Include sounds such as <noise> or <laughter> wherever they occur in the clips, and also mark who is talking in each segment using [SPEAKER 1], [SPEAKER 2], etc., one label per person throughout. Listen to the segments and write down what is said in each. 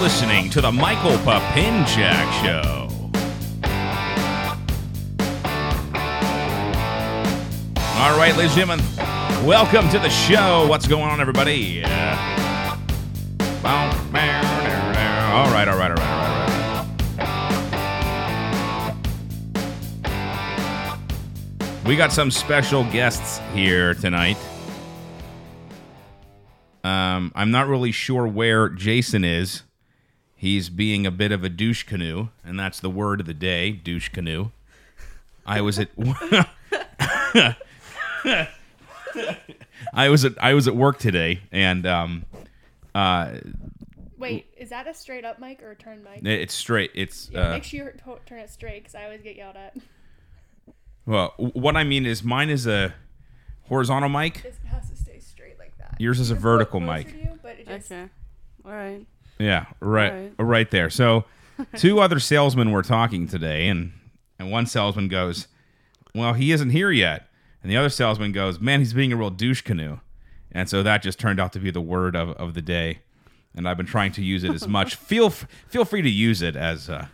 [SPEAKER 1] listening to the Michael Papinchak Show. All right, ladies and gentlemen, welcome to the show. What's going on, everybody? Uh, bow, bow, dow, dow. all right, all right, all right, all right. All right. We got some special guests here tonight. Um, I'm not really sure where Jason is. He's being a bit of a douche canoe, and that's the word of the day, douche canoe. I was at <laughs> I was at I was at work today, and um, uh,
[SPEAKER 2] Wait, is that a straight up mic or a turn mic?
[SPEAKER 1] it's straight. It's
[SPEAKER 2] Yeah,
[SPEAKER 1] uh,
[SPEAKER 2] make sure you <laughs> to- turn it straight because I always get yelled at.
[SPEAKER 1] well, what I mean is mine is a horizontal mic.
[SPEAKER 2] It has to stay straight like that.
[SPEAKER 1] Yours is a vertical mic.
[SPEAKER 2] but it just,
[SPEAKER 3] Okay. All right.
[SPEAKER 1] Yeah, right,
[SPEAKER 3] Alright.
[SPEAKER 1] right, there. So, two other salesmen were talking today, and and one salesman goes, "Well, he isn't here yet," and the other salesman goes, "Man, he's being a real douche canoe," and so that just turned out to be the word of, of the day, and I've been trying to use it as much. feel f- feel free to use it as uh,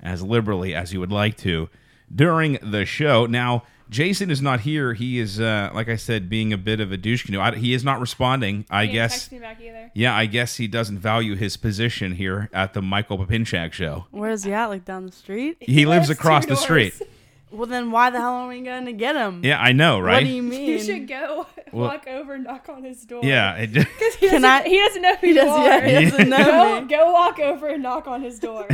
[SPEAKER 1] as liberally as you would like to during the show. Now, Jason is not here. He is, uh, like I said, being a bit of a douche canoe. I, he is not responding. I
[SPEAKER 2] He didn't
[SPEAKER 1] guess.
[SPEAKER 2] text me back either.
[SPEAKER 1] Yeah, I guess he doesn't value his position here at the Michael Papinchak show.
[SPEAKER 3] Where's he at? Like down the street?
[SPEAKER 1] He, lives,
[SPEAKER 2] lives
[SPEAKER 1] across
[SPEAKER 2] two
[SPEAKER 1] the
[SPEAKER 2] doors.
[SPEAKER 1] street.
[SPEAKER 3] Well, then why the hell are we going to get him?
[SPEAKER 1] Yeah, I know,
[SPEAKER 3] What
[SPEAKER 1] right? <laughs>
[SPEAKER 3] do you mean?
[SPEAKER 2] You should go walk over, and knock on his door.
[SPEAKER 1] yeah, it,
[SPEAKER 2] <laughs> he doesn't,
[SPEAKER 3] Can I-
[SPEAKER 2] He doesn't know who
[SPEAKER 3] He
[SPEAKER 2] you
[SPEAKER 3] does,
[SPEAKER 2] are.
[SPEAKER 3] yeah,
[SPEAKER 2] <laughs>
[SPEAKER 3] he doesn't know
[SPEAKER 2] Go,
[SPEAKER 3] me.
[SPEAKER 2] go walk over and knock on his
[SPEAKER 1] <laughs>
[SPEAKER 2] door.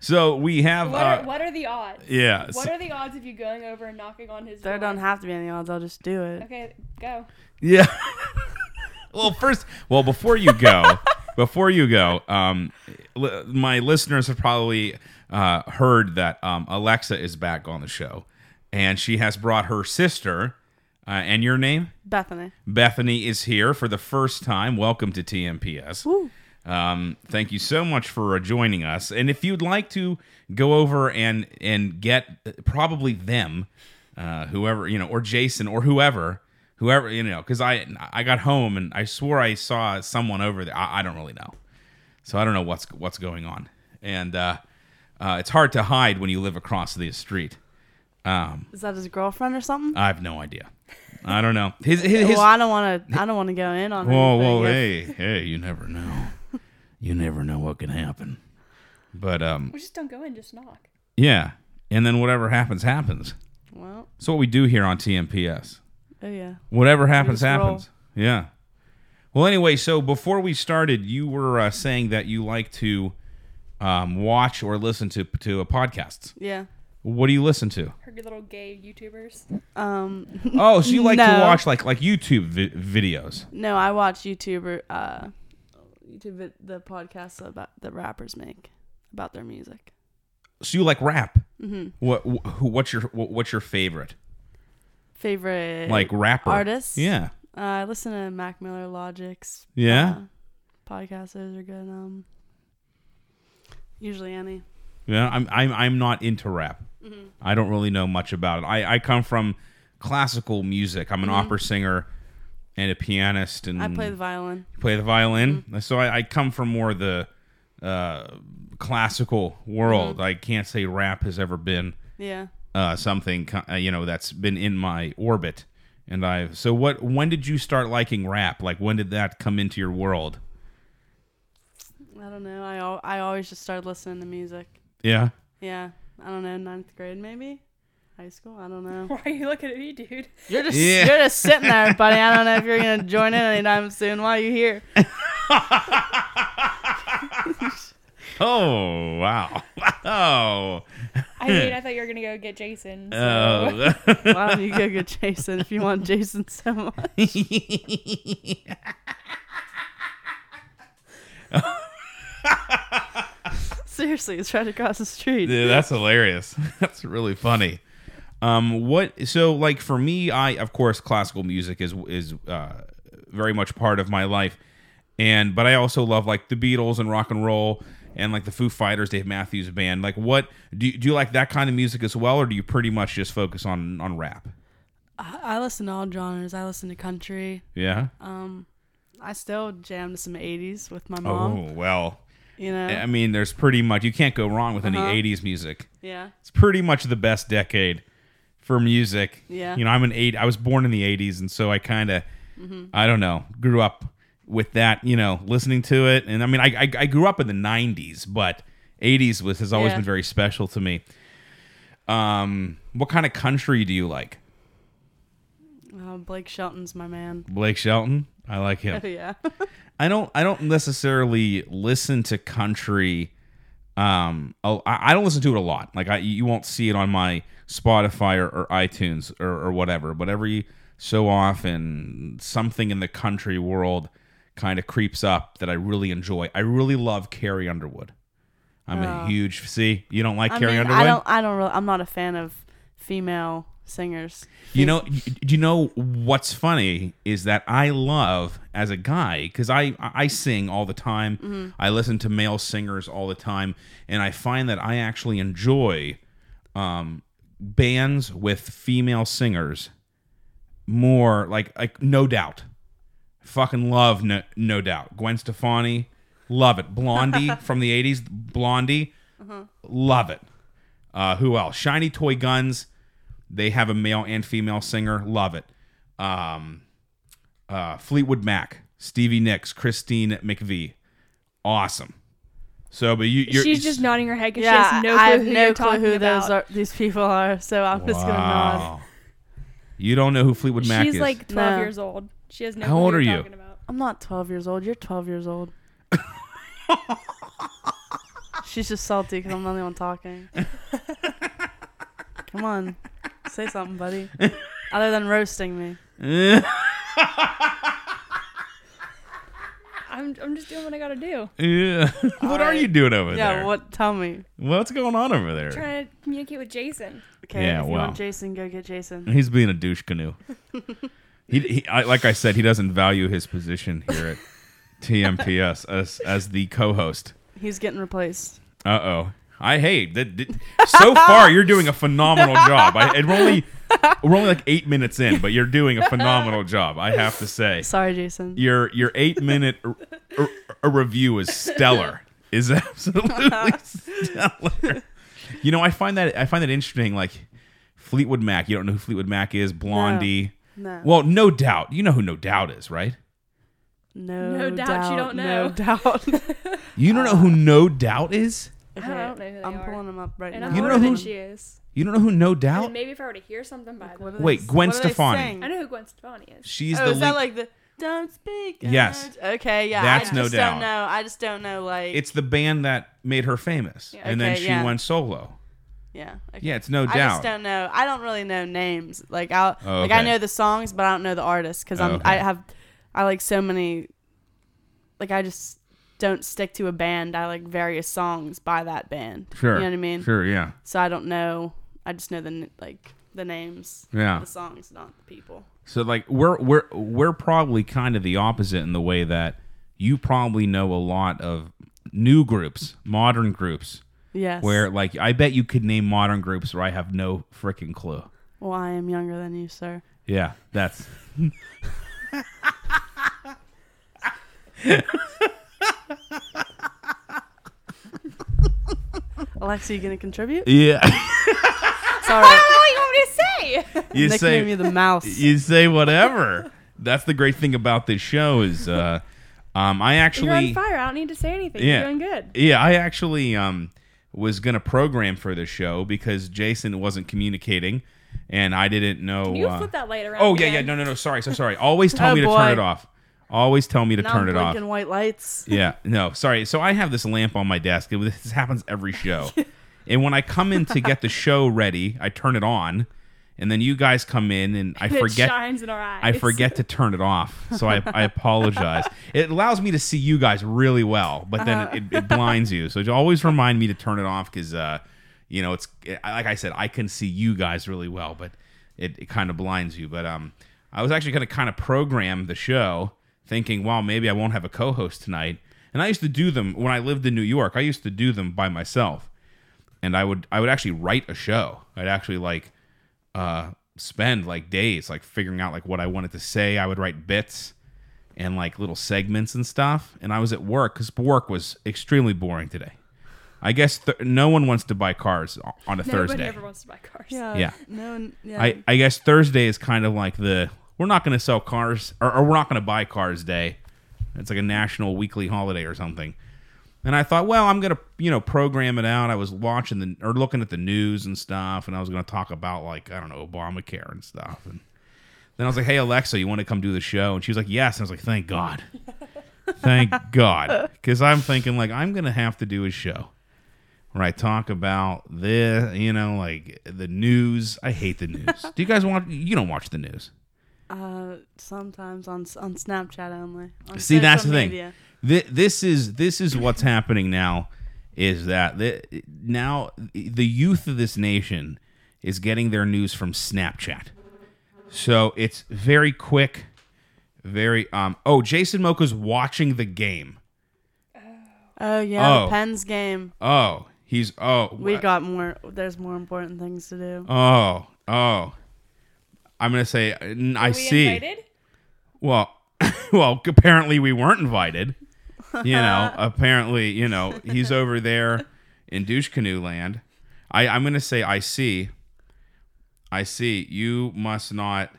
[SPEAKER 1] so we have.
[SPEAKER 2] What are,
[SPEAKER 1] uh,
[SPEAKER 2] what are the odds?
[SPEAKER 1] yeah,
[SPEAKER 2] What
[SPEAKER 1] so-
[SPEAKER 2] are the odds of you going over and knocking on his
[SPEAKER 3] There
[SPEAKER 2] door?
[SPEAKER 3] don't have to be any odds. I'll just do it.
[SPEAKER 2] Okay, go.
[SPEAKER 1] <laughs> yeah. well, first, well, before you
[SPEAKER 2] <laughs>
[SPEAKER 1] go, before you go, um, li- my listeners have probably uh, heard that um, Alexa is back on the show, and she has brought her sister. Uh, and your name?
[SPEAKER 3] Bethany.
[SPEAKER 1] Bethany is here for the first time. Welcome to TMPS.
[SPEAKER 3] Woo.
[SPEAKER 1] Um, thank you so much for uh, joining us. And if you'd like to go over and and get probably them, uh, whoever you know, or Jason or whoever, whoever you know, because I I got home and I swore I saw someone over there. I, I don't really know, so I don't know what's what's going on. And uh, uh, it's hard to hide when you live across the street. Um,
[SPEAKER 3] Is that his girlfriend or something?
[SPEAKER 1] I have no idea. I don't know. His Uh, his, his
[SPEAKER 3] well, I don't want to. I don't want to go in on.
[SPEAKER 1] Whoa,
[SPEAKER 3] anything
[SPEAKER 1] whoa,
[SPEAKER 3] if-
[SPEAKER 1] hey, hey, you never know. You never know what can happen. But um
[SPEAKER 2] We just don't go in, just knock.
[SPEAKER 1] yeah. And then whatever happens, happens.
[SPEAKER 3] Well,
[SPEAKER 1] That's what we do here on TMPS.
[SPEAKER 3] oh yeah.
[SPEAKER 1] Whatever happens,
[SPEAKER 3] just roll.
[SPEAKER 1] happens. Yeah. Well, anyway, so before we started, you were uh, saying that you like to um, watch or listen to to a podcast.
[SPEAKER 3] Yeah.
[SPEAKER 1] What do you listen
[SPEAKER 3] <laughs>
[SPEAKER 1] to?
[SPEAKER 2] Her little gay YouTubers. <laughs>
[SPEAKER 3] Um. <laughs>
[SPEAKER 1] Oh, so you like to
[SPEAKER 3] No.
[SPEAKER 1] watch like like YouTube vi- videos.
[SPEAKER 3] no, I watch YouTuber. Uh, YouTube vid- the podcasts about the rappers make about their music.
[SPEAKER 1] So you like rap.
[SPEAKER 3] Mm-hmm.
[SPEAKER 1] What wh- what's your what, what's your favorite?
[SPEAKER 3] Favorite
[SPEAKER 1] like rapper
[SPEAKER 3] Uh, artists?
[SPEAKER 1] Yeah,
[SPEAKER 3] Uh, I listen to Mac Miller Logics
[SPEAKER 1] yeah,
[SPEAKER 3] Uh, podcasts those are good. Um, usually any.
[SPEAKER 1] yeah. I'm I'm I'm not into rap. I don't really know much about it. I I come from classical music. I'm an opera singer and a pianist, and
[SPEAKER 3] I play the violin.
[SPEAKER 1] play the violin. So I, I come from more the uh, classical world. I can't say rap has ever been
[SPEAKER 3] Yeah.
[SPEAKER 1] uh, something co- uh, you know that's been in my orbit. And I've so what? When did you start liking rap? Like when did that come into your world?
[SPEAKER 3] I don't know. I al- I always just started listening to music.
[SPEAKER 1] Yeah.
[SPEAKER 3] Yeah. I don't know. Ninth grade maybe. High school. I don't know.
[SPEAKER 2] <laughs> Why are you looking at me, dude?
[SPEAKER 3] You're just
[SPEAKER 1] Yeah.
[SPEAKER 3] you're just sitting there, buddy. I don't know if you're gonna join in anytime soon. While you're here,
[SPEAKER 1] Oh wow! <laughs> Wow!
[SPEAKER 2] I mean, I thought you were gonna go get Jason. So.
[SPEAKER 1] Hmm.
[SPEAKER 2] <laughs>
[SPEAKER 1] Oh.
[SPEAKER 3] why don't you go get Jason if you want Jason so much? <laughs> Seriously, it's right across the street.
[SPEAKER 1] Dude, that's hilarious. <laughs> That's really funny. Um, what? So, like for me, I of course classical music is is uh, very much part of my life, and but I also love like the Beatles and rock and roll and like the Foo Fighters, Dave Matthews Band. Like, what do you, do you like that kind of music as well, or do you pretty much just focus on on rap?
[SPEAKER 3] I, I listen to all genres. I listen to country.
[SPEAKER 1] Yeah.
[SPEAKER 3] Um, I still jam to some 80s with my mom.
[SPEAKER 1] Oh well,
[SPEAKER 3] You know?
[SPEAKER 1] I mean, there's pretty much you can't go wrong with any
[SPEAKER 3] Uh-huh.
[SPEAKER 1] '80s music.
[SPEAKER 3] yeah.
[SPEAKER 1] It's pretty much the best decade for music.
[SPEAKER 3] Yeah.
[SPEAKER 1] you know, I'm an eight. I was born in the '80s, and so I kind of,
[SPEAKER 3] Mm-hmm.
[SPEAKER 1] I don't know, grew up with that. You know, listening to it, and I mean, I I, I grew up in the '90s, but '80s was has always
[SPEAKER 3] Yeah.
[SPEAKER 1] been very special to me. Um, what kind of country do you like?
[SPEAKER 3] Uh, Blake Shelton's my man.
[SPEAKER 1] Blake Shelton. I like him.
[SPEAKER 3] <laughs> yeah.
[SPEAKER 1] I don't I don't necessarily listen to country. Um, oh, I, I don't listen to it a lot. Like I, you won't see it on my Spotify or, or iTunes or, or whatever. But every so often, something in the country world kind of creeps up that I really enjoy. I really love Carrie Underwood. I'm a
[SPEAKER 3] Oh.
[SPEAKER 1] huge see. You don't like
[SPEAKER 3] I
[SPEAKER 1] Carrie
[SPEAKER 3] mean,
[SPEAKER 1] Underwood?
[SPEAKER 3] I don't. I don't really. I'm not a fan of female singers.
[SPEAKER 1] You know, you know what's funny is that I love as a guy because I I sing all the time. I listen to male singers all the time, and I find that I actually enjoy um, bands with female singers more. Like like No Doubt, fucking love No, no Doubt. Gwen Stefani, love it.
[SPEAKER 2] <laughs>
[SPEAKER 1] Blondie from the '80s, Blondie,
[SPEAKER 2] Uh-huh.
[SPEAKER 1] love it. Uh, who else? Shiny Toy Guns. They have a male and female singer. Love it. Um, uh, Fleetwood Mac, Stevie Nicks, Christine McVie. Awesome. So, but you, you're e
[SPEAKER 2] She's just nodding her head because
[SPEAKER 3] yeah,
[SPEAKER 2] she has no clue
[SPEAKER 3] I have
[SPEAKER 2] who
[SPEAKER 3] no
[SPEAKER 2] you're
[SPEAKER 3] clue
[SPEAKER 2] talking
[SPEAKER 3] who
[SPEAKER 2] about.
[SPEAKER 3] those are, these people are. So I'm just gonna nod.
[SPEAKER 1] Wow. You don't know who Fleetwood Mac
[SPEAKER 2] She's
[SPEAKER 1] is.
[SPEAKER 2] like 12
[SPEAKER 3] No.
[SPEAKER 2] years old. She has no
[SPEAKER 1] How
[SPEAKER 2] clue
[SPEAKER 1] old
[SPEAKER 2] who
[SPEAKER 1] are
[SPEAKER 2] you're
[SPEAKER 1] you?
[SPEAKER 2] talking about.
[SPEAKER 3] I'm not 12 years old. You're 12
[SPEAKER 1] <laughs>
[SPEAKER 3] years old. She's just salty because I'm the only
[SPEAKER 1] <laughs>
[SPEAKER 3] one talking. Come on, say something, buddy. Other than roasting me.
[SPEAKER 2] I'm, I'm just doing what I gotta do.
[SPEAKER 1] Yeah. <laughs> what are
[SPEAKER 3] right.
[SPEAKER 1] you doing over
[SPEAKER 3] yeah.
[SPEAKER 1] there?
[SPEAKER 3] What? Tell me.
[SPEAKER 1] What's going on over there?
[SPEAKER 2] Trying to communicate with Jason.
[SPEAKER 3] Okay.
[SPEAKER 1] Yeah,
[SPEAKER 3] if you
[SPEAKER 1] well.
[SPEAKER 3] want Jason, go get Jason.
[SPEAKER 1] He's being a douche canoe.
[SPEAKER 3] <laughs>
[SPEAKER 1] he, he I, like I said, he doesn't value his position here at TMTS as as the co-host.
[SPEAKER 3] He's getting replaced.
[SPEAKER 1] Uh oh. I hate that. that- So far, you're doing a phenomenal job. I, and we're only we're only like eight minutes in, but you're doing a phenomenal job. I have to say,
[SPEAKER 3] Sorry, Jason.
[SPEAKER 1] your your eight minute r- r- r- review is stellar. Is
[SPEAKER 3] <laughs>
[SPEAKER 1] absolutely stellar. You know, I find that I find that interesting. Like Fleetwood Mac. You don't know who Fleetwood Mac is? Blondie.
[SPEAKER 3] No.
[SPEAKER 1] Well, no doubt. You know who No Doubt is, right?
[SPEAKER 3] No,
[SPEAKER 2] No doubt you don't know.
[SPEAKER 3] No <laughs>
[SPEAKER 2] <laughs>
[SPEAKER 3] doubt.
[SPEAKER 1] You don't know who
[SPEAKER 3] Uh.
[SPEAKER 1] No Doubt is?
[SPEAKER 2] I don't know who they
[SPEAKER 3] I'm
[SPEAKER 2] are.
[SPEAKER 3] pulling them up right
[SPEAKER 2] And
[SPEAKER 3] now.
[SPEAKER 2] I'm
[SPEAKER 1] You don't
[SPEAKER 2] older
[SPEAKER 1] know
[SPEAKER 2] than
[SPEAKER 1] who-
[SPEAKER 2] she is.
[SPEAKER 1] You don't know who No
[SPEAKER 2] And
[SPEAKER 1] Doubt?
[SPEAKER 2] maybe if I were to hear something by them.
[SPEAKER 3] What do they
[SPEAKER 1] Wait,
[SPEAKER 3] s-
[SPEAKER 1] Gwen
[SPEAKER 3] what do they
[SPEAKER 1] Stefani.
[SPEAKER 3] sing?
[SPEAKER 2] I know who Gwen Stefani is.
[SPEAKER 1] She's
[SPEAKER 3] Oh,
[SPEAKER 1] the
[SPEAKER 3] is that
[SPEAKER 1] lead-
[SPEAKER 3] like the don't speak?
[SPEAKER 1] Yes.
[SPEAKER 3] out"? Okay, yeah.
[SPEAKER 1] That's
[SPEAKER 3] I
[SPEAKER 1] no
[SPEAKER 3] just
[SPEAKER 1] doubt.
[SPEAKER 3] don't know. I just don't know. Like
[SPEAKER 1] it's the band that made her famous
[SPEAKER 2] Yeah.
[SPEAKER 1] and then
[SPEAKER 3] Okay,
[SPEAKER 1] she
[SPEAKER 3] yeah.
[SPEAKER 1] went solo
[SPEAKER 3] yeah. Okay.
[SPEAKER 1] yeah it's no
[SPEAKER 3] I just
[SPEAKER 1] doubt
[SPEAKER 3] don't know. I don't really know names. Like I
[SPEAKER 1] Oh,
[SPEAKER 3] like
[SPEAKER 1] okay.
[SPEAKER 3] I
[SPEAKER 1] Oh,
[SPEAKER 3] know the songs, but I don't know the artists because I'm
[SPEAKER 1] Okay.
[SPEAKER 3] I have I like so many. Like I just don't stick to a band. I like various songs by that band.
[SPEAKER 1] sure
[SPEAKER 3] You know what I mean?
[SPEAKER 1] sure yeah
[SPEAKER 3] So I don't know. I just know the n- like the names,
[SPEAKER 1] yeah
[SPEAKER 3] the songs, not the people.
[SPEAKER 1] so like we're we're we're probably kind of the opposite in the way that you probably know a lot of new groups modern groups
[SPEAKER 3] Yes.
[SPEAKER 1] where like i bet you could name modern groups where i have no freaking clue
[SPEAKER 3] Well, I am younger than you, sir.
[SPEAKER 1] yeah that's
[SPEAKER 3] Alexa, you gonna contribute?
[SPEAKER 1] yeah <laughs>
[SPEAKER 3] Sorry.
[SPEAKER 2] what do you want me to say?
[SPEAKER 1] you
[SPEAKER 3] Nickname
[SPEAKER 1] say
[SPEAKER 3] you the mouse.
[SPEAKER 1] you say whatever that's the great thing about this show is uh um i actually
[SPEAKER 2] You're on fire. I don't need to say anything.
[SPEAKER 1] Yeah.
[SPEAKER 2] You're doing good.
[SPEAKER 1] Yeah, I actually um was gonna program for the show because Jason wasn't communicating, and I didn't know.
[SPEAKER 2] You
[SPEAKER 1] uh,
[SPEAKER 2] flip that light around.
[SPEAKER 1] oh yeah, yeah.
[SPEAKER 2] again.
[SPEAKER 1] No, no, no. Sorry, so sorry. Always tell
[SPEAKER 3] Oh,
[SPEAKER 1] me to
[SPEAKER 3] boy.
[SPEAKER 1] turn it off. Always tell me to
[SPEAKER 3] now
[SPEAKER 1] turn
[SPEAKER 3] I'm
[SPEAKER 1] it off.
[SPEAKER 3] blinking white lights.
[SPEAKER 1] Yeah, no, sorry. So I have this lamp on my desk. It- This happens every
[SPEAKER 3] <laughs>
[SPEAKER 1] show. and when I come in to get the show ready, I turn it on, and then you guys come in, and
[SPEAKER 3] <laughs>
[SPEAKER 1] I
[SPEAKER 2] It
[SPEAKER 1] forget.
[SPEAKER 2] shines in our eyes.
[SPEAKER 1] I forget to turn it off, so I, I apologize. It allows me to see you guys really well, but then it, it blinds you. So always remind me to turn it off because, uh, you know, it's I- like I said, I can see you guys really well, but it, it kind of blinds you. But um, I was actually going to kind of program the show, thinking, well, maybe I won't have a co-host tonight. And I used to do them when I lived in New York. I used to do them by myself and I would I would actually write a show. I'd actually like uh spend like days like figuring out like what I wanted to say. I would write bits and like little segments and stuff. And I was at work because work was extremely boring today. I guess th- no one wants to buy cars o- on a
[SPEAKER 2] Nobody
[SPEAKER 1] Thursday.
[SPEAKER 2] ever wants to buy cars.
[SPEAKER 3] Yeah.
[SPEAKER 1] Yeah.
[SPEAKER 3] No. one- Yeah.
[SPEAKER 1] I, I guess Thursday is kind of like the we're not going to sell cars or, or we're not going to buy cars day. It's like a national weekly holiday or something. And I thought, well, I'm going to, you know, program it out. I was watching the or looking at the news and stuff and I was going to talk about like, I don't know, Obamacare and stuff and then I was like, "Hey Alexa, you want to come do the show?" And she was like, "Yes." And I was like, "Thank God, thank God," because I'm thinking like I'm gonna have to do a show where I talk about the, you know, like the news. I hate the news.
[SPEAKER 3] <laughs>
[SPEAKER 1] do you guys want? You don't watch the news.
[SPEAKER 3] uh, sometimes on s- on Snapchat only. On
[SPEAKER 1] See, that's the
[SPEAKER 3] social
[SPEAKER 1] thing.
[SPEAKER 3] media.
[SPEAKER 1] Thi- This is this is what's happening now. Is that the, now the youth of this nation is getting their news from Snapchat? So it's very quick, very um. Oh, Jason Mocha's watching the game.
[SPEAKER 3] Oh yeah,
[SPEAKER 1] Oh.
[SPEAKER 3] the Pens game.
[SPEAKER 1] Oh, he's oh
[SPEAKER 3] We
[SPEAKER 1] wha-
[SPEAKER 3] got more. There's more important things to do.
[SPEAKER 1] oh oh. I'm gonna say uh, n- I
[SPEAKER 2] Were we
[SPEAKER 1] see.
[SPEAKER 2] invited?
[SPEAKER 1] Well, <laughs> well, apparently we weren't invited. You know, apparently, you know, he's over there in douche canoe land. I, I'm gonna say I see. I see. You must not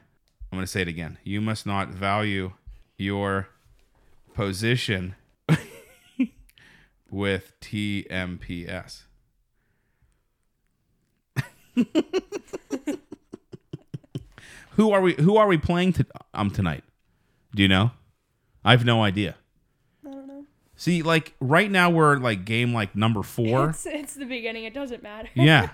[SPEAKER 1] I'm gonna say it again. You must not value your <laughs> position with TMPS. <laughs> who are we who are we playing to, um tonight? Do you know? I have no idea.
[SPEAKER 2] I don't know.
[SPEAKER 1] See, like right now we're like game like number four.
[SPEAKER 2] It's, it's the beginning. It doesn't matter.
[SPEAKER 1] yeah,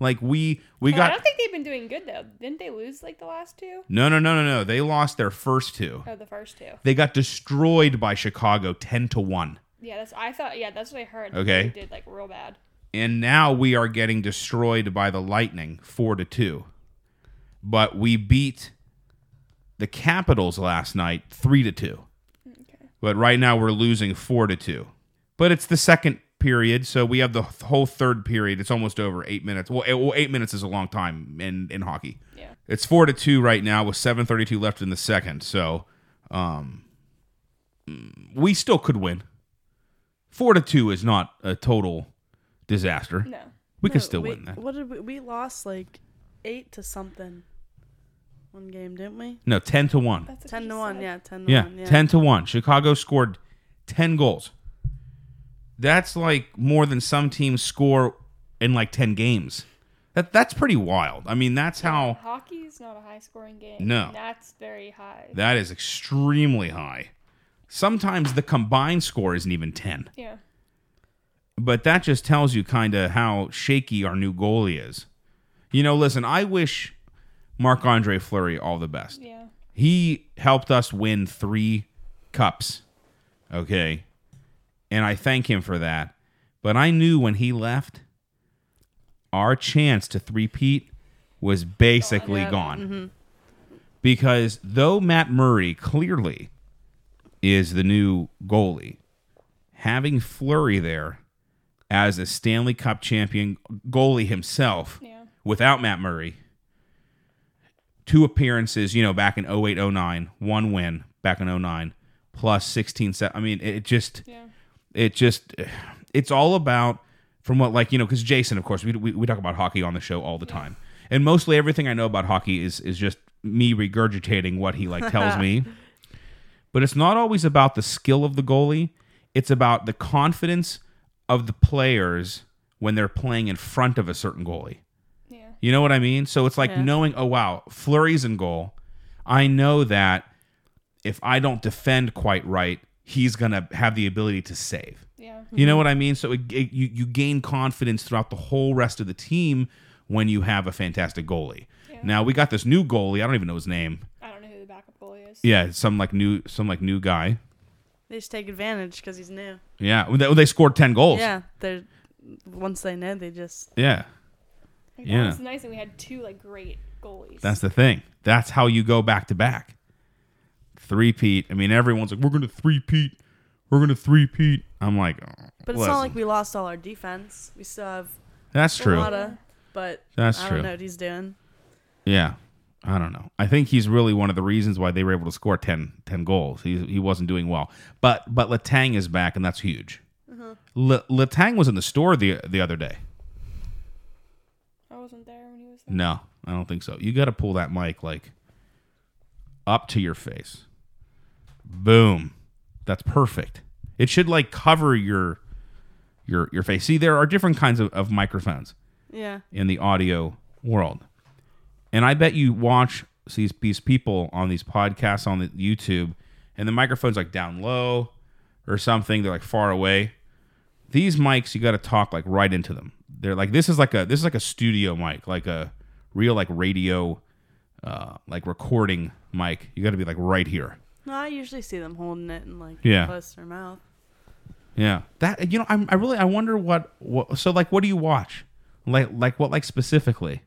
[SPEAKER 1] like we we
[SPEAKER 2] <laughs> Well, I
[SPEAKER 1] got
[SPEAKER 2] don't think they've been doing good though. Didn't they lose like the last two?
[SPEAKER 1] no no no no no. They lost their first two.
[SPEAKER 2] Oh, the first two.
[SPEAKER 1] They got destroyed by Chicago ten to one,
[SPEAKER 2] Yeah, that's. I thought. Yeah, that's what I heard.
[SPEAKER 1] Okay.
[SPEAKER 2] They did like real bad.
[SPEAKER 1] and now we are getting destroyed by the Lightning four to two. But we beat the Capitals last night three to two.
[SPEAKER 2] Okay.
[SPEAKER 1] But right now we're losing four to two. But it's the second period, so we have the th- whole third period. It's almost over. Eight minutes. Well, eight, well, eight minutes is a long time in in hockey.
[SPEAKER 2] Yeah.
[SPEAKER 1] It's four to two right now with seven thirty two left in the second. So, um, mm, we still could win. Four to two is not a total disaster.
[SPEAKER 2] No.
[SPEAKER 1] We
[SPEAKER 3] No,
[SPEAKER 1] could still
[SPEAKER 3] we-
[SPEAKER 1] win that.
[SPEAKER 3] What did we? We lost like eight to something. One game, didn't we?
[SPEAKER 1] No, ten to one.
[SPEAKER 2] That's what
[SPEAKER 3] Ten
[SPEAKER 2] you
[SPEAKER 3] to one.
[SPEAKER 2] said.
[SPEAKER 3] Yeah, ten to
[SPEAKER 1] Yeah,
[SPEAKER 3] one. Mm, Yeah.
[SPEAKER 1] ten to one. Chicago scored ten goals. That's like more than some teams score in like ten games. That that's pretty wild. I mean, that's how
[SPEAKER 2] Hockey is not a high scoring game.
[SPEAKER 1] No.
[SPEAKER 2] And That's very high.
[SPEAKER 1] that is extremely high. Sometimes the combined score isn't even ten,
[SPEAKER 2] yeah.
[SPEAKER 1] but that just tells you kind of how shaky our new goalie is. You know, listen, I wish Marc Andre Fleury all the best.
[SPEAKER 2] Yeah.
[SPEAKER 1] he helped us win three cups. Okay. And I thank him for that. But I knew when he left, our chance to threepeat was basically
[SPEAKER 3] Yeah.
[SPEAKER 1] gone. Because though Matt Murray clearly is the new goalie, having Flurry there as a Stanley Cup champion goalie himself
[SPEAKER 2] Yeah.
[SPEAKER 1] without Matt Murray. Two appearances, you know, back in 08, 09, one win back in 09, plus 16, se- I mean, it it just,
[SPEAKER 2] Yeah.
[SPEAKER 1] it just, it's all about from what, like, you know, because Jason, of course, we, we, we talk about hockey on the show all the time. And mostly everything I know about hockey is, is just me regurgitating what he, like, tells me. But it's not always about the skill of the goalie, it's about the confidence of the players when they're playing in front of a certain goalie.
[SPEAKER 2] Yeah.
[SPEAKER 1] You know what I mean? So it's like
[SPEAKER 3] Yeah.
[SPEAKER 1] knowing, oh wow, Flurry's in goal. I know that if I don't defend quite right, he's gonna have the ability to save.
[SPEAKER 2] Yeah.
[SPEAKER 1] You
[SPEAKER 3] Mhm.
[SPEAKER 1] know what I mean? So it, it- you you gain confidence throughout the whole rest of the team when you have a fantastic goalie.
[SPEAKER 2] Yeah.
[SPEAKER 1] Now we got this new goalie. I don't even know his name.
[SPEAKER 2] I don't know who the backup goalie is.
[SPEAKER 1] Yeah, some like new some like new guy.
[SPEAKER 3] They just take advantage because he's new.
[SPEAKER 1] Yeah, well, they, well, they scored ten goals.
[SPEAKER 3] Yeah. They're once they know, they just
[SPEAKER 1] yeah.
[SPEAKER 2] Like,
[SPEAKER 1] Yeah.
[SPEAKER 2] That was nice, and we had two like great goalies.
[SPEAKER 1] That's the thing. That's how you go back to back. Three peat. I mean, everyone's like, we're going to three peat. We're going to three peat. I'm like, "Oh,
[SPEAKER 3] But it's
[SPEAKER 1] listen."
[SPEAKER 3] not like we lost all our defense. We still have
[SPEAKER 1] that's true.
[SPEAKER 3] Wada, but
[SPEAKER 1] That's
[SPEAKER 3] I
[SPEAKER 1] true.
[SPEAKER 3] don't know what he's doing.
[SPEAKER 1] Yeah. I don't know. I think he's really one of the reasons why they were able to score 10, 10 goals. He, he wasn't doing well. But but Latang is back, and that's huge.
[SPEAKER 3] Mm-hmm.
[SPEAKER 1] La- Latang was in the store the the other day.
[SPEAKER 2] I wasn't there when he was there.
[SPEAKER 1] No, I don't think so. You got to pull that mic like up to your face. Boom. That's perfect. It should like cover your your your face. See, there are different kinds of, of microphones
[SPEAKER 3] Yeah.
[SPEAKER 1] in the audio world. And I bet you watch these these people on these podcasts on the YouTube, and the microphone's like down low or something. They're like far away. These mics, you got to talk like right into them. They're like this is like a this is like a studio mic, like a real like radio, uh, like recording mic. You got to be like right here.
[SPEAKER 3] No, I usually see them holding it and like
[SPEAKER 1] Yeah.
[SPEAKER 3] close to their mouth.
[SPEAKER 1] Yeah, that you know, I'm, I really I wonder what, what so like what do you watch, like like what like specifically?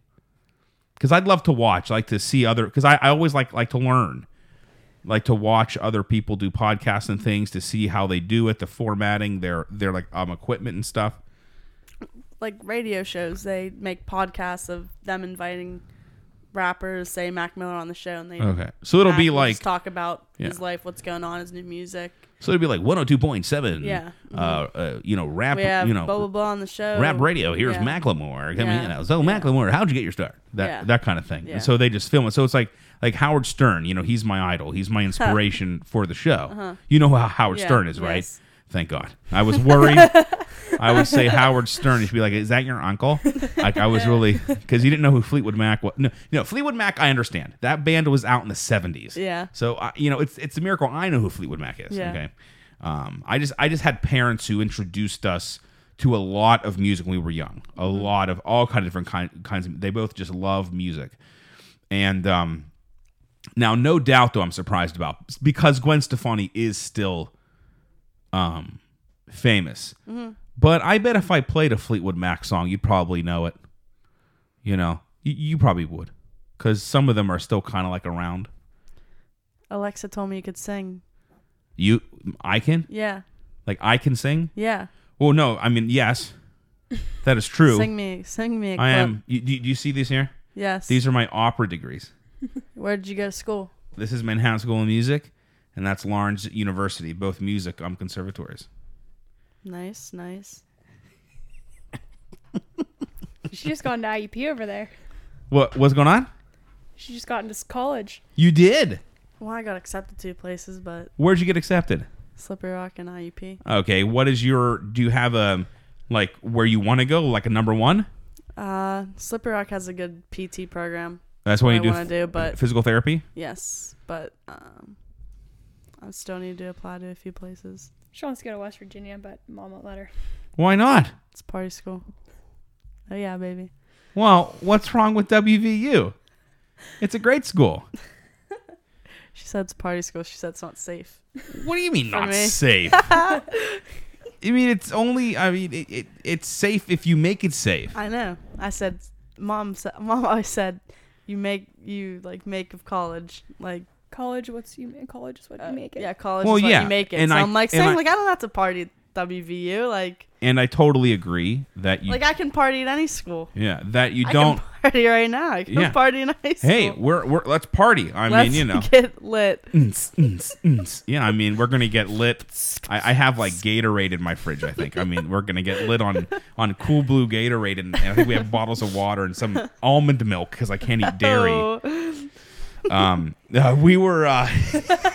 [SPEAKER 1] Because I'd love to watch, like to see other, because I, I always like like to learn, like to watch other people do podcasts and things to see how they do it, the formatting, their their like um equipment and stuff.
[SPEAKER 3] Like radio shows, they make podcasts of them inviting rappers, say Mac Miller on the show, and they
[SPEAKER 1] Okay, so it'll be
[SPEAKER 3] Mac will
[SPEAKER 1] like
[SPEAKER 3] just talk about
[SPEAKER 1] Yeah.
[SPEAKER 3] his life, what's going on, his new music.
[SPEAKER 1] so it'll be like one hundred two point seven.
[SPEAKER 3] Yeah.
[SPEAKER 1] Uh, uh, you know, rap.
[SPEAKER 3] We have
[SPEAKER 1] You know,
[SPEAKER 3] blah blah blah on the show.
[SPEAKER 1] rap radio. Here's
[SPEAKER 3] Yeah.
[SPEAKER 1] Macklemore. I mean,
[SPEAKER 3] Yeah.
[SPEAKER 1] you know, so Macklemore, how'd you get your start? That
[SPEAKER 3] Yeah.
[SPEAKER 1] that kind of thing.
[SPEAKER 3] Yeah.
[SPEAKER 1] And so they just film it. So it's like like Howard Stern. You know, he's my idol. He's
[SPEAKER 3] <laughs>
[SPEAKER 1] my inspiration for the show. You know how Howard
[SPEAKER 3] Uh-huh. Yeah.
[SPEAKER 1] Stern is, right?
[SPEAKER 3] Yes.
[SPEAKER 1] Thank God. I was worried. I would say Howard Stern. You'd be like, "Is that your uncle?" Like I
[SPEAKER 3] <laughs>
[SPEAKER 1] was really because you didn't know who Fleetwood Mac was. No, no, Fleetwood Mac. I understand that band was out in the seventies.
[SPEAKER 3] Yeah.
[SPEAKER 1] So I, you know, it's it's a miracle I know who Fleetwood Mac is.
[SPEAKER 3] Yeah.
[SPEAKER 1] Okay. Um, I just I just had parents who introduced us to a lot of music when we were young. A
[SPEAKER 3] Mm-hmm.
[SPEAKER 1] lot of all kind of different kind, kinds of. They both just love music, and um, now no doubt though I'm surprised about because Gwen Stefani is still um famous.
[SPEAKER 3] Mm-hmm.
[SPEAKER 1] But I bet if I played a Fleetwood Mac song, you'd probably know it. You know, you, you probably would, because some of them are still kind of like around.
[SPEAKER 3] Alexa told me you could sing.
[SPEAKER 1] You, I can,
[SPEAKER 3] Yeah,
[SPEAKER 1] like I can sing.
[SPEAKER 3] yeah.
[SPEAKER 1] Well, no, I mean yes, that is true.
[SPEAKER 3] Sing me, sing me. A
[SPEAKER 1] I
[SPEAKER 3] clip.
[SPEAKER 1] am. You, do do you see these here?
[SPEAKER 3] Yes.
[SPEAKER 1] These are my opera degrees.
[SPEAKER 3] Where did you go to school?
[SPEAKER 1] This is Manhattan School of Music, and that's Lawrence University. Both music um conservatories.
[SPEAKER 3] Nice, nice.
[SPEAKER 2] She just gone to IEP E over there.
[SPEAKER 1] What what's going on?
[SPEAKER 2] She just got into college.
[SPEAKER 1] You did.
[SPEAKER 3] Well, I got accepted two places, but
[SPEAKER 1] Where'd you get accepted?
[SPEAKER 3] Slippery Rock and IUP.
[SPEAKER 1] Okay, what is your? Do you have a like where you want to go? Like a number one?
[SPEAKER 3] Uh, Slippery Rock has a good PT program.
[SPEAKER 1] That's what
[SPEAKER 3] I
[SPEAKER 1] you do.
[SPEAKER 3] wanna do, but-
[SPEAKER 1] physical therapy.
[SPEAKER 3] Yes, but um, I still need to apply to a few places.
[SPEAKER 2] She wants to go to West Virginia, but mom won't let her.
[SPEAKER 1] Why not?
[SPEAKER 3] It's party school. Oh yeah, baby.
[SPEAKER 1] Well, what's wrong with WVU? It's a great school.
[SPEAKER 3] She said it's party school. She said it's not safe.
[SPEAKER 1] What do you mean not
[SPEAKER 3] me. <laughs>
[SPEAKER 1] safe? I mean, it's only. I mean, it, it, it's safe if you make it safe.
[SPEAKER 3] I know. I said, mom. Sa- <laughs> mom always said, you make you like make of college like.
[SPEAKER 2] College, what's you college is what
[SPEAKER 3] uh,
[SPEAKER 2] you make it.
[SPEAKER 3] Yeah, college
[SPEAKER 1] Well,
[SPEAKER 3] is what
[SPEAKER 1] yeah,
[SPEAKER 3] you make it.
[SPEAKER 1] and
[SPEAKER 3] so
[SPEAKER 1] I-
[SPEAKER 3] I, am like
[SPEAKER 1] and
[SPEAKER 3] saying,
[SPEAKER 1] I-
[SPEAKER 3] like, I don't have to party at WVU. Like,
[SPEAKER 1] And I totally agree that you.
[SPEAKER 3] like I can party at any school.
[SPEAKER 1] yeah, that you
[SPEAKER 3] I
[SPEAKER 1] don't.
[SPEAKER 3] can party right now. I can
[SPEAKER 1] Yeah.
[SPEAKER 3] party in high school.
[SPEAKER 1] Hey, we're, we're let's party. I
[SPEAKER 3] Let's
[SPEAKER 1] mean, you know.
[SPEAKER 3] <laughs> get lit.
[SPEAKER 1] Mm, mm,
[SPEAKER 3] <laughs>
[SPEAKER 1] mm. yeah, I mean, we're gonna get lit. I, I have like Gatorade in my fridge. I think. I mean, we're gonna get lit on on Cool Blue Gatorade, and, and I think we have bottles of water and some almond milk because I can't eat dairy.
[SPEAKER 3] Oh,
[SPEAKER 1] Um, uh, we were. Uh, <laughs>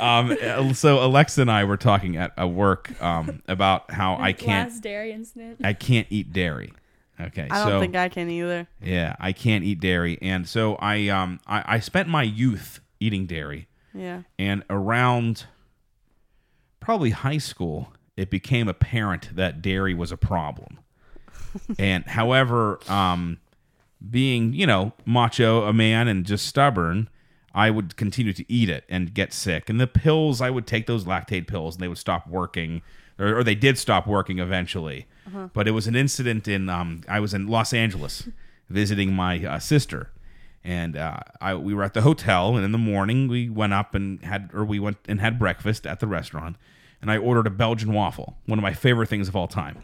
[SPEAKER 1] um, uh, so Alexa and I were talking at, at work um, about how I can't
[SPEAKER 2] Last dairy incident.
[SPEAKER 1] I can't eat dairy. Okay,
[SPEAKER 3] I
[SPEAKER 1] so
[SPEAKER 3] don't think I can either.
[SPEAKER 1] yeah, I can't eat dairy, and so I um I, I spent my youth eating dairy
[SPEAKER 3] Yeah.
[SPEAKER 1] and around probably high school it became apparent that dairy was a
[SPEAKER 3] <laughs>
[SPEAKER 1] problem and however um, being you know macho a man and just stubborn i would continue to eat it and get sick and the pills i would take those lactate pills and they would stop working or, or they did stop working eventually but it was an incident in um, i was in los angeles <laughs> visiting my uh, sister and uh, I, we were at the hotel and in the morning we went up and had or we went and had breakfast at the restaurant and i ordered a belgian waffle one of my favorite things of all time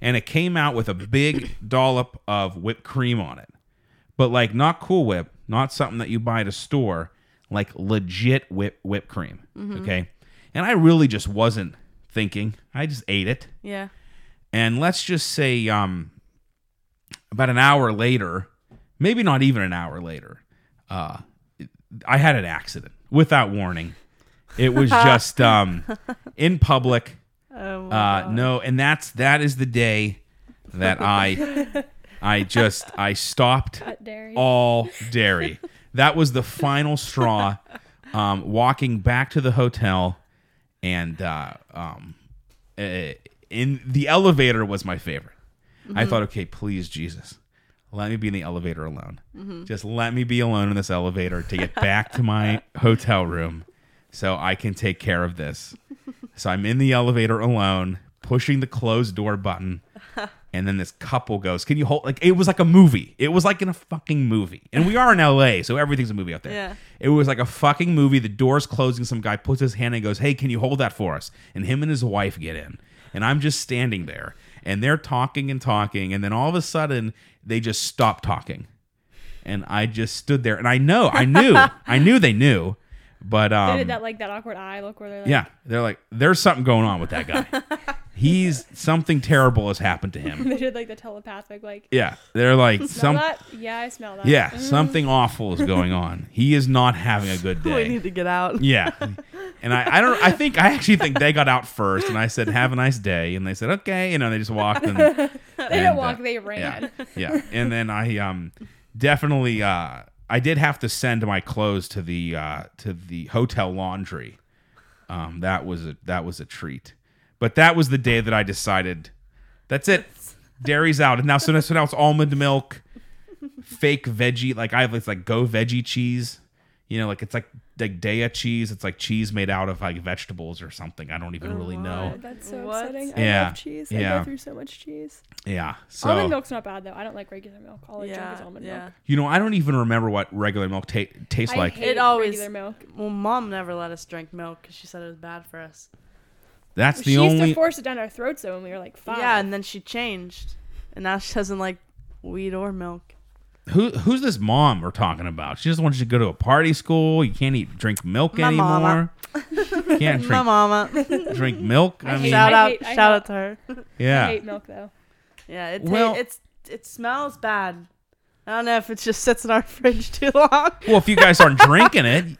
[SPEAKER 1] and it came out with a big dollop of whipped cream on it but like not cool whip not something that you buy at a store, like legit whip whipped cream. Okay. And I really just wasn't thinking. I just ate it.
[SPEAKER 3] Yeah.
[SPEAKER 1] And let's just say um about an hour later, maybe not even an hour later, uh I had an accident without warning. It was just um in public.
[SPEAKER 3] Oh,
[SPEAKER 1] Uh, no, and that's that is the day that I I just I stopped
[SPEAKER 2] Cut <laughs> dairy.
[SPEAKER 1] all dairy. That was the final straw. Um, walking back to the hotel, and uh, um, eh, in the elevator was my favorite. I thought, okay, please, Jesus, let me be in the elevator alone. Just let me be alone in this elevator to get back to my hotel room, so I can take care of this. So I'm in the elevator alone, pushing the closed door
[SPEAKER 2] <laughs>
[SPEAKER 1] button. And then this couple goes, Can you hold? Like, it was like a movie. It was like in a fucking movie. And we are in LA, so everything's a movie out there.
[SPEAKER 3] Yeah.
[SPEAKER 1] It was like a fucking movie. The door's closing. Some guy puts his hand and goes, Hey, can you hold that for us? And him and his wife get in. And I'm just standing there. And they're talking and talking. And then all of a sudden, they just stop talking. And I just stood there. And I know, I
[SPEAKER 2] <laughs>
[SPEAKER 1] knew, I knew they knew. But um,
[SPEAKER 2] they did that like that awkward eye look where they're like,
[SPEAKER 1] yeah, they're like, there's something going on with that guy. He's something terrible has happened to him.
[SPEAKER 2] <laughs> They did like the telepathic like.
[SPEAKER 1] Yeah, they're like
[SPEAKER 2] Smell
[SPEAKER 1] some.
[SPEAKER 2] that? Yeah, I smell that. Mm.
[SPEAKER 1] Yeah, something awful is going on. He is not having a good
[SPEAKER 3] <laughs> we
[SPEAKER 1] day.
[SPEAKER 3] need to get out.
[SPEAKER 1] Yeah, and I, I don't. I think I actually think they got out first, and I said, "Have a nice day," and they said, "Okay," you know, they just walked. And, uh, they
[SPEAKER 2] <laughs> They didn't walk. They ran.
[SPEAKER 1] yeah, <laughs> yeah. And then I um definitely uh I did have to send my clothes to the uh to the hotel laundry. Um that was a that was a treat. But that was the day that I decided that's it. Dairy's out. And now so now, so now it's almond milk, fake veggie, like I have this like go veggie cheese. You know, like it's like like daya cheese. It's like cheese made out of like vegetables or something. I don't even
[SPEAKER 2] Oh,
[SPEAKER 1] really know.
[SPEAKER 2] God, <laughs> That's so
[SPEAKER 3] What?
[SPEAKER 2] upsetting. I
[SPEAKER 1] Yeah.
[SPEAKER 2] love cheese. I
[SPEAKER 1] Yeah.
[SPEAKER 2] go through so much cheese.
[SPEAKER 1] Yeah. So
[SPEAKER 2] almond milk's not bad though. I don't like regular milk. All I drink is
[SPEAKER 3] Yeah.
[SPEAKER 2] almond
[SPEAKER 3] Yeah.
[SPEAKER 2] milk.
[SPEAKER 1] you know, I don't even remember what regular milk ta- tastes
[SPEAKER 2] I
[SPEAKER 1] like.
[SPEAKER 2] hate
[SPEAKER 3] It always-
[SPEAKER 2] regular milk.
[SPEAKER 3] Well, mom never let us drink milk because she said it was bad for us.
[SPEAKER 1] That's
[SPEAKER 2] she
[SPEAKER 1] the
[SPEAKER 2] used to
[SPEAKER 1] only
[SPEAKER 2] force it down our throats though when we were like five.
[SPEAKER 3] Yeah, and then she changed, and now she doesn't like weed or milk.
[SPEAKER 1] who who's this mom we're talking about? She just wants you to go to a party school. You can't eat drink milk
[SPEAKER 3] My mama.
[SPEAKER 1] anymore.
[SPEAKER 2] <laughs>
[SPEAKER 1] can't
[SPEAKER 3] My
[SPEAKER 1] drink
[SPEAKER 3] mama.
[SPEAKER 1] drink milk. <laughs>
[SPEAKER 2] I
[SPEAKER 1] I
[SPEAKER 2] hate
[SPEAKER 1] mean,
[SPEAKER 3] shout
[SPEAKER 2] I
[SPEAKER 3] out,
[SPEAKER 2] hate- I
[SPEAKER 3] shout
[SPEAKER 2] hate-
[SPEAKER 3] out to her.
[SPEAKER 2] I
[SPEAKER 1] yeah,
[SPEAKER 2] hate milk though.
[SPEAKER 3] Yeah, it ta-
[SPEAKER 1] Well-
[SPEAKER 3] it's it smells bad. I don't know if it just sits in our <laughs> fridge too long.
[SPEAKER 1] Well, if you guys
[SPEAKER 2] <laughs>
[SPEAKER 1] aren't drinking it, you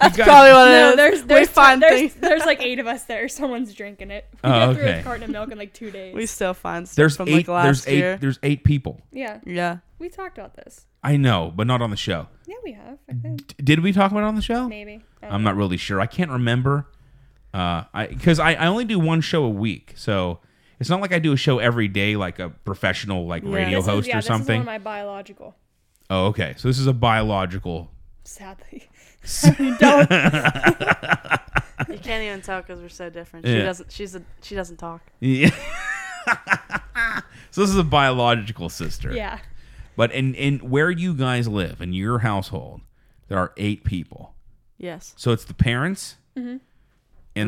[SPEAKER 3] That's
[SPEAKER 1] guys-
[SPEAKER 3] probably what it is.
[SPEAKER 2] No, there's there's
[SPEAKER 3] Uh, we find
[SPEAKER 2] there's, <laughs>
[SPEAKER 3] things.
[SPEAKER 2] there's like eight of us there. <laughs> Someone's drinking it. We
[SPEAKER 1] Oh,
[SPEAKER 2] go through
[SPEAKER 1] okay.
[SPEAKER 2] a carton of milk in like two days.
[SPEAKER 3] <laughs> We still find stuff
[SPEAKER 1] there's
[SPEAKER 3] from
[SPEAKER 1] eight
[SPEAKER 3] like last
[SPEAKER 1] there's eight
[SPEAKER 3] year.
[SPEAKER 1] there's eight people.
[SPEAKER 2] yeah,
[SPEAKER 3] yeah.
[SPEAKER 2] we talked about this.
[SPEAKER 1] I know, but not on the show.
[SPEAKER 2] Yeah, we have. I think
[SPEAKER 1] D- Did we talk about it on the show?
[SPEAKER 2] maybe. I don't
[SPEAKER 1] I'm not really sure. I can't remember. Uh, I because I, I only do one show a week, so it's not like I do a show every day like a professional like
[SPEAKER 3] Yeah.
[SPEAKER 1] radio
[SPEAKER 2] This is-
[SPEAKER 1] host
[SPEAKER 2] yeah,
[SPEAKER 1] or
[SPEAKER 2] This is one
[SPEAKER 1] something.
[SPEAKER 2] of my biological.
[SPEAKER 1] oh, okay. So this is a biological. <laughs>
[SPEAKER 2] Sadly, <laughs>
[SPEAKER 3] You can't even tell because we're so different. She
[SPEAKER 1] Yeah.
[SPEAKER 3] doesn't. She's a. She doesn't talk.
[SPEAKER 1] Yeah. so this is a biological sister.
[SPEAKER 2] yeah.
[SPEAKER 1] But in in where you guys live in your household, there are eight people.
[SPEAKER 3] Yes.
[SPEAKER 1] So it's the parents, and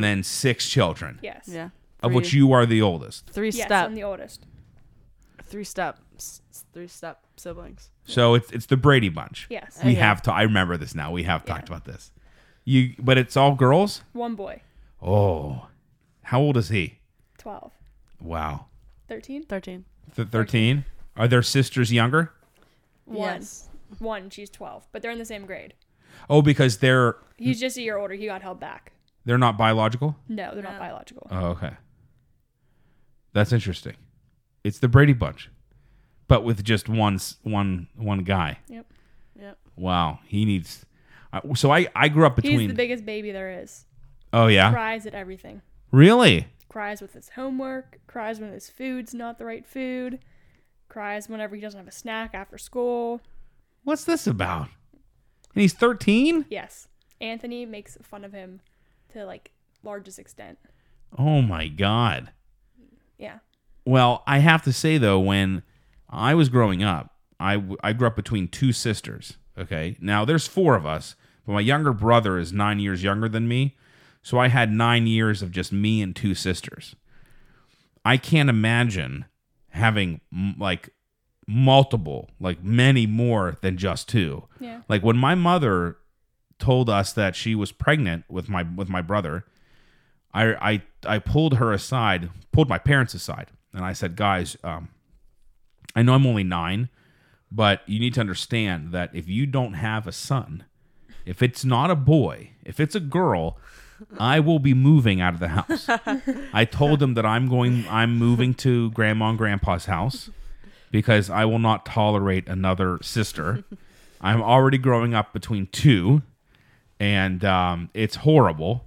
[SPEAKER 1] then six children,
[SPEAKER 2] Yes.
[SPEAKER 3] Yeah.
[SPEAKER 1] of
[SPEAKER 3] Three-
[SPEAKER 1] which you are the oldest.
[SPEAKER 3] three
[SPEAKER 2] Yes,
[SPEAKER 3] step,
[SPEAKER 2] I'm the oldest.
[SPEAKER 3] three step, s- s- three step siblings.
[SPEAKER 1] So it's it's the Brady bunch.
[SPEAKER 2] Yes.
[SPEAKER 1] We
[SPEAKER 3] Okay.
[SPEAKER 1] have to. I remember this now. We have talked about this. You, but it's all girls.
[SPEAKER 2] One boy,
[SPEAKER 1] Oh, how old is he?
[SPEAKER 2] 12,
[SPEAKER 1] Wow,
[SPEAKER 2] 13?
[SPEAKER 3] Thirteen.
[SPEAKER 1] Th- thirteen. Are their sisters younger?
[SPEAKER 2] One.
[SPEAKER 3] Yes.
[SPEAKER 2] One, she's 12, but they're in the same grade.
[SPEAKER 1] Oh, because they're
[SPEAKER 2] He's just a year older. He got held back.
[SPEAKER 1] they're not biological.
[SPEAKER 2] No, they're not
[SPEAKER 3] No.
[SPEAKER 2] biological.
[SPEAKER 1] Oh, okay. That's interesting. It's the Brady Bunch, but with just one s- one one guy.
[SPEAKER 2] Yep.
[SPEAKER 3] Yep.
[SPEAKER 1] Wow, he needs. I so I I grew up between.
[SPEAKER 2] He's the biggest baby there is.
[SPEAKER 1] oh yeah,
[SPEAKER 2] Cries at everything.
[SPEAKER 1] really?
[SPEAKER 2] Cries with his homework. Cries when his food's not the right food. Cries whenever he doesn't have a snack after school.
[SPEAKER 1] What's this about? And he's thirteen.
[SPEAKER 2] Yes. Anthony makes fun of him to like largest extent.
[SPEAKER 1] Oh my god.
[SPEAKER 2] Yeah.
[SPEAKER 1] Well, I have to say though, when I was growing up, I w- I grew up between two sisters. Okay, now there's four of us, but my younger brother is nine years younger than me, so I had nine years of just me and two sisters. I can't imagine having m- like multiple, like many more than just two.
[SPEAKER 2] Yeah.
[SPEAKER 1] Like when my mother told us that she was pregnant with my with my brother, I I I pulled her aside, pulled my parents aside, and I said, "Guys, um, I know I'm only nine, but you need to understand that if you don't have a son, if it's not a boy, if it's a girl." I will be moving out of the house. I told them that I'm going I'm moving to grandma and grandpa's house because I will not tolerate another sister. I'm already growing up between two, and um, it's horrible.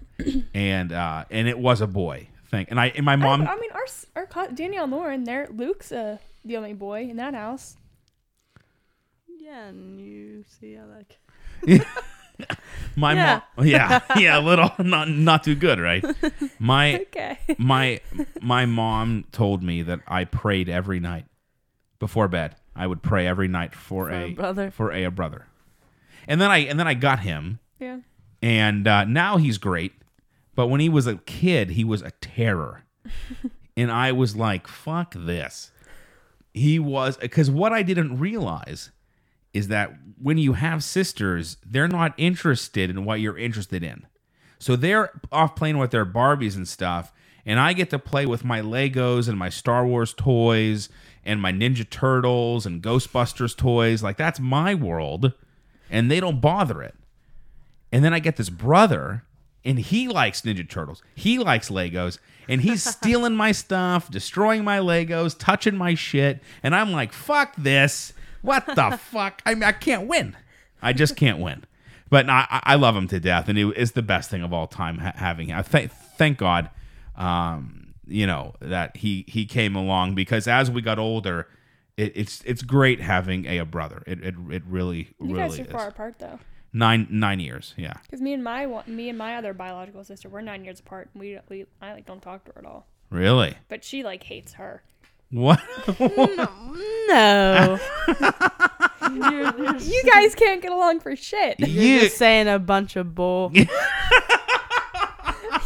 [SPEAKER 1] and uh, and it was a boy thing. And I and my
[SPEAKER 2] I,
[SPEAKER 1] mom.
[SPEAKER 2] I mean, our s- our co- Danielle and Lauren, there, Luke's uh, the only boy in that house.
[SPEAKER 3] Yeah, and you see how that. c-
[SPEAKER 1] My
[SPEAKER 3] Yeah.
[SPEAKER 1] mom. <laughs> Yeah, yeah, a little <laughs> not not too good, right? My
[SPEAKER 2] <laughs> Okay.
[SPEAKER 1] my my mom told me that I prayed every night before bed. I would pray every night for,
[SPEAKER 3] For
[SPEAKER 1] a,
[SPEAKER 3] a
[SPEAKER 2] <laughs>
[SPEAKER 3] brother.
[SPEAKER 1] For a, a brother. And then I and then I got him,
[SPEAKER 2] yeah.
[SPEAKER 1] and uh, now he's great. But when he was a kid, he was a terror, and I was like, "Fuck this." He was because what I didn't realize is that when you have sisters, they're not interested in what you're interested in. So they're off playing with their Barbies and stuff, and I get to play with my Legos and my Star Wars toys and my Ninja Turtles and Ghostbusters toys. Like that's my world, and they don't bother it. And then I get this brother, and he likes Ninja Turtles. He likes Legos, and
[SPEAKER 2] <laughs>
[SPEAKER 1] he's stealing my stuff, destroying my Legos, touching my shit. And I'm like, fuck this. What
[SPEAKER 2] <laughs>
[SPEAKER 1] the fuck? I, mean, I can't win. I just can't win. But I, I I love him to death, and it is the best thing of all time ha- having him. Th- thank God, um, you know that he he came along because as we got older, it, it's it's great having a, brother. It it, it really really
[SPEAKER 2] You guys are
[SPEAKER 1] is
[SPEAKER 2] far apart though,
[SPEAKER 1] nine nine years. Yeah.
[SPEAKER 2] because me and my wa- me and my other biological sister, we're nine years apart, and we we I like don't talk to her at all.
[SPEAKER 1] Really?
[SPEAKER 2] But she like hates her.
[SPEAKER 1] What?
[SPEAKER 3] No,
[SPEAKER 2] You're- <laughs> you guys can't get along for <laughs> shit.
[SPEAKER 3] <laughs> you're
[SPEAKER 1] you
[SPEAKER 3] just saying a bunch of bull.
[SPEAKER 2] yeah.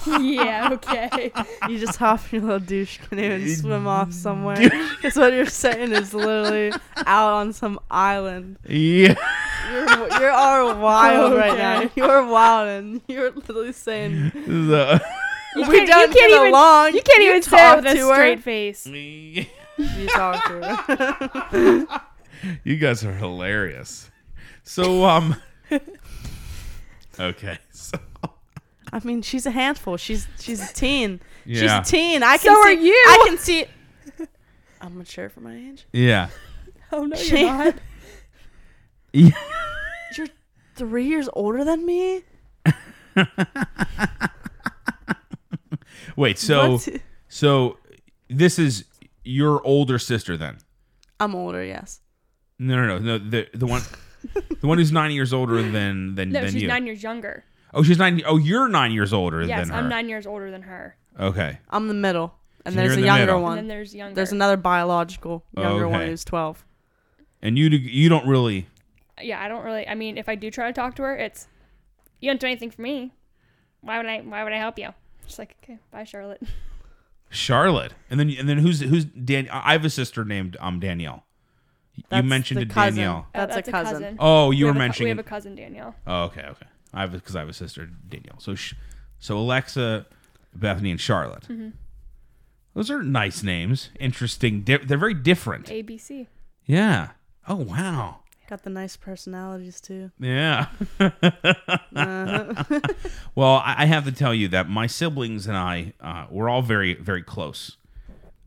[SPEAKER 2] <laughs> Okay.
[SPEAKER 3] You just hop in your little douche canoe and swim off somewhere. <laughs> That's what you're saying is literally out on some island.
[SPEAKER 1] <laughs> yeah.
[SPEAKER 3] You're you
[SPEAKER 2] <laughs>
[SPEAKER 3] are wild right
[SPEAKER 2] Oh, Okay.
[SPEAKER 3] now. <laughs> You're wild and you're literally saying
[SPEAKER 1] The-
[SPEAKER 2] You
[SPEAKER 3] we
[SPEAKER 2] can't- you
[SPEAKER 3] don't
[SPEAKER 2] can't
[SPEAKER 3] get
[SPEAKER 2] even,
[SPEAKER 3] along.
[SPEAKER 2] You can't even say it
[SPEAKER 3] talk
[SPEAKER 2] with a
[SPEAKER 3] to her.
[SPEAKER 2] straight face.
[SPEAKER 3] You talk to her.
[SPEAKER 1] you guys are hilarious. So um. Okay. So
[SPEAKER 3] I mean, she's a handful. She's she's a teen. She's
[SPEAKER 1] Yeah.
[SPEAKER 3] a teen. I
[SPEAKER 2] So
[SPEAKER 3] can
[SPEAKER 2] are
[SPEAKER 3] see,
[SPEAKER 2] you.
[SPEAKER 3] I can see. <laughs> I'm mature for my age.
[SPEAKER 1] yeah.
[SPEAKER 2] <laughs> Oh no, <laughs> you're
[SPEAKER 3] She-
[SPEAKER 2] not.
[SPEAKER 1] Yeah.
[SPEAKER 3] You're three years older than me.
[SPEAKER 1] Wait. So
[SPEAKER 3] What?
[SPEAKER 1] so this is your older sister then?
[SPEAKER 3] I'm older. Yes.
[SPEAKER 1] No, no, no, no. The the one. The one who's nine years older than than,
[SPEAKER 2] No,
[SPEAKER 1] than
[SPEAKER 2] she's
[SPEAKER 1] you.
[SPEAKER 2] nine years younger.
[SPEAKER 1] oh, she's nine. Oh, you're nine years older
[SPEAKER 2] Yes,
[SPEAKER 1] than her.
[SPEAKER 2] I'm nine years older than her.
[SPEAKER 1] Okay.
[SPEAKER 3] I'm the middle, and
[SPEAKER 1] So you're
[SPEAKER 3] there's
[SPEAKER 1] in
[SPEAKER 3] a
[SPEAKER 1] the
[SPEAKER 3] younger
[SPEAKER 1] middle.
[SPEAKER 2] And then
[SPEAKER 3] one.
[SPEAKER 2] there's younger.
[SPEAKER 3] There's another biological younger one
[SPEAKER 1] Okay.
[SPEAKER 3] who's 12.
[SPEAKER 1] And you do- you don't really
[SPEAKER 2] yeah, I don't really. I mean, if I do try to talk to her, it's you don't do anything for me. Why would I? Why would I help you? She's like, okay, bye,
[SPEAKER 3] <laughs>
[SPEAKER 2] Charlotte. Oh,
[SPEAKER 1] Charlotte, and then and then who's who's Dan? I have a sister named um Danielle.
[SPEAKER 3] That's
[SPEAKER 1] you mentioned
[SPEAKER 3] the
[SPEAKER 1] it,
[SPEAKER 3] cousin.
[SPEAKER 1] Danielle.
[SPEAKER 3] That's a cousin.
[SPEAKER 1] Oh, you
[SPEAKER 2] We
[SPEAKER 1] were
[SPEAKER 2] have a cou- We
[SPEAKER 1] mentioning.
[SPEAKER 2] have a cousin Danielle.
[SPEAKER 1] oh, okay, okay. I have because I have a sister Danielle. So sh- so Alexa, Bethany, and Charlotte.
[SPEAKER 2] Mm-hmm.
[SPEAKER 1] Those are nice names. Interesting. Di- they're very different.
[SPEAKER 2] ABC.
[SPEAKER 1] Yeah. Oh wow.
[SPEAKER 3] Got the nice personalities too.
[SPEAKER 1] Yeah.
[SPEAKER 3] Uh-huh. <laughs>
[SPEAKER 1] Well, I, I have to tell you that my siblings and I uh, we're all very very close.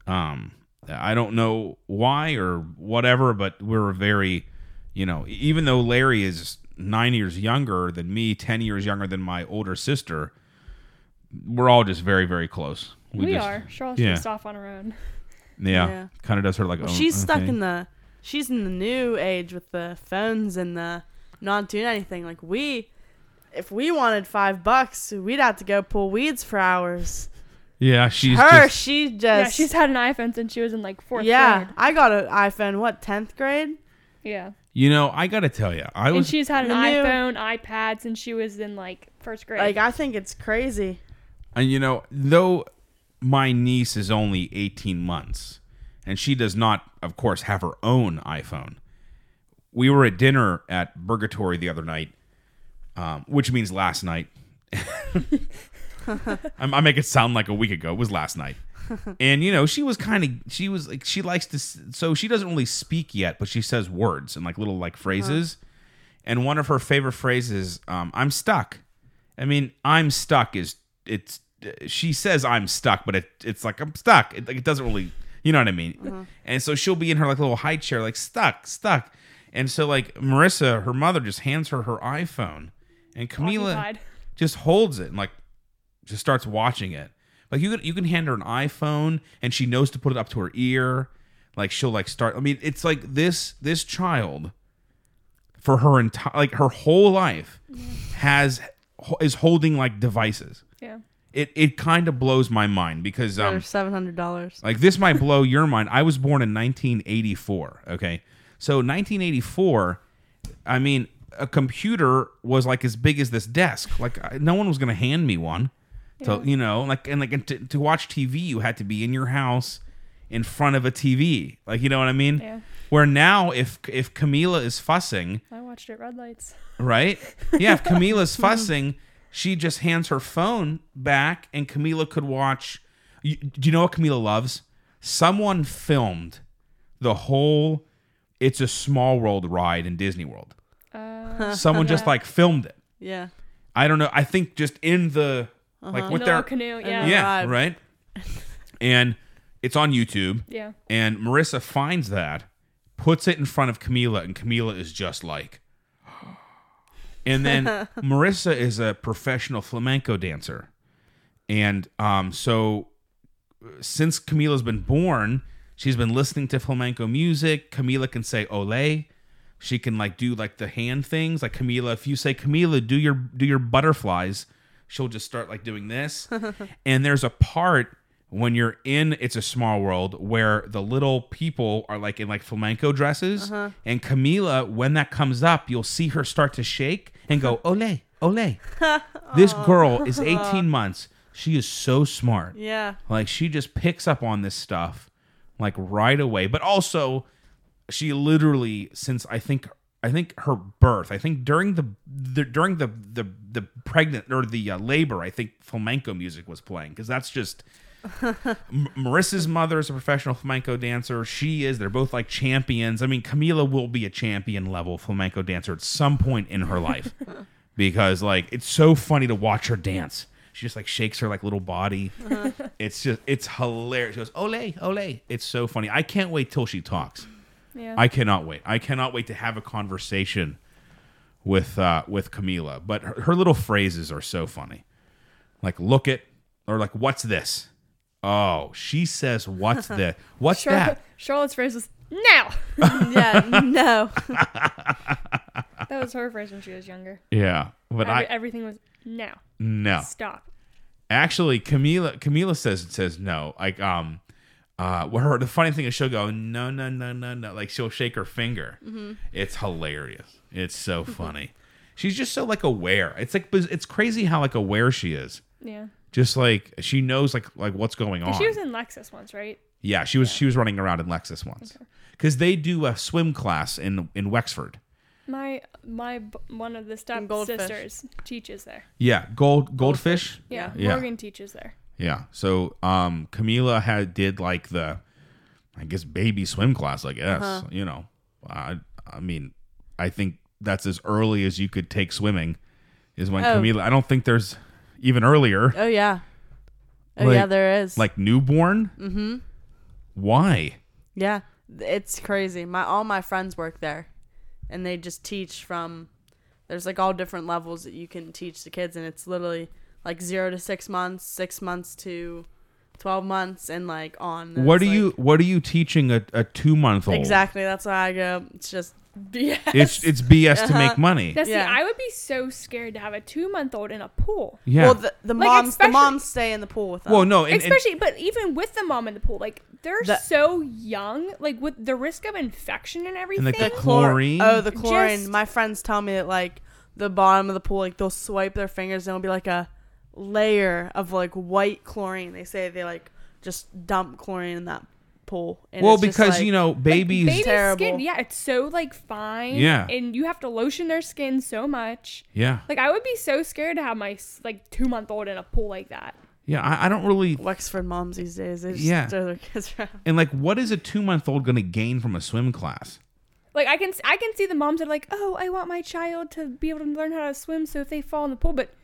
[SPEAKER 1] Um, I don't know why or whatever, but we're very, you know, e-, even though Larry is nine years younger than me, ten years younger than my older sister, we're all just very very close.
[SPEAKER 2] We,
[SPEAKER 1] just-
[SPEAKER 2] are. Charlotte's
[SPEAKER 1] yeah.
[SPEAKER 2] just off on her own.
[SPEAKER 1] Yeah,
[SPEAKER 3] Yeah.
[SPEAKER 1] kind of does her like.
[SPEAKER 3] Well,
[SPEAKER 1] own-
[SPEAKER 3] she's
[SPEAKER 1] own
[SPEAKER 3] stuck
[SPEAKER 1] thing.
[SPEAKER 3] in the she's in the new age with the phones and the not doing anything. Like we if we wanted 5 bucks, we'd have to go pull weeds for hours.
[SPEAKER 1] Yeah, she's
[SPEAKER 3] Her,
[SPEAKER 1] just-
[SPEAKER 3] she just
[SPEAKER 2] Yeah, she's had an iPhone since she was in like fourth
[SPEAKER 3] Yeah,
[SPEAKER 2] grade.
[SPEAKER 3] I got an iPhone what 10th grade?
[SPEAKER 2] Yeah.
[SPEAKER 1] you know, I gotta tell you, I
[SPEAKER 2] And
[SPEAKER 1] was.
[SPEAKER 2] she's had an
[SPEAKER 3] The new-
[SPEAKER 2] iPhone, iPad since she was in like first grade.
[SPEAKER 3] Like I think it's crazy.
[SPEAKER 1] And you know, though my niece is only 18 months and she does not, of course, have her own iPhone. We were at dinner at Burgatory the other night, um, which means last night. I I make it sound like a week ago. It was last night. And you know, she was kind of she was like she likes to s- so she doesn't really speak yet, but she says words and like little like phrases. And one of her favorite phrases, um, "I'm stuck." I mean, "I'm stuck" is it's she says "I'm stuck," but it, it's like I'm stuck. It, like, it doesn't really, you know what I mean. And so she'll be in her like little high chair, like stuck, stuck. And so like Marissa, her mother, just hands her her iPhone, and Camila
[SPEAKER 2] Occupied.
[SPEAKER 1] just holds it and like just starts watching it. Like you can you can hand her an iPhone and she knows to put it up to her ear. Like she'll like start. I mean, it's like this this child for her entire like her whole life has is holding like devices.
[SPEAKER 2] <laughs> Yeah.
[SPEAKER 1] It it kind of blows my mind because um
[SPEAKER 3] Or seven hundred dollars.
[SPEAKER 1] like this might blow your mind. I was born in 1984. Okay, so 1984. I mean, a computer was like as big as this desk. Like I, no one was gonna hand me one. To you know, like and like and to, to watch TV, you had to be in your house in front of a TV. Like you know what I mean?
[SPEAKER 2] Yeah.
[SPEAKER 1] Where now, if if Camila is fussing,
[SPEAKER 2] I watched it red lights.
[SPEAKER 1] right? Yeah, if Camila's fussing, she just hands her phone back, and Camila could watch. You, do you know what Camila loves? Someone filmed the whole "It's a Small World" ride in Disney World.
[SPEAKER 2] Uh,
[SPEAKER 1] Someone just like filmed it.
[SPEAKER 3] Yeah.
[SPEAKER 1] I don't know. I think just in the like
[SPEAKER 2] in
[SPEAKER 1] with
[SPEAKER 2] the
[SPEAKER 1] their
[SPEAKER 2] little canoe. Yeah.
[SPEAKER 1] yeah,
[SPEAKER 3] Arrived.
[SPEAKER 1] right. And it's on YouTube.
[SPEAKER 2] Yeah.
[SPEAKER 1] And Marissa finds that, puts it in front of Camila, and Camila is just like. <gasps> And then Marissa is a professional flamenco dancer. And um, so since Camila's been born, she's been listening to flamenco music. Camila can say ole. She can like do like the hand things. Like Camila, if you say Camila, do your do your butterflies, she'll just start like doing this. and there's a part when you're in It's a Small World where the little people are like in like flamenco dresses. And Camila, when that comes up, you'll see her start to shake and go, ole, ole. this girl is 18 months. She is so smart.
[SPEAKER 3] Yeah. <laughs>
[SPEAKER 1] Like she just picks up on this stuff like right away. But also she literally since I think I think her birth, I think during the, the during the the the pregnant or the uh, labor, I think flamenco music was playing cuz that's just M- Marissa's mother is a professional flamenco dancer. She is. They're both like champions. I mean, Camila will be a champion level flamenco dancer at some point in her life because like it's so funny to watch her dance. She just like shakes her like little body.
[SPEAKER 2] Uh-huh.
[SPEAKER 1] It's just it's hilarious. She goes ole ole. It's so funny. I can't wait till she talks.
[SPEAKER 2] Yeah.
[SPEAKER 1] I cannot wait. I cannot wait to have a conversation with uh with Camila. But her, her little phrases are so funny. Like look at or like what's this? Oh, she says
[SPEAKER 2] <laughs>
[SPEAKER 1] what's this? What's
[SPEAKER 2] Char-
[SPEAKER 1] that?
[SPEAKER 2] Charlotte's phrase was now.
[SPEAKER 3] Yeah. no.
[SPEAKER 2] <laughs> That was her phrase when she was younger.
[SPEAKER 1] Yeah. But
[SPEAKER 2] Every- e-,
[SPEAKER 1] I Mm.
[SPEAKER 2] everything was now.
[SPEAKER 1] no.
[SPEAKER 2] Stop.
[SPEAKER 1] Actually, Camila Camila says says no. Like um, uh, well, her the funny thing is she'll go no no no no no. Like she'll shake her finger.
[SPEAKER 2] Mm-hmm.
[SPEAKER 1] It's hilarious. It's so <laughs> funny. She's just so like aware. It's like biz- it's crazy how like aware she is.
[SPEAKER 2] Yeah.
[SPEAKER 1] Just like she knows like like what's going on.
[SPEAKER 2] She was in Lexus once, right?
[SPEAKER 1] yeah, she was she was running around in Lexus once because they do a swim class in in Wexford.
[SPEAKER 2] My my b- one of the step
[SPEAKER 3] Goldfish.
[SPEAKER 2] sisters teaches there.
[SPEAKER 1] Yeah, gold goldfish.
[SPEAKER 2] Yeah.
[SPEAKER 1] Yeah.
[SPEAKER 2] Morgan teaches there.
[SPEAKER 1] Yeah. So um Camila had did like the I guess baby swim class, I guess.
[SPEAKER 3] Uh-huh.
[SPEAKER 1] You know. I I mean, I think that's as early as you could take swimming is when
[SPEAKER 3] Oh.
[SPEAKER 1] Camila I don't think there's even earlier.
[SPEAKER 3] Oh yeah. Oh yeah,
[SPEAKER 1] Like-
[SPEAKER 3] there is.
[SPEAKER 1] Like newborn? Mm-hmm. Why?
[SPEAKER 3] Yeah, it's crazy. My all my friends work there, and they just teach from. There's like all different levels that you can teach the kids, and it's literally like zero to six months, six months to twelve months, and like on.
[SPEAKER 1] What
[SPEAKER 3] It's
[SPEAKER 1] are
[SPEAKER 3] like-
[SPEAKER 1] you what are you teaching a, a two month
[SPEAKER 2] Oh.
[SPEAKER 1] old?
[SPEAKER 3] Exactly. That's why I go. It's just <laughs> BS.
[SPEAKER 1] It's it's BS to
[SPEAKER 3] Uh-huh.
[SPEAKER 1] make money.
[SPEAKER 2] Now, see,
[SPEAKER 3] Yeah.
[SPEAKER 2] I would be so scared to have a two month old in a pool.
[SPEAKER 1] Yeah.
[SPEAKER 3] Well, the, the
[SPEAKER 2] Like,
[SPEAKER 3] moms the
[SPEAKER 2] especially-
[SPEAKER 3] moms stay in the pool with them.
[SPEAKER 1] well no, and, and-
[SPEAKER 2] Especially, but even with the mom in the pool, like they're
[SPEAKER 3] The-
[SPEAKER 2] so young, like with the risk of infection and everything.
[SPEAKER 1] and like the
[SPEAKER 3] Chlor-
[SPEAKER 1] chlorine.
[SPEAKER 3] Oh, the chlorine.
[SPEAKER 2] Just-
[SPEAKER 3] My friends tell me that like the bottom of the pool, like they'll swipe their fingers and it'll be like a layer of like white chlorine. They say they like just dump chlorine in that pool. And
[SPEAKER 1] well,
[SPEAKER 3] it's just,
[SPEAKER 1] because
[SPEAKER 3] like-
[SPEAKER 1] you know, babies.
[SPEAKER 2] Baby
[SPEAKER 3] terrible.
[SPEAKER 2] skin, yeah, it's so like fine.
[SPEAKER 1] Yeah.
[SPEAKER 2] and you have to lotion their skin so much.
[SPEAKER 1] yeah,
[SPEAKER 2] Like I would be so scared to have my s- like two month old in a pool like that.
[SPEAKER 1] yeah. I, I don't really.
[SPEAKER 3] Wexford moms these days, they just
[SPEAKER 1] Yeah.
[SPEAKER 3] throw their kids <laughs> around.
[SPEAKER 1] And like, what is a two month old going to gain from a swim class?
[SPEAKER 2] Like I can s- I can see the moms that are like, oh, I want my child to be able to learn how to swim, so if they fall in the pool, but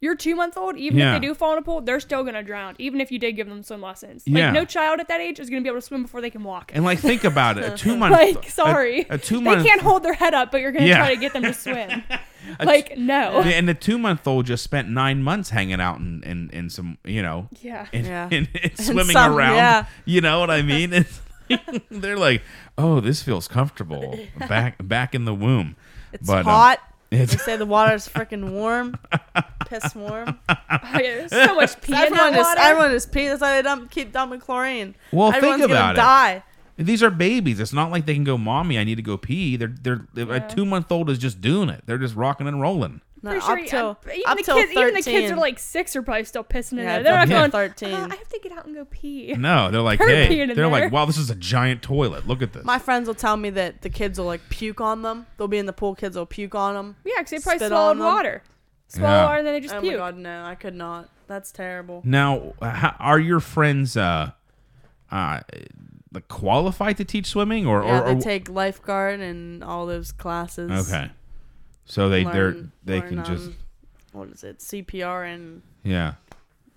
[SPEAKER 2] you're two months old. Even
[SPEAKER 1] Yeah.
[SPEAKER 2] if they do fall in a pool, they're still gonna drown. Even if you did give them swim lessons, like
[SPEAKER 1] Yeah.
[SPEAKER 2] no child at that age is gonna be able to swim before they can walk.
[SPEAKER 1] And like, think about
[SPEAKER 2] <laughs>
[SPEAKER 1] it. A two month.
[SPEAKER 2] like sorry,
[SPEAKER 1] A, two
[SPEAKER 2] they
[SPEAKER 1] month.
[SPEAKER 2] can't hold their head up, but you're gonna
[SPEAKER 1] Yeah.
[SPEAKER 2] try to get them
[SPEAKER 1] <laughs>
[SPEAKER 2] to swim. <laughs> like oh. no,
[SPEAKER 1] And the two month old just spent nine months hanging out in in, in some you know
[SPEAKER 2] yeah.
[SPEAKER 1] and, <laughs>
[SPEAKER 3] Yeah.
[SPEAKER 1] and, and swimming
[SPEAKER 3] some,
[SPEAKER 1] around.
[SPEAKER 3] yeah.
[SPEAKER 1] You know what I mean?
[SPEAKER 2] <laughs>
[SPEAKER 1] <laughs> It's like- they're like, oh, this feels comfortable back back in the womb.
[SPEAKER 3] It's
[SPEAKER 1] But, uh,
[SPEAKER 3] hot. they
[SPEAKER 1] It's
[SPEAKER 3] say the water's freaking
[SPEAKER 1] <laughs>
[SPEAKER 3] warm, piss warm.
[SPEAKER 2] Oh, yeah, there's so
[SPEAKER 3] <laughs>
[SPEAKER 2] much pee in
[SPEAKER 3] Everyone
[SPEAKER 2] that
[SPEAKER 3] is
[SPEAKER 2] water.
[SPEAKER 3] everyone is pee. That's why they dump, keep dumping chlorine.
[SPEAKER 1] Well, think
[SPEAKER 3] Everyone's
[SPEAKER 1] about it.
[SPEAKER 3] gonna die.
[SPEAKER 1] these are babies. It's not like they can go, mommy, I need to go pee. They're they're a two month old is just doing it. They're just rocking and rolling.
[SPEAKER 3] No,
[SPEAKER 2] Pretty
[SPEAKER 3] up
[SPEAKER 2] sure
[SPEAKER 3] till
[SPEAKER 2] I'm- even
[SPEAKER 3] up
[SPEAKER 2] the
[SPEAKER 3] till
[SPEAKER 2] kids,
[SPEAKER 3] 13.
[SPEAKER 2] even the kids are like six are probably still pissing in
[SPEAKER 3] Yeah,
[SPEAKER 2] there. They're not
[SPEAKER 1] yeah.
[SPEAKER 2] going.
[SPEAKER 3] Thirteen.
[SPEAKER 2] "Ah, I have to get out and go pee.
[SPEAKER 1] No, they're like,
[SPEAKER 2] They're
[SPEAKER 1] hey,
[SPEAKER 2] peeing
[SPEAKER 1] they're
[SPEAKER 2] in there.
[SPEAKER 1] like, wow, this is a giant toilet. Look at this.
[SPEAKER 3] my friends will tell me that the kids will like puke on them. They'll be in the pool. Kids will puke on them.
[SPEAKER 2] Yeah, because they probably
[SPEAKER 3] Spit
[SPEAKER 2] swallowed
[SPEAKER 3] on them.
[SPEAKER 2] water. Swallow
[SPEAKER 1] Yeah.
[SPEAKER 2] water and then they just
[SPEAKER 3] Oh
[SPEAKER 2] puke.
[SPEAKER 3] my god, no! I could not. That's terrible.
[SPEAKER 1] now, uh, how, are your friends uh, uh, like qualified to teach swimming or
[SPEAKER 3] Yeah,
[SPEAKER 1] or,
[SPEAKER 3] they
[SPEAKER 1] or-
[SPEAKER 3] take lifeguard and all those classes.
[SPEAKER 1] okay? So they
[SPEAKER 3] Learn-
[SPEAKER 1] they're, they
[SPEAKER 3] learn,
[SPEAKER 1] can just
[SPEAKER 3] um, what is it? CPR and
[SPEAKER 1] yeah.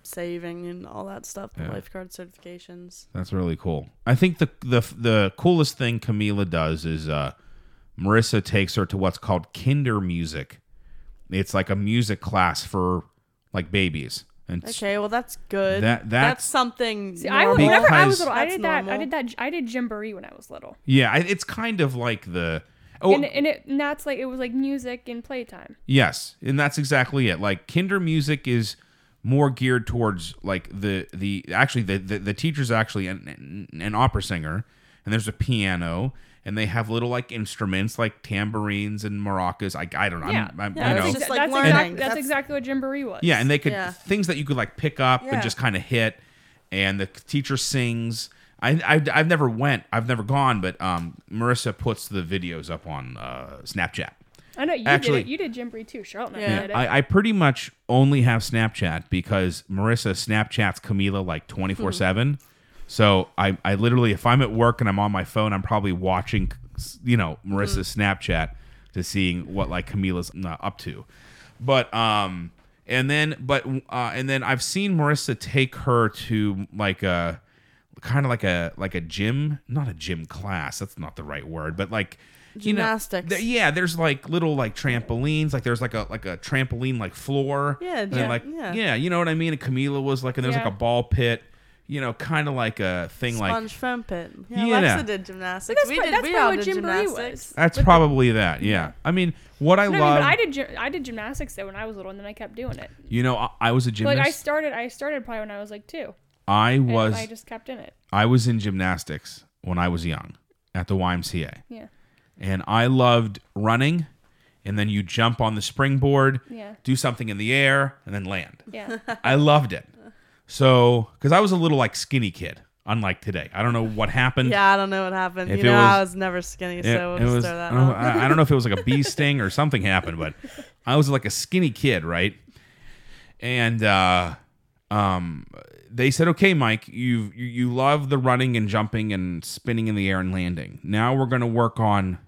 [SPEAKER 3] saving and all that stuff. The
[SPEAKER 1] Yeah.
[SPEAKER 3] lifeguard certifications.
[SPEAKER 1] That's really cool. I think the the the coolest thing Camila does is uh, Marissa takes her to what's called Kinder Music. It's like a music class for like babies, and it's-
[SPEAKER 3] Okay, well that's good.
[SPEAKER 1] That- that's-
[SPEAKER 3] something.
[SPEAKER 2] See, I,
[SPEAKER 3] normal.
[SPEAKER 2] whenever I was
[SPEAKER 1] Because-
[SPEAKER 2] little, I
[SPEAKER 3] That's
[SPEAKER 2] did that. I
[SPEAKER 3] normal.
[SPEAKER 2] did that. I did jamboree when I was little,
[SPEAKER 1] yeah, I- it's kind of like the oh
[SPEAKER 2] and and, it, and that's like it was like music and playtime.
[SPEAKER 1] yes, and that's exactly it. Like Kinder Music is more geared towards like the the actually the the, the teacher's actually an, an an opera singer, and there's a piano. And they have little like instruments like tambourines and maracas. I, I don't know.
[SPEAKER 2] Yeah,
[SPEAKER 1] I'm, I'm,
[SPEAKER 3] Yeah,
[SPEAKER 1] you
[SPEAKER 2] that's,
[SPEAKER 1] know.
[SPEAKER 3] it's
[SPEAKER 2] exa-
[SPEAKER 3] just like
[SPEAKER 2] that's,
[SPEAKER 3] learning.
[SPEAKER 2] exact- that's
[SPEAKER 3] That's-
[SPEAKER 2] exactly what jamboree was.
[SPEAKER 1] Yeah, and they could
[SPEAKER 3] Yeah.
[SPEAKER 1] things that you could like pick up
[SPEAKER 3] Yeah.
[SPEAKER 1] and just kind of hit, and the teacher sings. I, I I've never went, I've never gone, but um, Marissa puts the videos up on uh, Snapchat.
[SPEAKER 2] I know you
[SPEAKER 1] Actually-
[SPEAKER 2] did it. You did jamboree too, Charlotte. and I
[SPEAKER 3] Yeah.
[SPEAKER 2] did it.
[SPEAKER 1] I, I pretty much only have Snapchat because Marissa Snapchats Camila like twenty four seven. So I I literally if I'm at work and I'm on my phone, I'm probably watching you know Marissa's Snapchat to seeing what like Camila's uh, up to. But um and then but uh and then I've seen Marissa take her to like a kind of like a like a gym, not a gym class. That's not the right word, but like you know,
[SPEAKER 3] Gymnastics.
[SPEAKER 1] th- yeah, there's like little like trampolines. Like there's like a like a trampoline like floor.
[SPEAKER 3] Yeah,
[SPEAKER 1] and then,
[SPEAKER 3] yeah,
[SPEAKER 1] like
[SPEAKER 3] yeah.
[SPEAKER 1] you know what I mean. And Camila was like, and there's
[SPEAKER 2] Yeah.
[SPEAKER 1] like a ball pit. You know, kind of like a thing
[SPEAKER 3] sponge
[SPEAKER 1] like
[SPEAKER 3] foam pit. Yeah,
[SPEAKER 1] Yeah.
[SPEAKER 3] Alexa did gymnastics.
[SPEAKER 2] That's
[SPEAKER 3] we
[SPEAKER 2] pro-
[SPEAKER 3] did.
[SPEAKER 2] that's
[SPEAKER 3] we all
[SPEAKER 2] probably
[SPEAKER 3] did
[SPEAKER 2] what jamboree
[SPEAKER 3] gymnastics.
[SPEAKER 2] was.
[SPEAKER 1] that's probably that. Yeah, I mean, what I
[SPEAKER 2] No, I mean,
[SPEAKER 1] love,
[SPEAKER 2] but I did gy- I did gymnastics though when I was little, and then I kept doing it.
[SPEAKER 1] you know, I, I was a
[SPEAKER 2] Like
[SPEAKER 1] gymnast.
[SPEAKER 2] I started, I started probably when I was like two.
[SPEAKER 1] I
[SPEAKER 2] And
[SPEAKER 1] was
[SPEAKER 2] I just kept in it.
[SPEAKER 1] I was in gymnastics when I was young at the YMCA.
[SPEAKER 2] Yeah,
[SPEAKER 1] and I loved running, and then you jump on the springboard,
[SPEAKER 2] Yeah.
[SPEAKER 1] do something in the air, and then land.
[SPEAKER 3] <laughs>
[SPEAKER 2] yeah.
[SPEAKER 1] I loved it. So, because I was a little like skinny kid, unlike today. I don't know what happened.
[SPEAKER 3] Yeah, I don't know what happened.
[SPEAKER 1] If
[SPEAKER 3] you
[SPEAKER 1] it
[SPEAKER 3] know, I
[SPEAKER 1] was-
[SPEAKER 3] was never skinny,
[SPEAKER 1] It-
[SPEAKER 3] so we'll
[SPEAKER 1] it
[SPEAKER 3] just
[SPEAKER 1] was-
[SPEAKER 3] throw that
[SPEAKER 1] I, don't, know-
[SPEAKER 3] out.
[SPEAKER 1] I- I don't know if it was like a bee sting or something happened, but I was like a skinny kid, right? And uh, um, they said, "Okay, Mike, you've, you you love the running and jumping and spinning in the air and landing. Now we're going to work on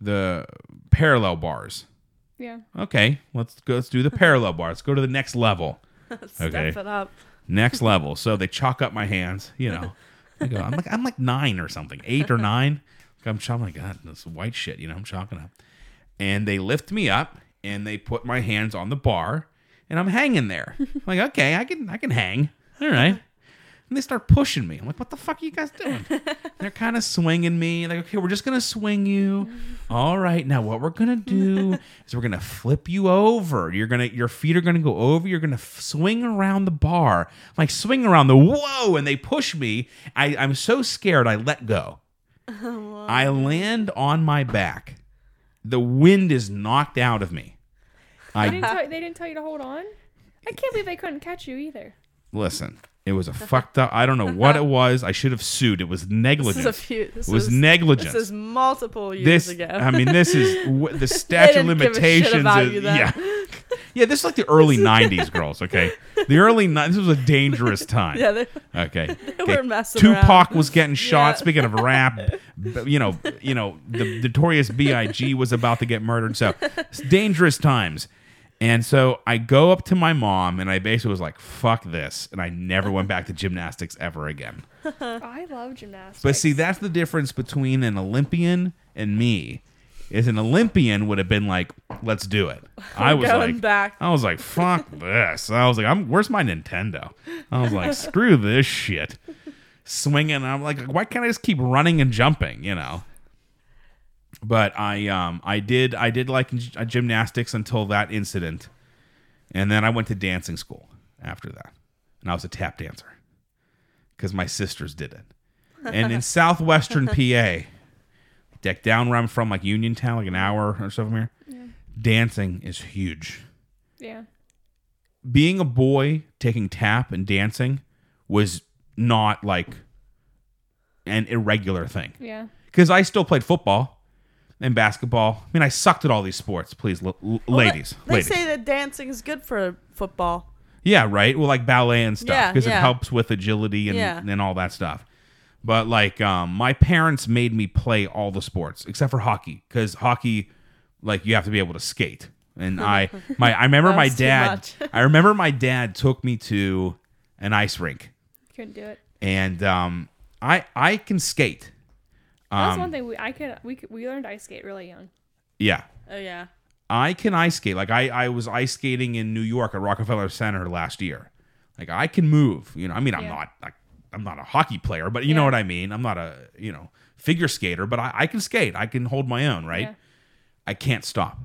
[SPEAKER 1] the parallel bars." <laughs>
[SPEAKER 2] Yeah.
[SPEAKER 1] okay, let's go. Let's do the parallel bar. Let's go to the next level. okay,
[SPEAKER 3] Step it up.
[SPEAKER 1] next level. So they chalk up my hands. You know, I go. I'm like I'm like nine or something, eight or nine. I'm chalking like God, this white shit. You know, I'm chalking up. And they lift me up and they put my hands on the bar and I'm hanging there. I'm like okay, I can I can hang. All right. And they start pushing me. I'm like, what the fuck are you guys
[SPEAKER 3] <laughs>
[SPEAKER 1] doing? They're kind of swinging me. Like, okay, we're just going to swing you. All right. Now what we're going to
[SPEAKER 3] <laughs>
[SPEAKER 1] do is we're going to flip you over. You're going to your feet are going to go over. You're going to f- swing around the bar. I'm like swing around the whoa and they push me. I I'm so scared I let
[SPEAKER 3] <laughs>
[SPEAKER 1] go. I land on my back. The wind is knocked out of me.
[SPEAKER 2] They
[SPEAKER 1] I
[SPEAKER 2] didn't, tell, they didn't tell you to hold on. I can't believe they couldn't catch you either.
[SPEAKER 1] listen. It
[SPEAKER 3] <laughs>
[SPEAKER 1] was a fucked up. I don't know what it was. I should have sued. It was negligence.
[SPEAKER 3] This is a few. This
[SPEAKER 1] it was
[SPEAKER 3] is,
[SPEAKER 1] negligence.
[SPEAKER 3] This is multiple years
[SPEAKER 1] this
[SPEAKER 3] ago.
[SPEAKER 1] I mean, this is wh- the statute of
[SPEAKER 3] didn't give a shit
[SPEAKER 1] limitations.
[SPEAKER 3] about
[SPEAKER 1] is,
[SPEAKER 3] you then.
[SPEAKER 1] yeah,
[SPEAKER 3] <laughs>
[SPEAKER 1] yeah. This is like the early '90s, girls. Okay, the early '90s. This was a dangerous time.
[SPEAKER 3] <laughs> <laughs> yeah, they,
[SPEAKER 1] Okay.
[SPEAKER 3] were
[SPEAKER 1] Okay.
[SPEAKER 3] messing
[SPEAKER 1] Tupac
[SPEAKER 3] around.
[SPEAKER 1] was getting shot.
[SPEAKER 3] Yeah.
[SPEAKER 1] Speaking of rap,
[SPEAKER 3] <laughs>
[SPEAKER 1] b- you know, you know, the notorious B.I.G. was about to get murdered. So it's dangerous times. And so I go up to my mom and I basically was like, fuck this. And I never went back to gymnastics ever again.
[SPEAKER 3] Uh.
[SPEAKER 2] I love gymnastics.
[SPEAKER 1] But see, that's the difference between an Olympian and me. Is an Olympian would have been like, let's do it. I was
[SPEAKER 3] going
[SPEAKER 1] like,
[SPEAKER 3] back.
[SPEAKER 1] I was like,
[SPEAKER 3] <laughs>
[SPEAKER 1] fuck this. I was like, I'm where's my Nintendo? I was like, screw this shit. Swinging, I'm like, why can't I just keep running and jumping? You know. But I, um, I did, I did like g- uh, gymnastics until that incident, and then I went to dancing school after that, and I was a tap dancer because my sisters did it. And
[SPEAKER 3] <laughs>
[SPEAKER 1] in southwestern PA, deck down where I'm from, like Uniontown, like an hour or so from here, dancing is huge.
[SPEAKER 2] yeah,
[SPEAKER 1] Being a boy taking tap and dancing was not like an irregular thing
[SPEAKER 2] yeah.
[SPEAKER 1] because I still played football and basketball. I mean, I sucked at all these sports. Please, l- l- ladies,
[SPEAKER 3] They
[SPEAKER 1] ladies.
[SPEAKER 3] say that dancing is good for football.
[SPEAKER 1] Yeah, right. Well, like ballet and stuff
[SPEAKER 3] Yeah,
[SPEAKER 1] because it
[SPEAKER 3] yeah.
[SPEAKER 1] helps with agility and,
[SPEAKER 3] Yeah.
[SPEAKER 1] and all that stuff. But like, um, my parents made me play all the sports except for hockey because hockey, like, you have to be able to skate. And
[SPEAKER 3] <laughs>
[SPEAKER 1] I, my, I remember my
[SPEAKER 3] was too
[SPEAKER 1] dad.
[SPEAKER 3] much.
[SPEAKER 1] <laughs> I remember my dad took me to an ice rink,
[SPEAKER 2] Couldn't do it.
[SPEAKER 1] and um, I, I can skate.
[SPEAKER 2] That's
[SPEAKER 1] Um,
[SPEAKER 2] one thing we I could we could, we learned ice skate really young.
[SPEAKER 1] Yeah,
[SPEAKER 3] Oh yeah.
[SPEAKER 1] I can ice skate. Like I, I was ice skating in New York at Rockefeller Center last year. Like I can move. You know, I mean, I'm
[SPEAKER 2] Yeah.
[SPEAKER 1] not like I'm not a hockey player, but you know
[SPEAKER 2] Yeah.
[SPEAKER 1] what I mean. I'm not a you know figure skater, but I, I can skate. I can hold my own. Right.
[SPEAKER 2] Yeah.
[SPEAKER 1] I can't stop.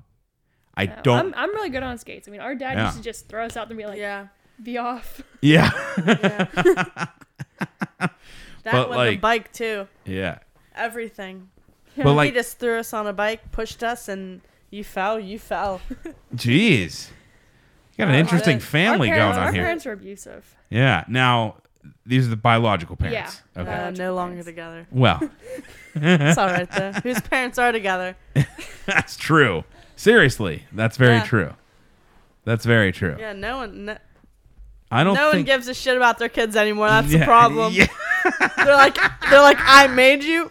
[SPEAKER 1] I
[SPEAKER 2] No,
[SPEAKER 1] don't.
[SPEAKER 2] I'm, I'm really good on skates. I mean, our dad
[SPEAKER 1] Yeah.
[SPEAKER 2] used to just throw us out and be like,
[SPEAKER 3] Yeah.
[SPEAKER 2] "Be off."
[SPEAKER 1] <laughs> yeah.
[SPEAKER 3] That
[SPEAKER 1] But,
[SPEAKER 3] one the
[SPEAKER 1] like-
[SPEAKER 3] bike too.
[SPEAKER 1] yeah.
[SPEAKER 3] Everything.
[SPEAKER 1] But
[SPEAKER 3] he
[SPEAKER 1] like,
[SPEAKER 3] just threw us on a bike, pushed us, and you fell. You <laughs> fell.
[SPEAKER 1] jeez, you got an
[SPEAKER 3] Our
[SPEAKER 1] interesting
[SPEAKER 3] parents-
[SPEAKER 1] family
[SPEAKER 2] Oh, our parents,
[SPEAKER 1] going
[SPEAKER 2] our
[SPEAKER 1] on here.
[SPEAKER 2] parents were abusive.
[SPEAKER 1] Yeah. Now these are the biological parents.
[SPEAKER 2] Yeah.
[SPEAKER 1] Okay.
[SPEAKER 3] Uh,
[SPEAKER 2] Biological
[SPEAKER 3] no longer
[SPEAKER 1] <laughs>
[SPEAKER 2] parents.
[SPEAKER 3] together.
[SPEAKER 1] well,
[SPEAKER 3] It's all right though. Whose parents are together?
[SPEAKER 1] that's true. Seriously, that's very
[SPEAKER 3] Yeah.
[SPEAKER 1] true. That's very true.
[SPEAKER 3] Yeah. No one. No,
[SPEAKER 1] I don't
[SPEAKER 3] no one
[SPEAKER 1] think
[SPEAKER 3] gives a shit about their kids anymore. That's
[SPEAKER 1] Yeah,
[SPEAKER 3] the problem.
[SPEAKER 1] yeah.
[SPEAKER 3] They're like, they're like, I made you.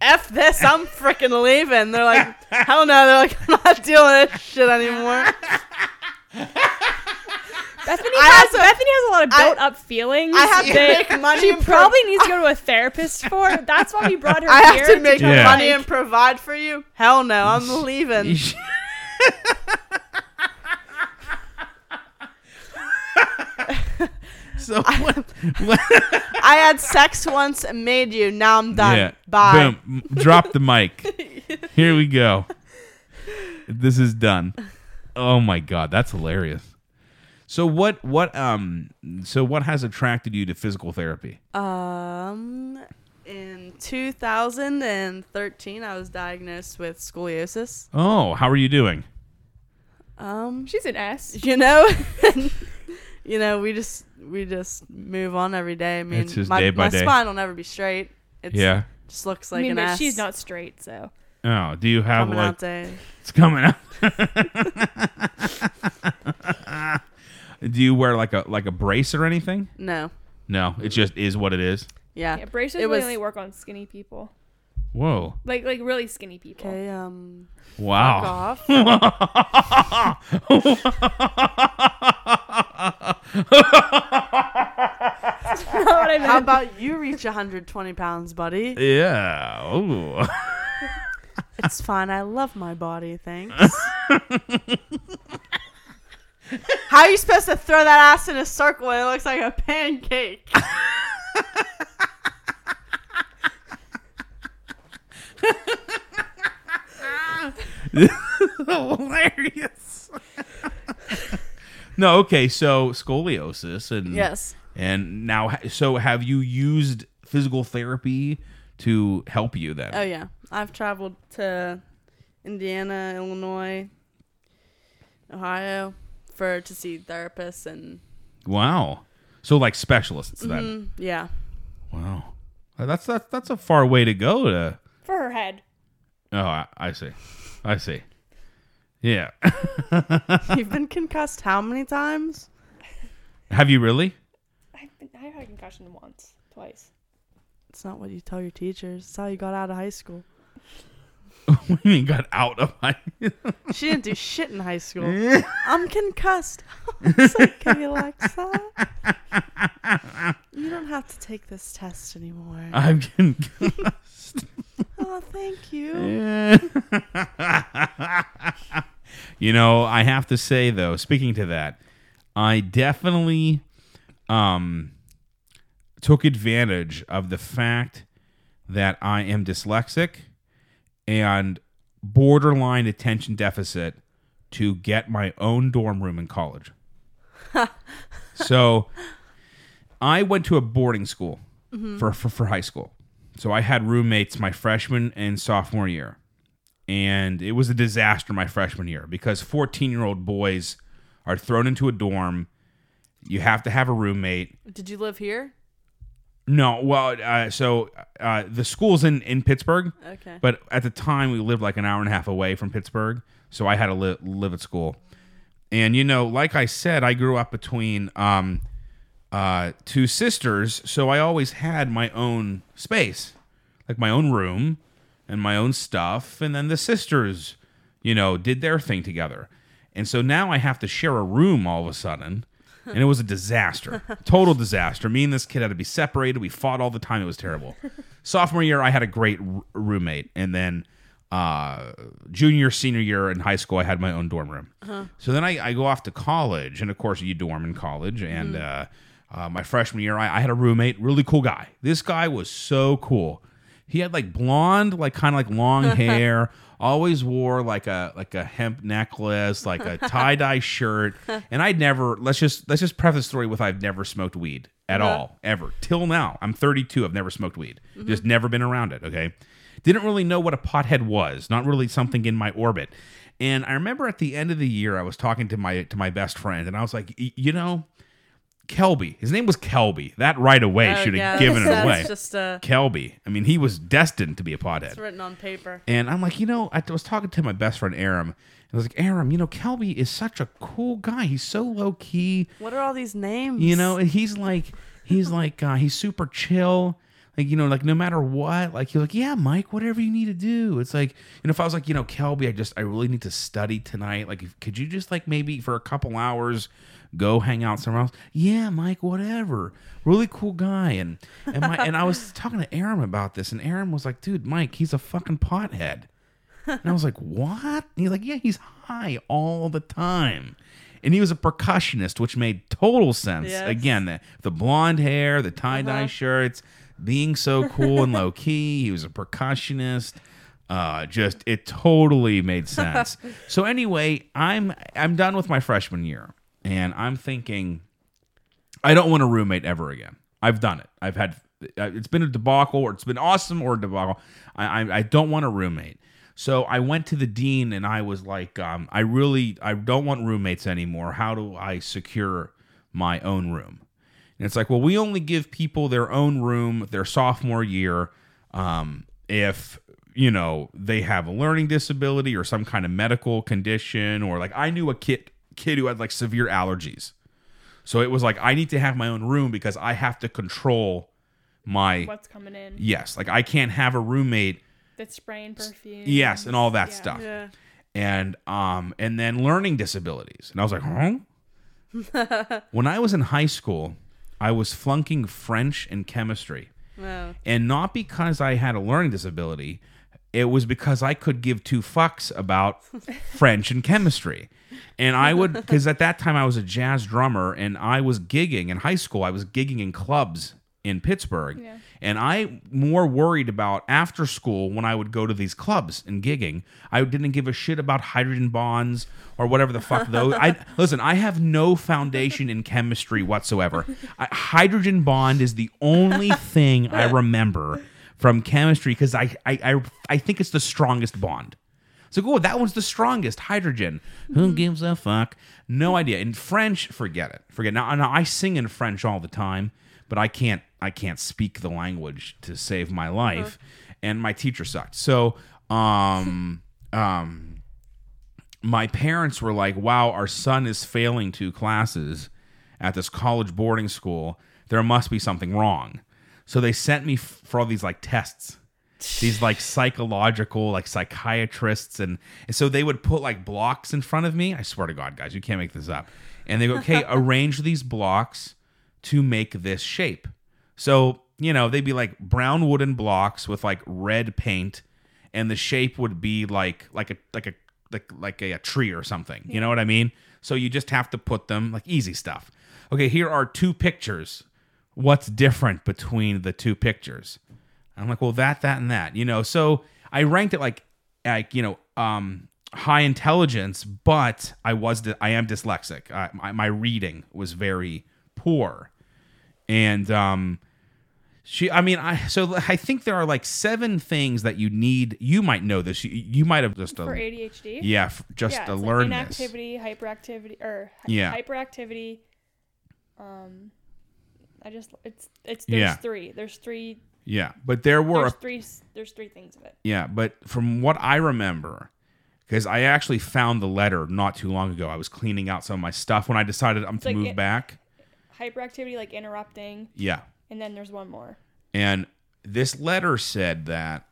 [SPEAKER 3] F this. I'm freaking leaving. They're like, hell no. They're like, <laughs> I'm not dealing with this shit
[SPEAKER 2] <laughs>
[SPEAKER 3] anymore.
[SPEAKER 2] Bethany
[SPEAKER 3] I
[SPEAKER 2] has,
[SPEAKER 3] also-
[SPEAKER 2] Bethany has a lot of
[SPEAKER 3] I-
[SPEAKER 2] built up feelings.
[SPEAKER 3] I have to
[SPEAKER 2] that
[SPEAKER 3] make money
[SPEAKER 2] She
[SPEAKER 3] and pro-
[SPEAKER 2] probably needs to go to
[SPEAKER 3] <laughs>
[SPEAKER 2] a therapist for. That's why we brought her
[SPEAKER 3] I
[SPEAKER 2] here.
[SPEAKER 3] have to make
[SPEAKER 1] Yeah.
[SPEAKER 3] money
[SPEAKER 2] like-
[SPEAKER 3] and provide for you. Hell no.
[SPEAKER 2] <laughs>
[SPEAKER 3] I'm leaving.
[SPEAKER 1] <laughs>
[SPEAKER 3] <laughs>
[SPEAKER 1] so what, what-
[SPEAKER 3] I had sex once and made you. Now I'm done.
[SPEAKER 1] yeah.
[SPEAKER 3] Bye. <laughs>
[SPEAKER 1] Boom. Drop the mic. Here we go. This is done. Oh my god, that's hilarious. So what what um so what has attracted you to physical therapy?
[SPEAKER 3] Um, in 2013, I was diagnosed with scoliosis.
[SPEAKER 1] Oh, how are you doing?
[SPEAKER 3] Um,
[SPEAKER 2] She's an S.
[SPEAKER 3] <laughs> you know, you know, we just we just move on every day. I mean,
[SPEAKER 1] It's just
[SPEAKER 3] my,
[SPEAKER 1] day by
[SPEAKER 3] my
[SPEAKER 1] day.
[SPEAKER 3] spine will never be straight. It's,
[SPEAKER 1] yeah.
[SPEAKER 3] just looks
[SPEAKER 2] I
[SPEAKER 3] like
[SPEAKER 2] mean,
[SPEAKER 3] an
[SPEAKER 2] but
[SPEAKER 3] ass.
[SPEAKER 2] she's not straight, so
[SPEAKER 1] Oh, do you have
[SPEAKER 3] coming
[SPEAKER 1] like
[SPEAKER 3] out day.
[SPEAKER 1] it's coming out? do you wear like a like a brace or anything?
[SPEAKER 3] No,
[SPEAKER 1] No, it just is what it is.
[SPEAKER 3] yeah.
[SPEAKER 2] yeah, braces
[SPEAKER 3] it
[SPEAKER 2] really
[SPEAKER 3] was-
[SPEAKER 2] only work on skinny people,
[SPEAKER 1] Whoa.
[SPEAKER 2] like like really skinny people. <laughs>
[SPEAKER 3] Okay, um, fuck
[SPEAKER 1] Wow. <laughs>
[SPEAKER 3] off.
[SPEAKER 2] That's what I meant.
[SPEAKER 3] How about you reach 120 pounds, buddy?
[SPEAKER 1] yeah. Ooh.
[SPEAKER 3] It's fine. I love my body.
[SPEAKER 1] <laughs>
[SPEAKER 3] Thanks. How are you supposed to throw that ass in a circle and it looks like
[SPEAKER 1] <laughs>
[SPEAKER 3] a pancake?
[SPEAKER 1] Hilarious. no, okay. So scoliosis and
[SPEAKER 3] Yes.
[SPEAKER 1] and now ha- so have you used physical therapy to help you then?
[SPEAKER 3] Oh yeah. I've traveled to Indiana, Illinois, Ohio for to see therapists and
[SPEAKER 1] Wow. So like specialists then. <laughs>
[SPEAKER 3] Yeah.
[SPEAKER 1] Wow. That's that's that's a far way to go to
[SPEAKER 2] for her head.
[SPEAKER 1] Oh, I, I see. I see. Yeah. <laughs>
[SPEAKER 3] You've been concussed how many times?
[SPEAKER 1] Have you really? <laughs>
[SPEAKER 2] I've been, I had a concussion once, twice.
[SPEAKER 3] It's not what you tell your teachers. It's how you got out of high school.
[SPEAKER 1] What do you mean got out of my <laughs>
[SPEAKER 3] She didn't do shit in high school. I'm concussed. <laughs> it's okay, Alexa.
[SPEAKER 1] <laughs>
[SPEAKER 3] You don't have to take this test anymore.
[SPEAKER 1] I'm getting
[SPEAKER 3] oh, thank you.
[SPEAKER 1] <laughs> You know, I have to say though, speaking to that, I definitely um took advantage of the fact that I am dyslexic and borderline attention deficit to get my own dorm room in college. so I went to a boarding school for, for for high school. So I had roommates my freshman and sophomore year and it was a disaster my freshman year because 14 year old boys are thrown into a dorm you have to have a roommate
[SPEAKER 3] Did you live here?
[SPEAKER 1] no well uh, so uh, the school's in in pittsburgh
[SPEAKER 3] Okay.
[SPEAKER 1] but at the time we lived like an hour and a half away from pittsburgh so i had to li- live at school and you know like i said i grew up between um, uh, two sisters so i always had my own space like my own room and my own stuff and then the sisters you know did their thing together and so now i have to share a room all of a sudden and it was a disaster total disaster me and this kid had to be separated we fought all the time it was terrible sophomore year i had a great r- roommate and then uh, junior senior year in high school i had my own dorm room so then I, I go off to college and of course you dorm in college and uh, uh, my freshman year I, I had a roommate really cool guy this guy was so cool he had like blonde like kind of like long hair always wore like a like a hemp necklace like a tie-dye shirt and i'd never let's just let's just preface the story with i've never smoked weed at all ever till now i'm 32 i've never smoked weed just never been around it okay didn't really know what a pothead was not really something in my orbit and i remember at the end of the year i was talking to my to my best friend and i was like "Y- you know kelby his name was kelby that right away
[SPEAKER 3] Oh,
[SPEAKER 1] should have
[SPEAKER 3] yeah,
[SPEAKER 1] given it
[SPEAKER 3] that's-
[SPEAKER 1] away
[SPEAKER 3] That's just uh,
[SPEAKER 1] Kelby. I mean, he was destined to be a pothead.
[SPEAKER 3] it's written on paper.
[SPEAKER 1] And I'm like, you know, I was talking to my best friend Aram, and I was like, Aram, you know, Kelby is such a cool guy. He's so low key.
[SPEAKER 3] What are all these names?
[SPEAKER 1] You know, and he's like, he's like, uh, he's super chill. Like, you know, like no matter what, like he's like, yeah, Mike, whatever you need to do. It's like, and if I was like, you know, Kelby, I just, I really need to study tonight. Like, if- could you just like maybe for a couple hours go hang out somewhere else? Yeah, Mike, whatever. Really cool guy. And, and my, and I was talking to Aram about this and Aram was like, dude, Mike, he's a fucking pothead. And I was like, what? And he's like, yeah, he's high all the time. And he was a percussionist, which made total sense.
[SPEAKER 3] Yes.
[SPEAKER 1] Again, the, the blonde hair, the tie dye shirts, being so cool and low key. He was a percussionist. Uh, just it totally made sense. so anyway, I'm I'm done with my freshman year, and I'm thinking, I don't want a roommate ever again. I've done it. I've had uh, it's been a debacle, or it's been awesome, or a debacle. I I, I don't want a roommate. So I went to the dean and I was like, um, I really I don't want roommates anymore. How do I secure my own room? And it's like, well, we only give people their own room their sophomore year um, if you know they have a learning disability or some kind of medical condition, or like I knew a kid kid who had like severe allergies. So it was like I need to have my own room because I have to control my
[SPEAKER 2] What's coming in?
[SPEAKER 1] yes, like I can't have a roommate
[SPEAKER 2] That's spraying perfume.
[SPEAKER 1] yes and all that
[SPEAKER 2] Yeah.
[SPEAKER 1] stuff.
[SPEAKER 3] Yeah.
[SPEAKER 1] And um and then learning disabilities. And I was like, "Huh?" when I was in high school, I was flunking French and chemistry.
[SPEAKER 3] Wow.
[SPEAKER 1] And not because I had a learning disability, it was because I could give two fucks about French and chemistry. And I would, because at that time I was a jazz drummer and I was gigging in high school, I was gigging in clubs in Pittsburgh.
[SPEAKER 2] Yeah.
[SPEAKER 1] And I more worried about after school when I would go to these clubs and gigging. I didn't give a shit about hydrogen bonds or whatever the fuck those. I listen. I have no foundation in chemistry whatsoever. <laughs> I, hydrogen bond is the only thing I remember from chemistry because I, I I I think it's the strongest bond. It's So cool. That one's the strongest. Hydrogen. Who gives a fuck? No idea. In French, forget it. Forget. Now, now I sing in French all the time, but I can't. I can't speak the language to save my life, and my teacher sucked. So, um, <laughs> um, my parents were like, wow, our son is failing two classes at this college boarding school. There must be something wrong. So they sent me f- for all these like tests, these like psychological, like psychiatrists. And, and so they would put like blocks in front of me. I swear to God, guys, you can't make this up. And they go, okay, arrange these blocks to make this shape. So, you know, they'd be like brown wooden blocks with like red paint and the shape would be like like a like a like like a, a tree or something. You know what I mean? So you just have to put them like easy stuff. Okay, here are two pictures. What's different between the two pictures? I'm like, well, that, that, and that. You know, so I ranked it like like you know um high intelligence, but I was di- I am dyslexic. Uh, my my reading was very poor, and um. She, I mean, I so I think there are like seven things that you need. You might know this. You, you might have just a,
[SPEAKER 2] for ADHD.
[SPEAKER 1] yeah, f- just
[SPEAKER 2] yeah,
[SPEAKER 1] to
[SPEAKER 2] it's like
[SPEAKER 1] learn this.
[SPEAKER 2] inactivity, hyperactivity, or hy-
[SPEAKER 1] Yeah.
[SPEAKER 2] hyperactivity. Um, I just it's it's there's
[SPEAKER 1] Yeah.
[SPEAKER 2] three. There's three.
[SPEAKER 1] Yeah, but there were
[SPEAKER 2] There's
[SPEAKER 1] a,
[SPEAKER 2] three. s- There's three things of it.
[SPEAKER 1] yeah, but from what I remember, because I actually found the letter not too long ago. I was cleaning out some of my stuff when I decided I'm to
[SPEAKER 2] like
[SPEAKER 1] move
[SPEAKER 2] it-
[SPEAKER 1] back.
[SPEAKER 2] Hyperactivity, like interrupting,
[SPEAKER 1] Yeah,
[SPEAKER 2] and then there's one more.
[SPEAKER 1] and this letter said that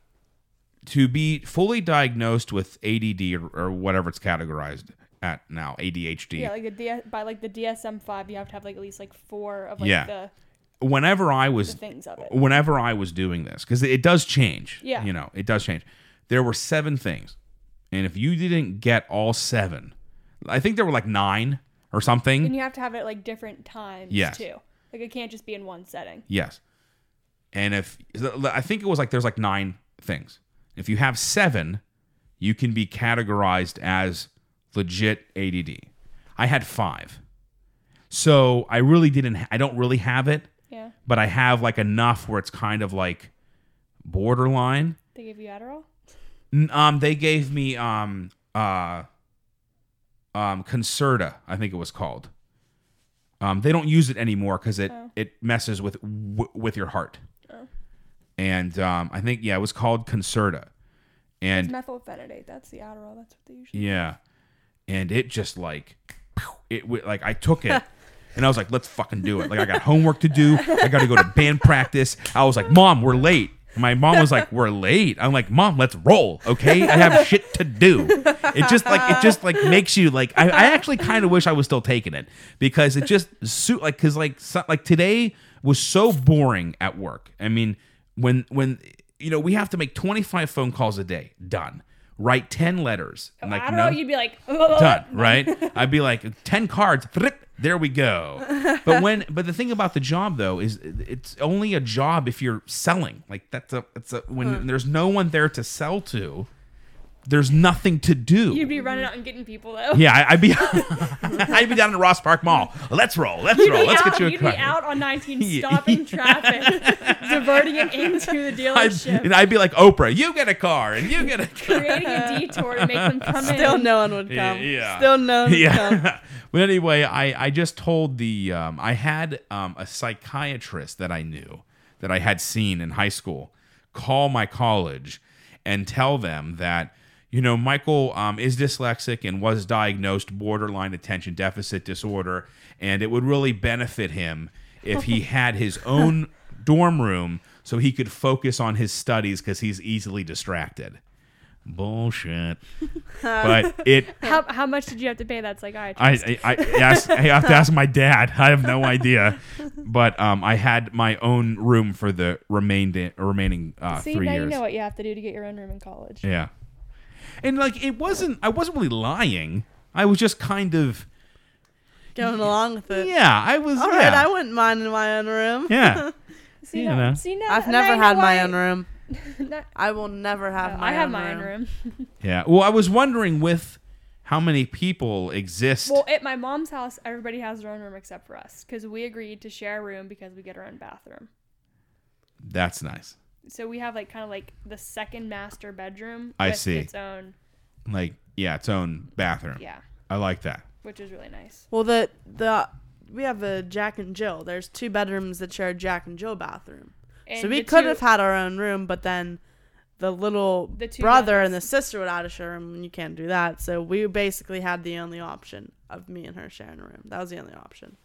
[SPEAKER 1] to be fully diagnosed with ADD or, or whatever it's categorized at now, ADHD.
[SPEAKER 2] Yeah, like the DS, by like the DSM five, you have to have like at least like four of like
[SPEAKER 1] Yeah.
[SPEAKER 2] the,
[SPEAKER 1] Whenever I was
[SPEAKER 2] the things of it.
[SPEAKER 1] whenever I was doing this, because it does change.
[SPEAKER 2] Yeah.
[SPEAKER 1] You know, it does change. There were seven things. And if you didn't get all seven, I think there were like nine or something.
[SPEAKER 2] And you have to have it like different times
[SPEAKER 1] Yes.
[SPEAKER 2] too. Like it can't just be in one setting.
[SPEAKER 1] yes. And if I think it was like there's like nine things. If you have seven, you can be categorized as legit ADD. I had five. So I really didn't, I don't really have it,
[SPEAKER 2] Yeah.
[SPEAKER 1] but I have like enough where it's kind of like borderline.
[SPEAKER 2] They give you Adderall?
[SPEAKER 1] N- Um, they gave me um uh um Concerta, I think it was called. Um, they don't use it anymore because it
[SPEAKER 2] Oh.
[SPEAKER 1] it messes with w- with your heart.
[SPEAKER 2] Oh.
[SPEAKER 1] And um, I think yeah, it was called Concerta,
[SPEAKER 2] It's
[SPEAKER 1] and
[SPEAKER 2] methylphenidate. That's the Adderall. That's what they usually
[SPEAKER 1] yeah, and it just like it w- like I took
[SPEAKER 2] <laughs>
[SPEAKER 1] it. And I was like, let's fucking do it. Like, I got homework to do. I got to go to band practice. I was like, mom, we're late. And My mom was like, we're late. I'm like, mom, let's roll. Okay. I have shit to do. It just like, it just like makes you like, I, I actually kind of wish I was still taking it because it just suit like, cause like, so, like today was so boring at work. I mean, when, when, you know, we have to make 25 phone calls a day. Done. Write 10 letters. I'm like,
[SPEAKER 2] Adderall,
[SPEAKER 1] no
[SPEAKER 2] you'd be like,
[SPEAKER 1] done, right? I'd be like, 10 cards, there we go.
[SPEAKER 2] <laughs>
[SPEAKER 1] But when, but the thing about the job though is it's only a job if you're selling. Like that's a, it's a, when there's no one there to sell to, there's nothing to do.
[SPEAKER 2] You'd be running out and getting people though.
[SPEAKER 1] yeah, I, I'd be, <laughs> I'd be down in Ross Park Mall. Let's roll, let's
[SPEAKER 2] You'd,
[SPEAKER 1] roll,
[SPEAKER 2] be,
[SPEAKER 1] let's
[SPEAKER 2] out,
[SPEAKER 1] get you a
[SPEAKER 2] you'd
[SPEAKER 1] car.
[SPEAKER 2] be out on
[SPEAKER 1] <laughs>
[SPEAKER 2] 19
[SPEAKER 1] Yeah. <laughs>
[SPEAKER 2] stopping traffic, diverting it into the
[SPEAKER 1] I'd,
[SPEAKER 2] dealership,
[SPEAKER 1] and I'd be like Oprah, you get a car, and you get a car.
[SPEAKER 2] creating a detour to
[SPEAKER 1] <laughs>
[SPEAKER 2] make them come
[SPEAKER 3] Still
[SPEAKER 2] in.
[SPEAKER 3] no one would come.
[SPEAKER 1] Yeah.
[SPEAKER 3] Still no one would come.
[SPEAKER 1] <laughs> yeah. but anyway, I, I just told the um, I had um, a psychiatrist that I knew that I had seen in high school call my college and tell them that you know Michael um, is dyslexic and was diagnosed borderline attention deficit disorder, and it would really benefit him if he had his own dorm room so he could focus on his studies because he's easily distracted. Bullshit. but it
[SPEAKER 2] How, how much did you have to pay that psychiatrist?
[SPEAKER 1] I, I, I, ask, I have to ask my dad. I have no idea. But um, I had my own room for the remaining remaining uh,
[SPEAKER 2] See,
[SPEAKER 1] three
[SPEAKER 2] now
[SPEAKER 1] years.
[SPEAKER 2] you know what you have to do to get your own room in college.
[SPEAKER 1] Yeah, and like it wasn't. I wasn't really lying. I was just kind of.
[SPEAKER 3] Going along with it.
[SPEAKER 1] Yeah, I was.
[SPEAKER 3] All right,
[SPEAKER 1] yeah.
[SPEAKER 3] I wouldn't mind in my own room.
[SPEAKER 2] <laughs>
[SPEAKER 1] yeah.
[SPEAKER 2] See,
[SPEAKER 1] You
[SPEAKER 2] now,
[SPEAKER 1] know.
[SPEAKER 2] see now,
[SPEAKER 3] I've
[SPEAKER 2] now
[SPEAKER 3] never
[SPEAKER 2] you know
[SPEAKER 3] had my
[SPEAKER 2] why-
[SPEAKER 3] own
[SPEAKER 2] <laughs>
[SPEAKER 3] room.
[SPEAKER 2] now-
[SPEAKER 3] I will never have my
[SPEAKER 2] I
[SPEAKER 3] own
[SPEAKER 2] have my own room.
[SPEAKER 3] <laughs>
[SPEAKER 1] Yeah. Well, I was wondering with how many people exist.
[SPEAKER 2] Well, at my mom's house, everybody has their own room except for us because we agreed to share a room because we get our own bathroom.
[SPEAKER 1] That's nice.
[SPEAKER 2] So we have like kind of like the second master bedroom.
[SPEAKER 1] I
[SPEAKER 2] with
[SPEAKER 1] see.
[SPEAKER 2] Its own
[SPEAKER 1] like yeah, its own bathroom.
[SPEAKER 2] Yeah,
[SPEAKER 1] I like that.
[SPEAKER 2] which is really nice.
[SPEAKER 3] Well, the the we have a Jack and Jill. There's two bedrooms that share a Jack and Jill bathroom. so
[SPEAKER 2] And
[SPEAKER 3] we
[SPEAKER 2] the
[SPEAKER 3] could
[SPEAKER 2] two-
[SPEAKER 3] have had our own room, but then the little
[SPEAKER 2] The two
[SPEAKER 3] brother
[SPEAKER 2] brothers.
[SPEAKER 3] and the sister would out of share a room, and you can't do that. So we basically had the only option of me and her sharing a room. That was the only option.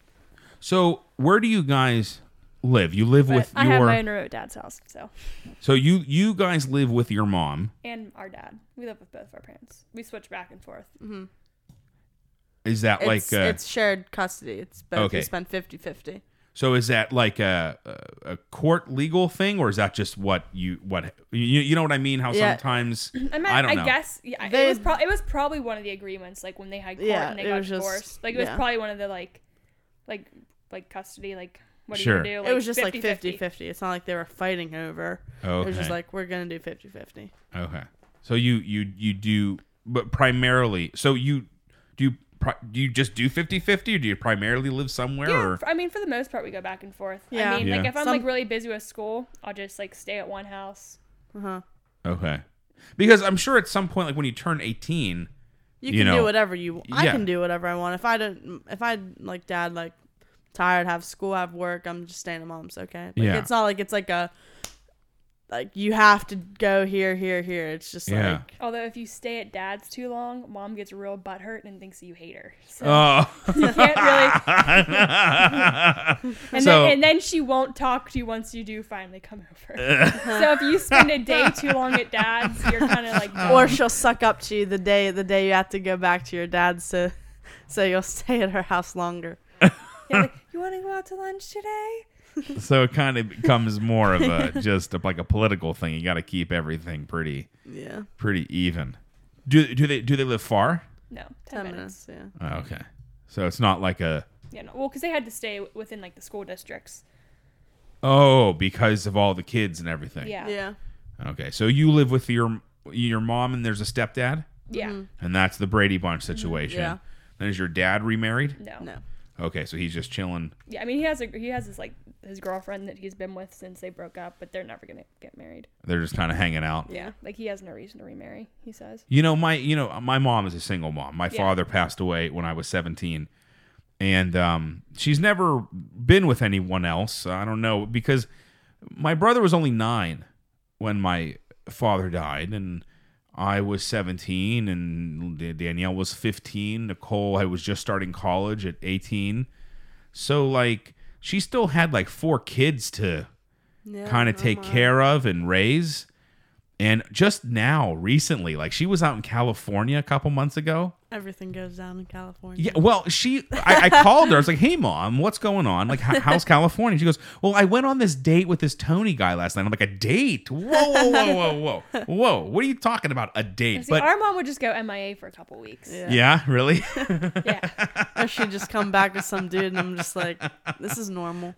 [SPEAKER 1] So where do you guys live? You live
[SPEAKER 2] But
[SPEAKER 1] with
[SPEAKER 2] I have
[SPEAKER 1] your
[SPEAKER 2] my own room at dad's house, so
[SPEAKER 1] so you you guys live with your mom.
[SPEAKER 2] and our dad. We live with both of our parents. We switch back and forth.
[SPEAKER 3] Mm-hmm.
[SPEAKER 1] Is that
[SPEAKER 3] It's,
[SPEAKER 1] like uh,
[SPEAKER 3] it's shared custody. It's both.
[SPEAKER 1] Okay.
[SPEAKER 3] We spend 50-50.
[SPEAKER 1] so? Is that like a a a court legal thing, or is that just what you what you you know what I mean? How
[SPEAKER 3] Yeah. <clears throat>
[SPEAKER 1] sometimes
[SPEAKER 2] I, mean,
[SPEAKER 1] I don't know.
[SPEAKER 2] guess yeah,
[SPEAKER 3] They-
[SPEAKER 2] it was probably it was probably one of the agreements, like when they had court
[SPEAKER 3] Yeah,
[SPEAKER 2] and they
[SPEAKER 3] it
[SPEAKER 2] got
[SPEAKER 3] was just-
[SPEAKER 2] divorced. like it was
[SPEAKER 3] yeah.
[SPEAKER 2] probably one of the like, like like custody, like what
[SPEAKER 1] Sure.
[SPEAKER 2] do you do?
[SPEAKER 3] it was just like
[SPEAKER 2] 50-50.
[SPEAKER 3] 50-50. It's not like they were fighting over.
[SPEAKER 1] Okay.
[SPEAKER 3] It was just like, we're going to do 50-50.
[SPEAKER 1] Okay. So you you you do but primarily so you do you pri- do you just do 50-50 or do you primarily live somewhere
[SPEAKER 2] Yeah,
[SPEAKER 1] or
[SPEAKER 2] f- I mean, for the most part, we go back and forth.
[SPEAKER 3] Yeah.
[SPEAKER 2] I mean, like
[SPEAKER 1] Yeah.
[SPEAKER 2] if I'm
[SPEAKER 3] Some-
[SPEAKER 2] like really busy with school, I'll just like stay at one house.
[SPEAKER 3] Uh-huh.
[SPEAKER 1] Okay. Because I'm sure at some point like when you turn 18
[SPEAKER 3] you
[SPEAKER 1] you
[SPEAKER 3] can
[SPEAKER 1] know.
[SPEAKER 3] do whatever you i
[SPEAKER 1] Yeah.
[SPEAKER 3] can do whatever i want if i don't if i like dad like tired have school have work i'm just staying at mom's okay like,
[SPEAKER 1] Yeah.
[SPEAKER 3] it's not like it's like a like you have to go here here here it's just
[SPEAKER 1] Yeah.
[SPEAKER 3] like
[SPEAKER 2] Although if you stay at dad's too long, mom gets real butthurt and thinks you hate her. So
[SPEAKER 1] oh <laughs>
[SPEAKER 2] you can't really. And,
[SPEAKER 1] So-
[SPEAKER 2] then, and then she won't talk to you once you do finally come over.
[SPEAKER 1] Uh-huh.
[SPEAKER 2] so if you spend a day too long at dad's, you're kind of like.
[SPEAKER 1] Uh-huh.
[SPEAKER 2] "Oh, done.
[SPEAKER 3] or she'll suck up to you the day the day you have to go back to your dad's so <laughs> so you'll stay at her house longer
[SPEAKER 2] You're like, you want to go out to lunch today?
[SPEAKER 1] so it kind of becomes more of a <laughs> just a, like a political thing. You got to keep everything pretty
[SPEAKER 3] yeah
[SPEAKER 1] pretty even. Do do they do they live far?
[SPEAKER 2] No, ten,
[SPEAKER 3] 10
[SPEAKER 2] minutes.
[SPEAKER 3] minutes yeah
[SPEAKER 1] Oh, okay. So it's not like a
[SPEAKER 2] Yeah, no. Well, because they had to stay w- within like the school districts.
[SPEAKER 1] oh because of all the kids and everything.
[SPEAKER 2] Yeah, yeah.
[SPEAKER 3] yeah
[SPEAKER 1] Okay, so you live with your your mom, and there's a stepdad,
[SPEAKER 2] Mm-hmm.
[SPEAKER 1] and that's the Brady Bunch situation.
[SPEAKER 3] Yeah.
[SPEAKER 1] Then is your dad remarried?
[SPEAKER 2] No.
[SPEAKER 3] no
[SPEAKER 1] Okay, so he's just chilling.
[SPEAKER 2] Yeah, I mean he has a he has his like his girlfriend that he's been with since they broke up, but they're never gonna get married.
[SPEAKER 1] They're just kind of hanging out.
[SPEAKER 3] yeah
[SPEAKER 2] Like he has no reason to remarry. He says.
[SPEAKER 1] You know, my you know my mom is a single mom. My father passed away when I was 17, and um, she's never been with anyone else. I don't know because my brother was only nine when my father died, and I was 17, and Da- Danielle was 15. Nicole, I was just starting college at 18. So like, she still had like four kids to
[SPEAKER 3] yeah
[SPEAKER 1] kind of take care of and raise. And just now, recently, like she was out in California a couple months ago.
[SPEAKER 3] everything goes down in california
[SPEAKER 1] Yeah, well, she, I,
[SPEAKER 3] <laughs>
[SPEAKER 1] I called her. I was like, hey, mom, what's going on? Like, how, how's California? She goes, well, I went on this date with this Tony guy last night. I'm like, a date? Whoa, whoa, whoa, whoa, whoa. Whoa, what are you talking about? A date?
[SPEAKER 2] See,
[SPEAKER 1] But
[SPEAKER 2] our mom would just go MIA for a couple weeks. Yeah.
[SPEAKER 1] yeah, really? <laughs>
[SPEAKER 3] or she just come back with some dude, and I'm just like, this is
[SPEAKER 1] <laughs>
[SPEAKER 3] normal.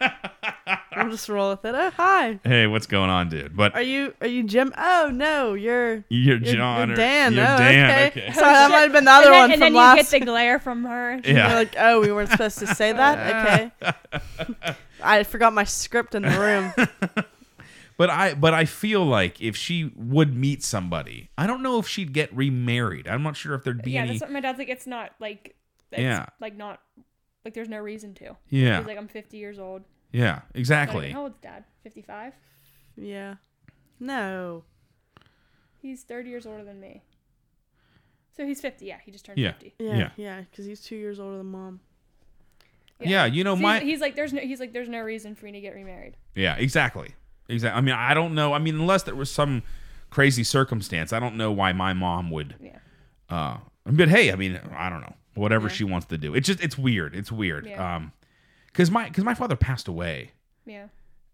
[SPEAKER 3] I'll just roll with it. Oh, hi.
[SPEAKER 1] hey, what's going on, dude? But
[SPEAKER 3] Are you are you Jim? Oh no, you're
[SPEAKER 1] you're
[SPEAKER 3] you're,
[SPEAKER 1] John
[SPEAKER 3] you're
[SPEAKER 1] or
[SPEAKER 3] Dan.
[SPEAKER 1] You're
[SPEAKER 3] oh,
[SPEAKER 1] Dan.
[SPEAKER 3] okay.
[SPEAKER 1] Okay.
[SPEAKER 3] Sorry, that might have been the
[SPEAKER 2] And
[SPEAKER 3] other
[SPEAKER 2] then, and
[SPEAKER 3] one from
[SPEAKER 2] then
[SPEAKER 3] last.
[SPEAKER 2] you get the glare from her.
[SPEAKER 3] <laughs> You're
[SPEAKER 1] Yeah.
[SPEAKER 3] like, oh, we weren't supposed to say that.
[SPEAKER 1] <laughs>
[SPEAKER 3] Okay. <laughs> I forgot my script in the
[SPEAKER 1] <laughs>
[SPEAKER 3] room.
[SPEAKER 1] But I but I feel like if she would meet somebody, I don't know if she'd get remarried. I'm not sure if there'd be
[SPEAKER 2] Yeah,
[SPEAKER 1] any.
[SPEAKER 2] that's what my dad's like. It's not like. It's,
[SPEAKER 1] Yeah.
[SPEAKER 2] Like not. Like there's no reason to.
[SPEAKER 1] yeah,
[SPEAKER 2] He's like I'm 50 years old.
[SPEAKER 1] yeah,
[SPEAKER 2] Not even-
[SPEAKER 1] exactly.
[SPEAKER 2] How old's dad? 55.
[SPEAKER 3] Yeah. No.
[SPEAKER 2] He's 30 years older than me. So he's 50. Yeah, he just turned
[SPEAKER 1] Yeah.
[SPEAKER 2] 50.
[SPEAKER 1] Yeah.
[SPEAKER 3] Yeah. Yeah. Because he's two years older than mom.
[SPEAKER 1] Yeah. you know
[SPEAKER 2] So
[SPEAKER 1] my
[SPEAKER 2] he's, he's like there's no he's like there's no reason for me to get remarried.
[SPEAKER 1] yeah, exactly, exactly. I mean, I don't know. I mean, unless there was some crazy circumstance, I don't know why my mom would.
[SPEAKER 2] Yeah.
[SPEAKER 1] Uh, but hey, I mean, I don't know. Whatever she wants to do, it's just it's weird. It's weird.
[SPEAKER 2] Yeah.
[SPEAKER 1] Um, because my because my father passed away.
[SPEAKER 2] Yeah.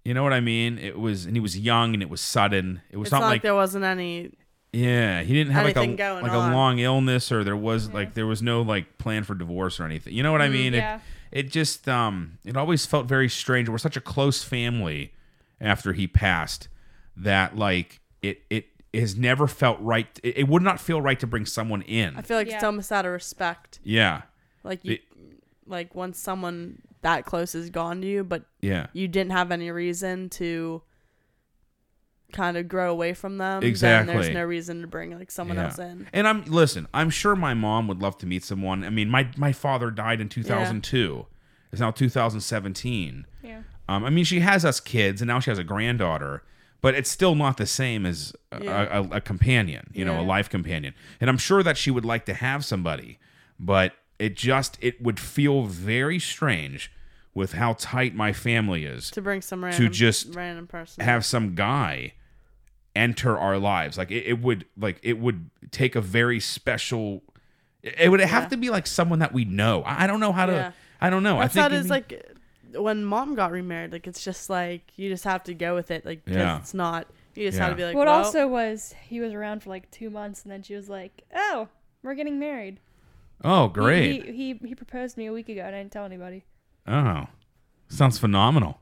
[SPEAKER 1] You know what I mean? It was and he was young and it was sudden. It was
[SPEAKER 3] It's
[SPEAKER 1] not
[SPEAKER 3] not like there wasn't any.
[SPEAKER 1] Yeah, he didn't have like a
[SPEAKER 3] Anything going
[SPEAKER 1] like
[SPEAKER 3] on. Mm-hmm.
[SPEAKER 1] a long illness or there was like there was no like plan for divorce or anything. You know what I mean?
[SPEAKER 2] yeah.
[SPEAKER 1] It it just um it always felt very strange. We're such a close family after he passed that like it it has never felt right. It, it would not feel right to bring someone
[SPEAKER 3] I
[SPEAKER 1] in.
[SPEAKER 3] feel like
[SPEAKER 2] Yeah.
[SPEAKER 3] it's almost out of respect.
[SPEAKER 1] Yeah,
[SPEAKER 3] Like you,
[SPEAKER 1] It-
[SPEAKER 3] like once someone that close is gone to you, but
[SPEAKER 1] yeah,
[SPEAKER 3] you didn't have any reason to kind of grow away from them, then
[SPEAKER 1] Exactly.
[SPEAKER 3] there's no reason to bring like someone
[SPEAKER 1] Yeah.
[SPEAKER 3] else in.
[SPEAKER 1] And I'm listen. I'm sure my mom would love to meet someone. I mean, my my father died in 2002. It's now 2017.
[SPEAKER 2] Yeah.
[SPEAKER 1] Um, I mean, she has us kids, and now she has a granddaughter. But it's still not the same as a,
[SPEAKER 3] Yeah.
[SPEAKER 1] a, a companion, you know, a
[SPEAKER 3] Yeah.
[SPEAKER 1] life companion. And I'm sure that she would like to have somebody, but it just it would feel very strange with how tight my family is
[SPEAKER 3] To bring some random
[SPEAKER 1] just
[SPEAKER 3] random person.
[SPEAKER 1] have some guy enter our lives like it, it would like it would take a very special it it would have to be like someone that we know i I don't know how to
[SPEAKER 3] Yeah.
[SPEAKER 1] i don't know
[SPEAKER 3] That's
[SPEAKER 1] i
[SPEAKER 3] how
[SPEAKER 1] think
[SPEAKER 3] it
[SPEAKER 1] it'd
[SPEAKER 3] is
[SPEAKER 1] be-
[SPEAKER 3] like when mom got remarried. Like it's just like you just have to go with it. Like 'cause
[SPEAKER 1] Yeah.
[SPEAKER 3] it's not you just
[SPEAKER 1] Yeah.
[SPEAKER 3] have to be like.
[SPEAKER 2] Well, it
[SPEAKER 3] well,
[SPEAKER 2] also was he was around for like two months, and then she was like, "Oh, we're getting married."
[SPEAKER 1] oh
[SPEAKER 2] He-
[SPEAKER 1] great
[SPEAKER 2] He he, he proposed to me a week ago, and I didn't tell anybody.
[SPEAKER 1] oh sounds phenomenal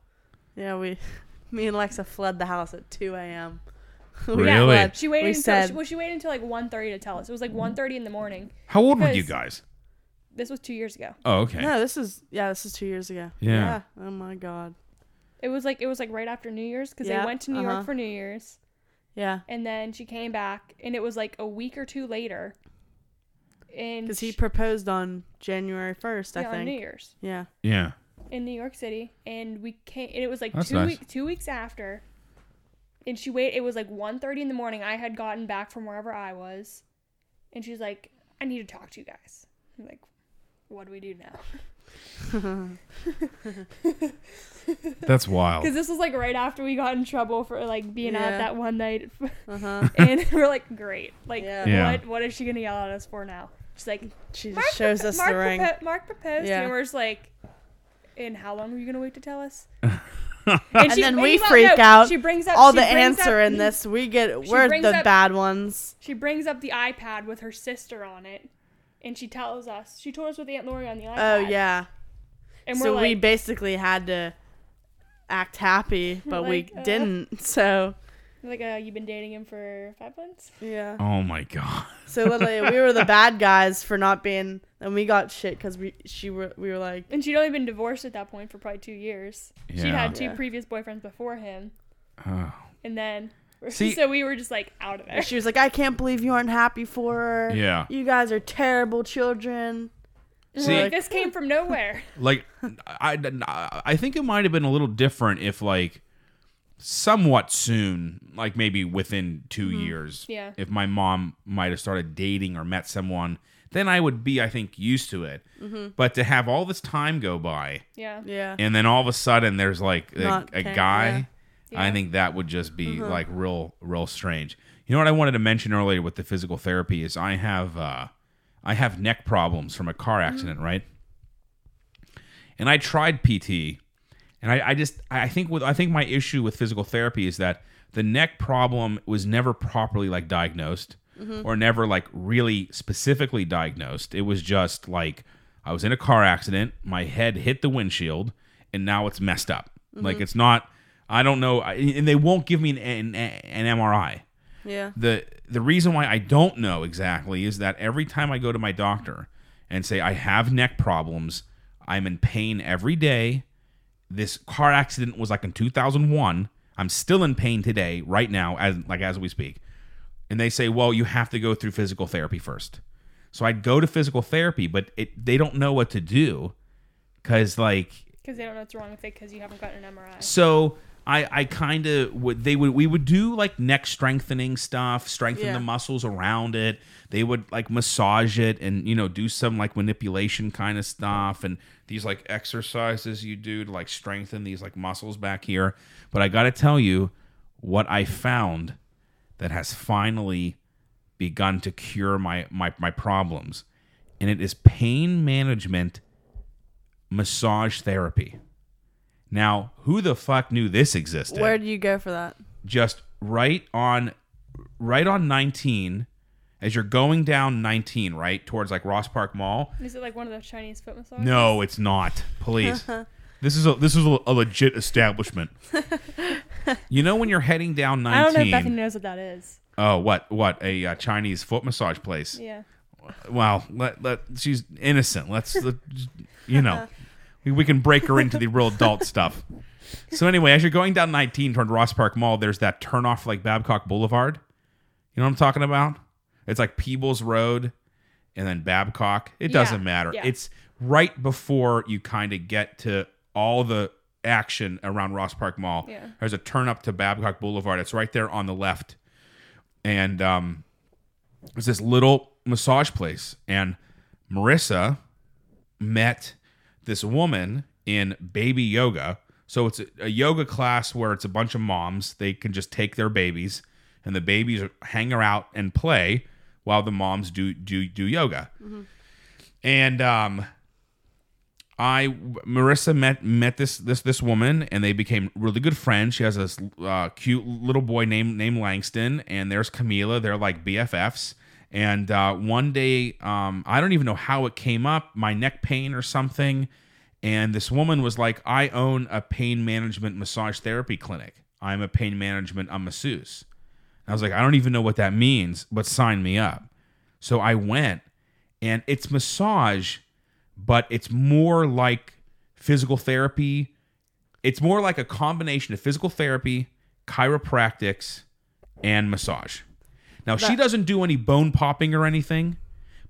[SPEAKER 3] yeah, we, <laughs> me and Lexa fled the house at two a.m. We
[SPEAKER 2] Oh,
[SPEAKER 1] Really?
[SPEAKER 3] fled.
[SPEAKER 2] She waited
[SPEAKER 3] We
[SPEAKER 2] until
[SPEAKER 3] said-
[SPEAKER 2] she, well, she waited until like 1.30 to tell us. It was like 1.30 in the morning.
[SPEAKER 1] how old were you
[SPEAKER 2] Because-
[SPEAKER 1] guys
[SPEAKER 2] This was two years ago.
[SPEAKER 1] oh okay
[SPEAKER 3] No, this is yeah, this is two years ago.
[SPEAKER 1] Yeah.
[SPEAKER 3] Oh my god.
[SPEAKER 2] It was like it was like right after New Year's because
[SPEAKER 3] Yeah,
[SPEAKER 2] they went to New
[SPEAKER 3] uh-huh.
[SPEAKER 2] York for New Year's,
[SPEAKER 3] Yeah.
[SPEAKER 2] and then she came back, and it was like a week or two later. And
[SPEAKER 3] Because he
[SPEAKER 2] she-
[SPEAKER 3] proposed on January first, I
[SPEAKER 2] yeah, on New
[SPEAKER 3] think.
[SPEAKER 2] Year's.
[SPEAKER 3] Yeah.
[SPEAKER 1] yeah
[SPEAKER 2] in New York City, and we came. And it was like
[SPEAKER 1] That's
[SPEAKER 2] two
[SPEAKER 1] nice.
[SPEAKER 2] week, two weeks after. And she wait. It was like 1.30 in the morning. I had gotten back from wherever I was, and she's like, "I need to talk to you guys." I'm like, "What do we do now?"
[SPEAKER 1] that's wild
[SPEAKER 2] Because this was like right after we got in trouble for like being
[SPEAKER 3] Oh. Yeah.
[SPEAKER 2] out that one
[SPEAKER 3] <laughs>
[SPEAKER 2] night, <laughs>
[SPEAKER 3] Uh huh.
[SPEAKER 2] and <laughs> we're like, "Great, like
[SPEAKER 3] Yeah.
[SPEAKER 1] Yeah.
[SPEAKER 2] what? What is she gonna yell at us for now?" She's like,
[SPEAKER 3] She
[SPEAKER 2] "Mark
[SPEAKER 3] just shows
[SPEAKER 2] propo-
[SPEAKER 3] us
[SPEAKER 2] Mark
[SPEAKER 3] the ring.
[SPEAKER 2] propo- Mark proposed,
[SPEAKER 3] Yeah.
[SPEAKER 2] and we're just like, "And how long were you gonna wait to tell us?"
[SPEAKER 3] And
[SPEAKER 2] she-
[SPEAKER 3] then
[SPEAKER 2] and
[SPEAKER 3] we
[SPEAKER 2] you don't
[SPEAKER 3] freak out.
[SPEAKER 2] She brings up
[SPEAKER 3] All
[SPEAKER 2] she
[SPEAKER 3] the
[SPEAKER 2] brings up-
[SPEAKER 3] answer in this, we get
[SPEAKER 2] She
[SPEAKER 3] we're
[SPEAKER 2] brings
[SPEAKER 3] the
[SPEAKER 2] up-
[SPEAKER 3] bad ones.
[SPEAKER 2] <laughs> She brings up the iPad with her sister on it, and she tells us. She told us with Aunt Lori on the iPad.
[SPEAKER 3] Oh yeah.
[SPEAKER 2] and
[SPEAKER 3] So
[SPEAKER 2] we're
[SPEAKER 3] we
[SPEAKER 2] like,
[SPEAKER 3] basically had to
[SPEAKER 2] <laughs>
[SPEAKER 3] act happy, but
[SPEAKER 2] Like,
[SPEAKER 3] we
[SPEAKER 2] uh,
[SPEAKER 3] didn't. <laughs> So
[SPEAKER 2] like, uh, you've been dating him for five months.
[SPEAKER 3] yeah.
[SPEAKER 1] oh my god
[SPEAKER 3] So literally, we were the bad guys for not being, and we got shit because we she were we
[SPEAKER 2] <laughs>
[SPEAKER 3] were like
[SPEAKER 2] And she'd only been divorced at that point for probably two years. She'd
[SPEAKER 1] Yeah.
[SPEAKER 2] had two
[SPEAKER 3] Yeah.
[SPEAKER 2] previous boyfriends before him,
[SPEAKER 1] oh.
[SPEAKER 2] and then <laughs>
[SPEAKER 1] See-
[SPEAKER 2] so we were just like out of there.
[SPEAKER 3] she was like I can't believe you aren't happy for her.
[SPEAKER 1] yeah
[SPEAKER 3] You guys are terrible children.
[SPEAKER 1] <laughs>
[SPEAKER 2] And
[SPEAKER 1] See-
[SPEAKER 2] we're like, this came from nowhere. <laughs>
[SPEAKER 1] like I, I I think it might have been a little different if like somewhat soon like maybe within 2 years
[SPEAKER 2] Mm-hmm. Yeah.
[SPEAKER 1] if my mom might have started dating or met someone then i would be i think used to it
[SPEAKER 2] Mm-hmm.
[SPEAKER 1] but to have all this time go by
[SPEAKER 2] Yeah.
[SPEAKER 3] Yeah.
[SPEAKER 1] and then all of a sudden there's like a,
[SPEAKER 3] Not
[SPEAKER 1] a
[SPEAKER 3] care-
[SPEAKER 1] guy
[SPEAKER 2] yeah.
[SPEAKER 1] i
[SPEAKER 2] Yeah.
[SPEAKER 1] think that would just be like real real strange you know what i wanted to mention earlier with the physical therapy is i have uh i have neck problems from a car accident right and i tried pt and i, I just i think with i think my issue with physical therapy is that the neck problem was never properly like diagnosed or never like really specifically diagnosed it was just like i was in a car accident my head hit the windshield and now it's messed up like it's not i don't know I, and they won't give me an, an, an mri
[SPEAKER 3] Yeah.
[SPEAKER 1] the the reason why I don't know exactly is that every time I go to my doctor and say I have neck problems, I'm in pain every day. This car accident was like in 2001. I'm still in pain today, right now, as like as we speak. And they say, well, you have to go through physical therapy first. So I go to physical therapy, but it, they don't know what to do because like
[SPEAKER 2] Because they don't know what's wrong with it because you haven't gotten an MRI.
[SPEAKER 1] so I I kind of would they would we would do like neck strengthening stuff, strengthen
[SPEAKER 3] Yeah.
[SPEAKER 1] the muscles around it. They would like massage it and you know do some like manipulation kind of stuff and these like exercises you do to like strengthen these like muscles back here. But I got to tell you what I found that has finally begun to cure my my my problems and it is pain management massage therapy. Now, who the fuck knew this existed?
[SPEAKER 3] Where do you go for that?
[SPEAKER 1] Just right on right on 19 as you're going down 19, right? Towards like Ross Park Mall.
[SPEAKER 2] Is it like one of those Chinese foot massages?
[SPEAKER 1] No, it's not.
[SPEAKER 2] <laughs>
[SPEAKER 1] Please. this is a this is a, a legit establishment. you know when you're heading down 19.
[SPEAKER 2] I don't know if Bethany knows what that is.
[SPEAKER 1] Oh, what what a uh, Chinese foot massage place.
[SPEAKER 2] Yeah. <laughs>
[SPEAKER 1] Well, let let she's innocent. Let's let, you know. We can break her into the real adult stuff. So anyway, as you're going down 19 toward Ross Park Mall, there's that turnoff like Babcock Boulevard. You know what I'm talking about? It's like Peebles Road and then Babcock. It
[SPEAKER 2] Yeah,
[SPEAKER 1] doesn't matter.
[SPEAKER 2] yeah.
[SPEAKER 1] It's right before you kind of get to all the action around Ross Park Mall.
[SPEAKER 2] Yeah.
[SPEAKER 1] There's a turn up to Babcock Boulevard. It's right there on the left. And um there's this little massage place and Marissa met this woman in baby yoga. So it's a, a yoga class where it's a bunch of moms. They can just take their babies, and the babies hang out and play while the moms do do do yoga. And um, I Marissa met met this this this woman, and they became really good friends. She has this uh, cute little boy named named Langston, and there's Camila. They're like BFFs. And uh, one day, um, I don't even know how it came up, my neck pain or something, and this woman was like, "I own a pain management massage therapy clinic. I'm a pain management I'm masseuse." And I was like, "I don't even know what that means, but sign me up." So I went, and it's massage but it's more like physical therapy. It's more like a combination of physical therapy, chiropractics, and massage. Now she
[SPEAKER 3] That-
[SPEAKER 1] doesn't do any bone popping or anything,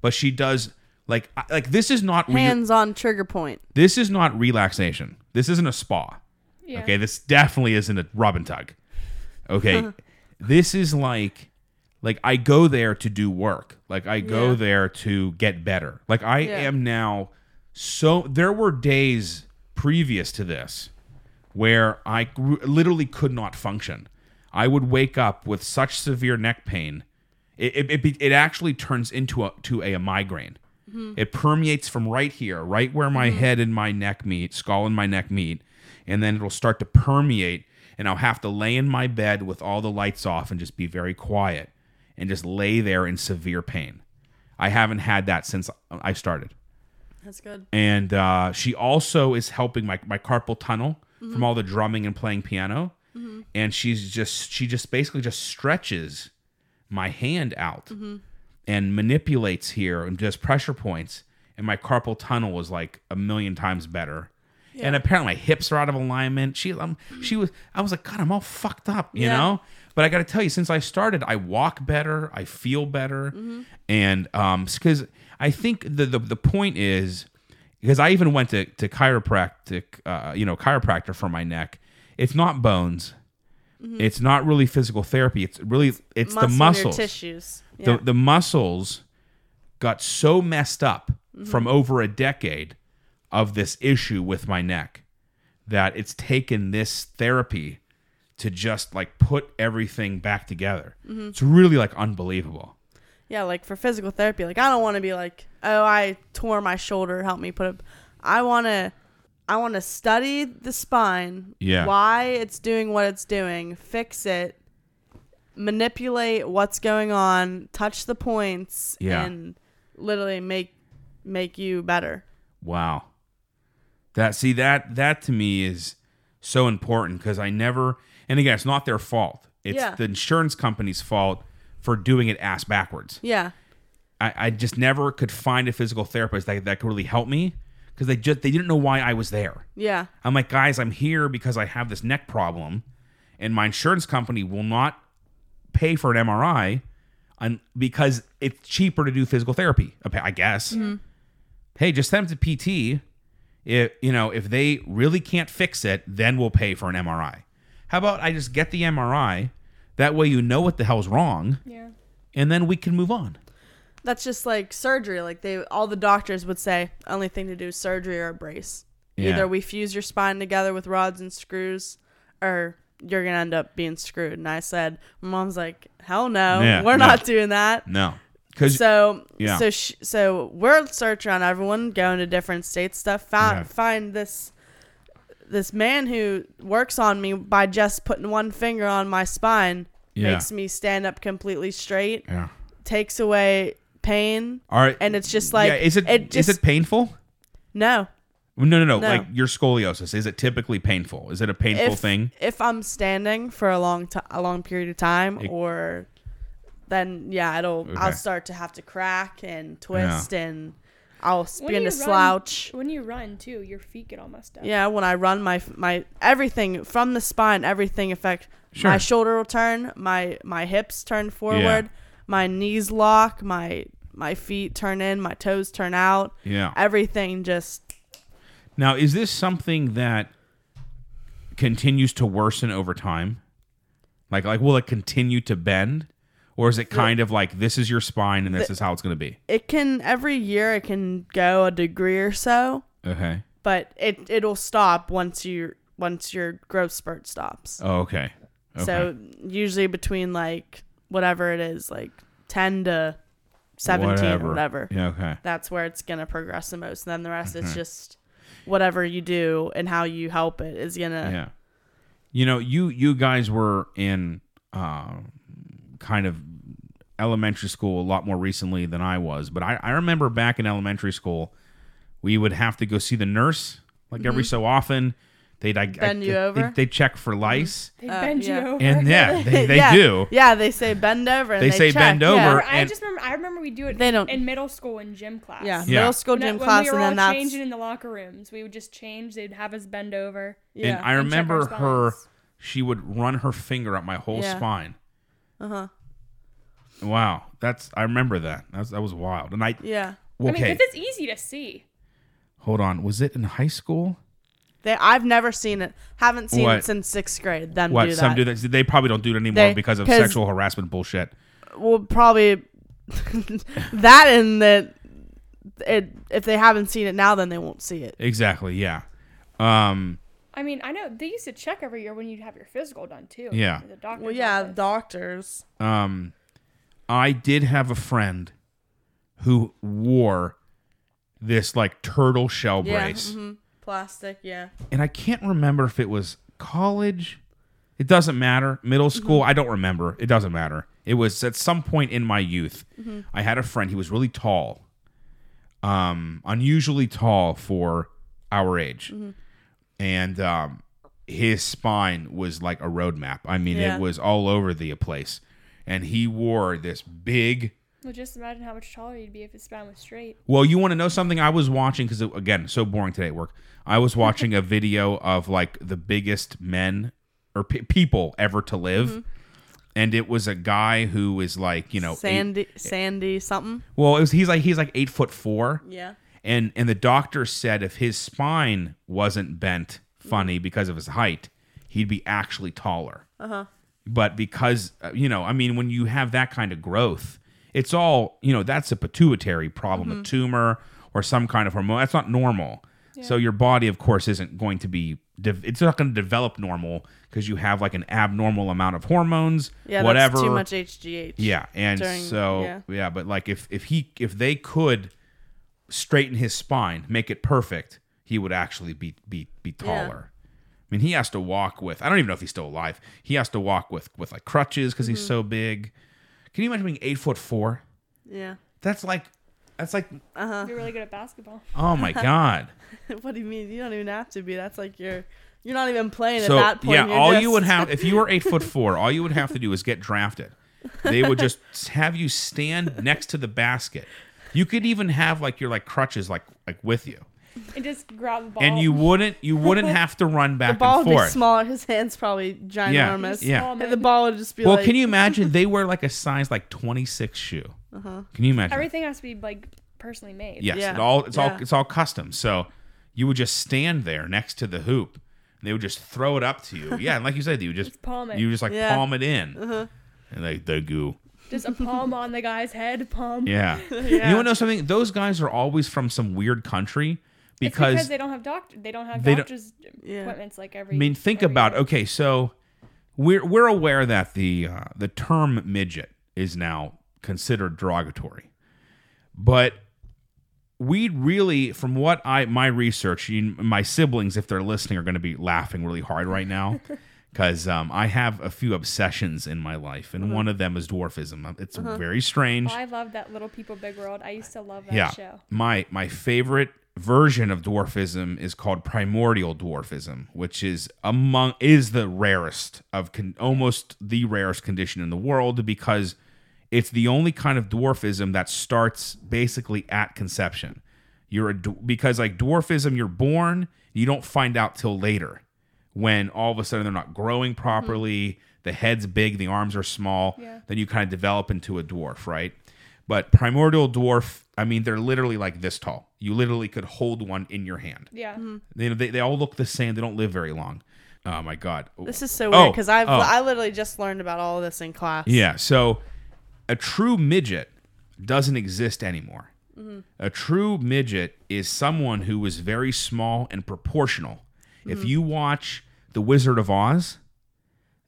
[SPEAKER 1] but she does like I- like this is not re-
[SPEAKER 3] Hands on trigger point.
[SPEAKER 1] this is not relaxation. This isn't a spa.
[SPEAKER 2] Yeah.
[SPEAKER 1] Okay, this definitely isn't a rub and tug.
[SPEAKER 3] <laughs>
[SPEAKER 1] Okay, this is like, like I go there to do work. Like I go
[SPEAKER 3] Yeah.
[SPEAKER 1] there to get better. Like I
[SPEAKER 3] Yeah.
[SPEAKER 1] am now. So there were days previous to this where I gr- literally could not function. I would wake up with such severe neck pain. It it, it, be- it actually turns into a to a, migraine. It permeates from right here, right where my head and my neck meet, skull and my neck meet, and then it'll start to permeate and I'll have to lay in my bed with all the lights off and just be very quiet and just lay there in severe pain. I haven't had that since I started
[SPEAKER 3] That's good.
[SPEAKER 1] and uh, she also is helping my, my carpal tunnel from all the drumming and playing piano and she's just she just basically just stretches my hand out
[SPEAKER 3] Mm-hmm.
[SPEAKER 1] and manipulates here and does pressure points and my carpal tunnel was like a million times better and apparently my hips are out of alignment she um, she was i was like god i'm all fucked up you
[SPEAKER 3] Yeah.
[SPEAKER 1] know but i gotta tell you since i started i walk better i feel better
[SPEAKER 3] Mm-hmm.
[SPEAKER 1] and um because i think the, the the point is because i even went to to chiropractic uh you know chiropractor for my neck it's not bones it's not really physical therapy it's really it's the
[SPEAKER 3] Mm-hmm. Muscle in your
[SPEAKER 1] muscles
[SPEAKER 3] tissues. Yeah.
[SPEAKER 1] the the muscles got so messed up
[SPEAKER 3] Mm-hmm.
[SPEAKER 1] from over a decade of this issue with my neck that it's taken this therapy to just like put everything back together.
[SPEAKER 3] Mm-hmm.
[SPEAKER 1] It's really like unbelievable.
[SPEAKER 3] Yeah, like for physical therapy, like I don't want to be like, oh, I tore my shoulder, help me put up. I want to, I want to study the spine,
[SPEAKER 1] Yeah.
[SPEAKER 3] why it's doing what it's doing, fix it, manipulate what's going on, touch the points,
[SPEAKER 1] Yeah.
[SPEAKER 3] and literally make make you better.
[SPEAKER 1] Wow. That see that that to me is so important because I never and again it's not their fault. It's
[SPEAKER 3] Yeah.
[SPEAKER 1] the insurance company's fault for doing it ass backwards.
[SPEAKER 3] Yeah,
[SPEAKER 1] I, I just never could find a physical therapist that, that could really help me because they just they didn't know why I was there.
[SPEAKER 3] yeah,
[SPEAKER 1] I'm like, guys, I'm here because I have this neck problem, and my insurance company will not pay for an MRI, un- because it's cheaper to do physical therapy. appa- I guess. Hey, just send them to PT. If you know if they really can't fix it, then we'll pay for an MRI. How about I just get the MRI? That way you know what the hell's wrong,
[SPEAKER 2] yeah.
[SPEAKER 1] and then we can move on.
[SPEAKER 3] that's just like surgery. Like they, all the doctors would say, only thing to do is surgery or a brace.
[SPEAKER 1] Yeah.
[SPEAKER 3] Either we fuse your spine together with rods and screws, or you're gonna end up being screwed. And I said, my mom's like, hell no,
[SPEAKER 1] Yeah,
[SPEAKER 3] we're
[SPEAKER 1] no.
[SPEAKER 3] not doing that.
[SPEAKER 1] No, because
[SPEAKER 3] So
[SPEAKER 1] Yeah.
[SPEAKER 3] so sh- so we're searching around everyone, going to different states, stuff. Found,
[SPEAKER 1] Yeah.
[SPEAKER 3] Find this this man who works on me by just putting one finger on my spine
[SPEAKER 1] Yeah.
[SPEAKER 3] makes me stand up completely straight,
[SPEAKER 1] yeah.
[SPEAKER 3] takes away pain,
[SPEAKER 1] All right.
[SPEAKER 3] and it's just like
[SPEAKER 1] yeah, is it,
[SPEAKER 3] it just
[SPEAKER 1] is it painful?
[SPEAKER 3] no
[SPEAKER 1] No, no, no,
[SPEAKER 3] No.
[SPEAKER 1] Like your scoliosis, is it typically painful? Is it a painful
[SPEAKER 3] if,
[SPEAKER 1] thing?
[SPEAKER 3] If I'm standing for a long time, a long period of time,
[SPEAKER 1] It-
[SPEAKER 3] or then yeah, it'll
[SPEAKER 1] Okay.
[SPEAKER 3] I'll start to have to crack and twist and I'll
[SPEAKER 2] When
[SPEAKER 3] begin
[SPEAKER 2] you
[SPEAKER 3] to
[SPEAKER 2] run-
[SPEAKER 3] slouch.
[SPEAKER 2] When you run too, your feet get all messed up.
[SPEAKER 3] Yeah, when I run, my my everything from the spine, everything affect.
[SPEAKER 1] Sure.
[SPEAKER 3] My shoulder will turn. My my hips turn forward. My knees lock. My my feet turn in. My toes turn out.
[SPEAKER 1] Yeah.
[SPEAKER 3] Everything just
[SPEAKER 1] Now, is this something that continues to worsen over time? Like, like will it continue to bend, or is it kind of like this is your spine and this is how it's going to be?
[SPEAKER 3] it can every year it can go a degree or so,
[SPEAKER 1] Okay.
[SPEAKER 3] but it it'll stop once you once your growth spurt stops.
[SPEAKER 1] Oh, okay. okay.
[SPEAKER 3] So usually between like whatever it is, like ten to seventeen or whatever.
[SPEAKER 1] Yeah. Mm-hmm. Okay.
[SPEAKER 3] that's where it's gonna progress the most. And then the rest is just whatever you do and how you help it is gonna <laughs>
[SPEAKER 1] Yeah. You know, you you guys were in uh, kind of elementary school a lot more recently than I was, but I, I remember back in elementary school, we would have to go see the nurse like every so often. They'd I,
[SPEAKER 3] Bend
[SPEAKER 1] I,
[SPEAKER 3] you
[SPEAKER 1] they-
[SPEAKER 3] over?
[SPEAKER 1] They check for lice,
[SPEAKER 2] They
[SPEAKER 3] Uh,
[SPEAKER 2] bend
[SPEAKER 3] yeah.
[SPEAKER 2] you over.
[SPEAKER 1] and yeah, they, they
[SPEAKER 3] <laughs> Yeah.
[SPEAKER 1] do.
[SPEAKER 3] Yeah, they say bend over. And
[SPEAKER 1] They
[SPEAKER 3] they,
[SPEAKER 1] say
[SPEAKER 3] check.
[SPEAKER 1] bend
[SPEAKER 3] Yeah.
[SPEAKER 1] over.
[SPEAKER 2] I
[SPEAKER 1] and-
[SPEAKER 2] just remember. I remember we do it.
[SPEAKER 3] They don't-
[SPEAKER 2] in middle school in gym class.
[SPEAKER 3] Yeah,
[SPEAKER 1] Yeah.
[SPEAKER 3] middle school
[SPEAKER 2] When, I-
[SPEAKER 3] gym
[SPEAKER 2] when
[SPEAKER 3] class,
[SPEAKER 2] we were
[SPEAKER 3] and then
[SPEAKER 2] all
[SPEAKER 3] that's
[SPEAKER 2] changing in the locker rooms, we would just change. They'd have us bend over.
[SPEAKER 3] yeah.
[SPEAKER 1] And I
[SPEAKER 2] And check our
[SPEAKER 1] remember her,
[SPEAKER 2] spines.
[SPEAKER 1] she would run her finger up my whole
[SPEAKER 3] Yeah.
[SPEAKER 1] spine.
[SPEAKER 3] uh huh.
[SPEAKER 1] Wow, that's I remember that. That's, that was wild. And I
[SPEAKER 3] Yeah,
[SPEAKER 1] okay,
[SPEAKER 2] I mean, 'cause it's easy to see.
[SPEAKER 1] hold on. Was it in high school?
[SPEAKER 3] they. I've never seen it. Haven't seen
[SPEAKER 1] What?
[SPEAKER 3] it since sixth grade. Them
[SPEAKER 1] What
[SPEAKER 3] do that.
[SPEAKER 1] some do that? They probably don't do it anymore
[SPEAKER 3] They-
[SPEAKER 1] because of
[SPEAKER 3] 'cause-
[SPEAKER 1] sexual harassment bullshit.
[SPEAKER 3] Well, probably <laughs> that and that. It, if they haven't seen it now, then they won't see it.
[SPEAKER 1] Exactly. Yeah. Um.
[SPEAKER 2] I mean, I know they used to check every year when you'd have your physical done too.
[SPEAKER 1] Yeah.
[SPEAKER 2] The doctor.
[SPEAKER 3] Well, yeah, doctors.
[SPEAKER 1] Um. I did have a friend who wore this like turtle shell brace,
[SPEAKER 3] Yeah, mhm. plastic. Yeah.
[SPEAKER 1] and I can't remember if it was college. It doesn't matter. Middle school, I don't remember. It doesn't matter. It was at some point in my youth. I had a friend. He was really tall, um, unusually tall for our age, and um, his spine was like a roadmap. I mean,
[SPEAKER 3] Yeah.
[SPEAKER 1] it was all over the place, and he wore this big.
[SPEAKER 2] Well, just imagine how much taller you'd be if his spine was straight.
[SPEAKER 1] Well, you want to know something? I was watching because again, so boring today at work. I was watching a video of like the biggest men or pe- people ever to live, and it was a guy who is like you know, Oh, eight-
[SPEAKER 3] Sandy, Sandy, something.
[SPEAKER 1] well, it was he's like he's like eight foot four,
[SPEAKER 3] Yeah.
[SPEAKER 1] and and the doctor said if his spine wasn't bent funny because of his height, he'd be actually taller. Uh-huh. But because uh, you know, I mean, when you have that kind of growth, it's all you know. That's a pituitary problem,
[SPEAKER 3] Mm-hmm.
[SPEAKER 1] a tumor or some kind of hormone. That's not normal. So your body, of course, isn't going to be. De- it's not going to develop normal because you have like an abnormal amount of hormones.
[SPEAKER 3] Yeah,
[SPEAKER 1] whatever.
[SPEAKER 3] that's too much HGH.
[SPEAKER 1] Yeah, and
[SPEAKER 3] during-
[SPEAKER 1] so yeah.
[SPEAKER 3] yeah.
[SPEAKER 1] but like if if he if they could straighten his spine, make it perfect, he would actually be be be taller. I mean, he has to walk with I don't even know if he's still alive. He has to walk with with like crutches because
[SPEAKER 3] Mm-hmm.
[SPEAKER 1] he's so big. Can you imagine being eight foot four?
[SPEAKER 3] Yeah.
[SPEAKER 1] That's like that's like
[SPEAKER 2] You're really good at basketball. <laughs>
[SPEAKER 1] oh
[SPEAKER 3] <laughs>
[SPEAKER 1] my god.
[SPEAKER 3] <laughs> what do you mean? You don't even have to be. That's like you're you're not even playing
[SPEAKER 1] so
[SPEAKER 3] at that point.
[SPEAKER 1] yeah,
[SPEAKER 3] you're
[SPEAKER 1] all
[SPEAKER 3] just-
[SPEAKER 1] you would have if you were eight
[SPEAKER 3] <laughs>
[SPEAKER 1] foot four, all you would have to do is get drafted. They would just have you stand next to the basket. You could even have like your like crutches like like with you.
[SPEAKER 2] And just grab the ball.
[SPEAKER 1] and you wouldn't you
[SPEAKER 3] <laughs>
[SPEAKER 1] wouldn't have to run
[SPEAKER 3] Oh. the
[SPEAKER 1] back
[SPEAKER 3] ball
[SPEAKER 1] and
[SPEAKER 3] would be
[SPEAKER 1] forth.
[SPEAKER 3] smaller. His hands probably ginormous.
[SPEAKER 1] yeah.
[SPEAKER 2] Small
[SPEAKER 3] And the
[SPEAKER 2] man.
[SPEAKER 3] ball would just be
[SPEAKER 1] Well,
[SPEAKER 3] like.
[SPEAKER 1] can you
[SPEAKER 3] <laughs>
[SPEAKER 1] imagine they wear like a size like 26 shoe? Uh-huh. Can you imagine?
[SPEAKER 2] Everything has to be like personally made.
[SPEAKER 1] yes,
[SPEAKER 3] Yeah.
[SPEAKER 1] it all it's all
[SPEAKER 3] Yeah.
[SPEAKER 1] it's all custom. So you would just stand there next to the hoop. And they would just throw it up to you. Yeah, and like you said, you would
[SPEAKER 3] <laughs>
[SPEAKER 1] just
[SPEAKER 2] palm it.
[SPEAKER 1] You would just like
[SPEAKER 3] Yeah. Uh-huh.
[SPEAKER 1] palm it in, and like the goo.
[SPEAKER 2] Just a palm on the guy's head, palm.
[SPEAKER 1] Yeah. You
[SPEAKER 3] Yeah.
[SPEAKER 1] want to know something? Those guys are always from some weird country
[SPEAKER 2] It's because,
[SPEAKER 1] because
[SPEAKER 2] they don't have doctor. They don't have
[SPEAKER 1] They don't-
[SPEAKER 2] doctors
[SPEAKER 3] Yeah.
[SPEAKER 2] appointments like every.
[SPEAKER 1] I mean, think
[SPEAKER 2] every
[SPEAKER 1] about
[SPEAKER 2] year.
[SPEAKER 1] okay, so we're we're aware that the uh, the term midget is now considered derogatory, but we really, from what I my research, you, my siblings, if they're listening, are going to be laughing really hard right now. Because um, I have a few obsessions in my life, and one of them is dwarfism. It's very strange.
[SPEAKER 2] Oh, I love that little people, big world. I used to love that
[SPEAKER 1] yeah,
[SPEAKER 2] show.
[SPEAKER 1] my my favorite version of dwarfism is called primordial dwarfism, which is among is the rarest of con, almost the rarest condition in the world because it's the only kind of dwarfism that starts basically at conception. You're a d- because like dwarfism, you're born. You don't find out till later, when all of a sudden they're not growing properly. The head's big, the arms are small.
[SPEAKER 2] Yeah.
[SPEAKER 1] Then you kind of develop into a dwarf, right? But primordial dwarf, I mean, they're literally like this tall. You literally could hold one in your hand.
[SPEAKER 2] Yeah.
[SPEAKER 3] Mm-hmm.
[SPEAKER 1] They, they, they all look the same. They don't live very long. Oh my god.
[SPEAKER 3] This is so
[SPEAKER 1] Oh,
[SPEAKER 3] weird because I've
[SPEAKER 1] oh.
[SPEAKER 3] I literally just learned about all of this in class.
[SPEAKER 1] Yeah. So a true midget doesn't exist anymore. A true midget is someone who was very small and proportional. If
[SPEAKER 3] Mm-hmm.
[SPEAKER 1] you watch The Wizard of Oz,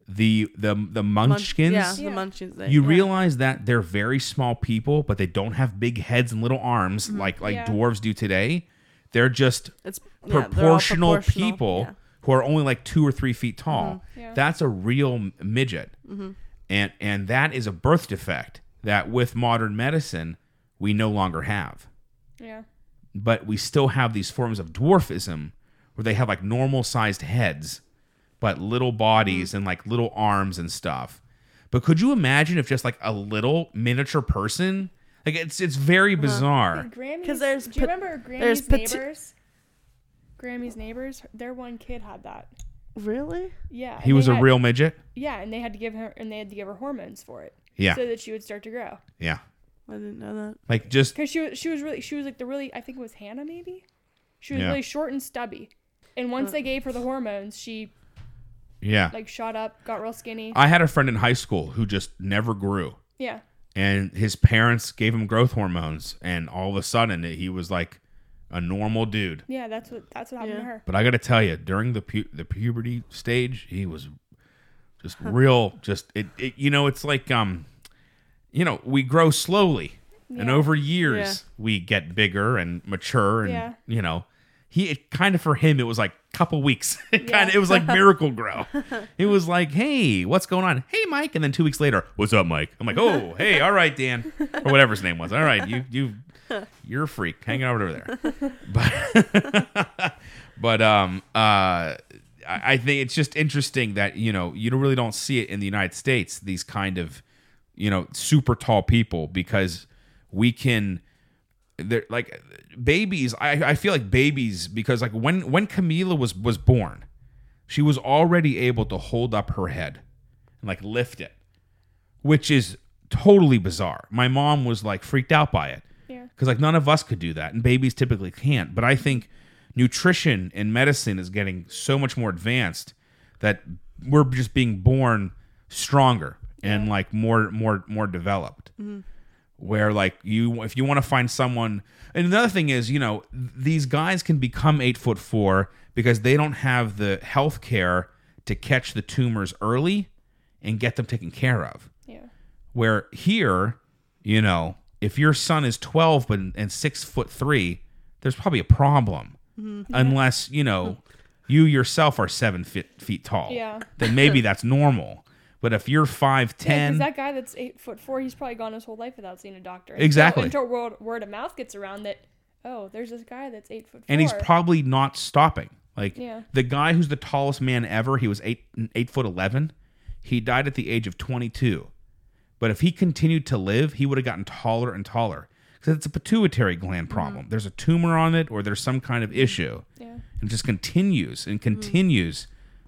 [SPEAKER 1] the the the
[SPEAKER 3] Munch-
[SPEAKER 1] munchkins,
[SPEAKER 3] yeah, the
[SPEAKER 2] Yeah.
[SPEAKER 3] munchkins. Thing.
[SPEAKER 1] you
[SPEAKER 3] yeah.
[SPEAKER 1] realize that they're very small people, but they don't have big heads and little arms
[SPEAKER 3] Mm-hmm.
[SPEAKER 1] like like
[SPEAKER 2] Yeah.
[SPEAKER 1] dwarves do today. They're just
[SPEAKER 3] it's yeah, they're all
[SPEAKER 1] proportional,
[SPEAKER 3] proportional,
[SPEAKER 1] people
[SPEAKER 3] yeah. Mm-hmm.
[SPEAKER 1] who are only like two or three feet tall.
[SPEAKER 2] Yeah.
[SPEAKER 1] That's a real m- midget, and and that is a birth defect that with modern medicine we no longer have.
[SPEAKER 2] Yeah.
[SPEAKER 1] But we still have these forms of dwarfism where they have like normal sized heads, but little bodies
[SPEAKER 3] Mm-hmm.
[SPEAKER 1] and like little arms and stuff. But could you imagine if just like a little miniature person? Like it's it's very
[SPEAKER 3] Uh-huh.
[SPEAKER 1] bizarre.
[SPEAKER 2] Grammy's.
[SPEAKER 3] 'Cause there's
[SPEAKER 2] do you
[SPEAKER 3] pot-
[SPEAKER 2] remember Grammy's
[SPEAKER 3] there's pot-
[SPEAKER 2] neighbors? Grammy's neighbors. Their one kid had that.
[SPEAKER 3] Really?
[SPEAKER 2] Yeah.
[SPEAKER 1] He
[SPEAKER 2] and
[SPEAKER 1] was
[SPEAKER 2] they
[SPEAKER 1] a
[SPEAKER 2] had-
[SPEAKER 1] real midget.
[SPEAKER 2] Yeah, and they had to give her and they had to give her hormones for it.
[SPEAKER 1] Yeah.
[SPEAKER 2] So that she would start to grow.
[SPEAKER 1] Yeah.
[SPEAKER 3] I didn't know that.
[SPEAKER 1] Like just
[SPEAKER 2] Because she was she was really she was like the really I think it was Hannah maybe. She was
[SPEAKER 1] Yeah.
[SPEAKER 2] really short and stubby, and
[SPEAKER 3] Uh.
[SPEAKER 2] once they gave her the hormones, she
[SPEAKER 1] yeah.
[SPEAKER 2] like shot up, got real skinny.
[SPEAKER 1] I had a friend in high school who just never grew,
[SPEAKER 2] yeah.
[SPEAKER 1] and his parents gave him growth hormones, and all of a sudden he was like a normal dude.
[SPEAKER 2] Yeah. That's what that's what happened to
[SPEAKER 3] Yeah.
[SPEAKER 2] her.
[SPEAKER 1] But I got to tell you, during the pu- the puberty stage, he was just
[SPEAKER 2] <laughs>
[SPEAKER 1] real. Just it, it, you know, it's like um, you know, we grow slowly, and
[SPEAKER 2] Yeah.
[SPEAKER 1] over years we get bigger and mature, and
[SPEAKER 2] Yeah.
[SPEAKER 1] you know, he it, kind of for him it was like couple weeks. <laughs> It
[SPEAKER 2] Yeah.
[SPEAKER 1] kind of it
[SPEAKER 2] <laughs>
[SPEAKER 1] was like miracle grow. It was like, hey, what's going on? Hey, Mike, and then two weeks later, what's up, Mike? I'm like, oh, hey, all right, Dan, or whatever his name was. All right, you you you're a freak. Hang out over there. <laughs> But <laughs> but um uh I, I think it's just interesting that you know you don't really don't see it in the United States these kind of you know super tall people because we can they're like babies I, I feel like babies because like when when Camila was was born she was already able to hold up her head and like lift it which is totally bizarre my mom was like freaked out by it
[SPEAKER 2] Yeah.
[SPEAKER 1] because like none of us could do that and babies typically can't but i think nutrition and medicine is getting so much more advanced that we're just being born stronger and like more more more developed where like you if you want to find someone and another thing is you know th- these guys can become eight foot four because they don't have the health care to catch the tumors early and get them taken care of
[SPEAKER 2] Yeah.
[SPEAKER 1] where here, you know, if your son is 12 but and six foot three, there's probably a problem.
[SPEAKER 2] Mm-hmm. <laughs>
[SPEAKER 1] Unless, you know, you yourself are seven feet, feet tall.
[SPEAKER 2] Yeah.
[SPEAKER 1] Then maybe that's normal. But if you're 5'10,
[SPEAKER 2] Yeah, 'cause that guy that's eight foot four, he's probably gone his whole life without seeing a doctor. Until-
[SPEAKER 1] Exactly.
[SPEAKER 2] Until word, word of mouth gets around that, oh, there's this guy that's eight foot four.
[SPEAKER 1] and he's probably not stopping. Like
[SPEAKER 2] Yeah.
[SPEAKER 1] the guy who's the tallest man ever, he was eight eight foot eleven. He died at the age of twenty two. But if he continued to live, he would have gotten taller and taller because it's a pituitary
[SPEAKER 3] Mm-hmm.
[SPEAKER 1] gland problem. There's a tumor on it, or there's some kind of issue,
[SPEAKER 2] Yeah.
[SPEAKER 1] and it just continues and
[SPEAKER 3] Mm-hmm.
[SPEAKER 1] continues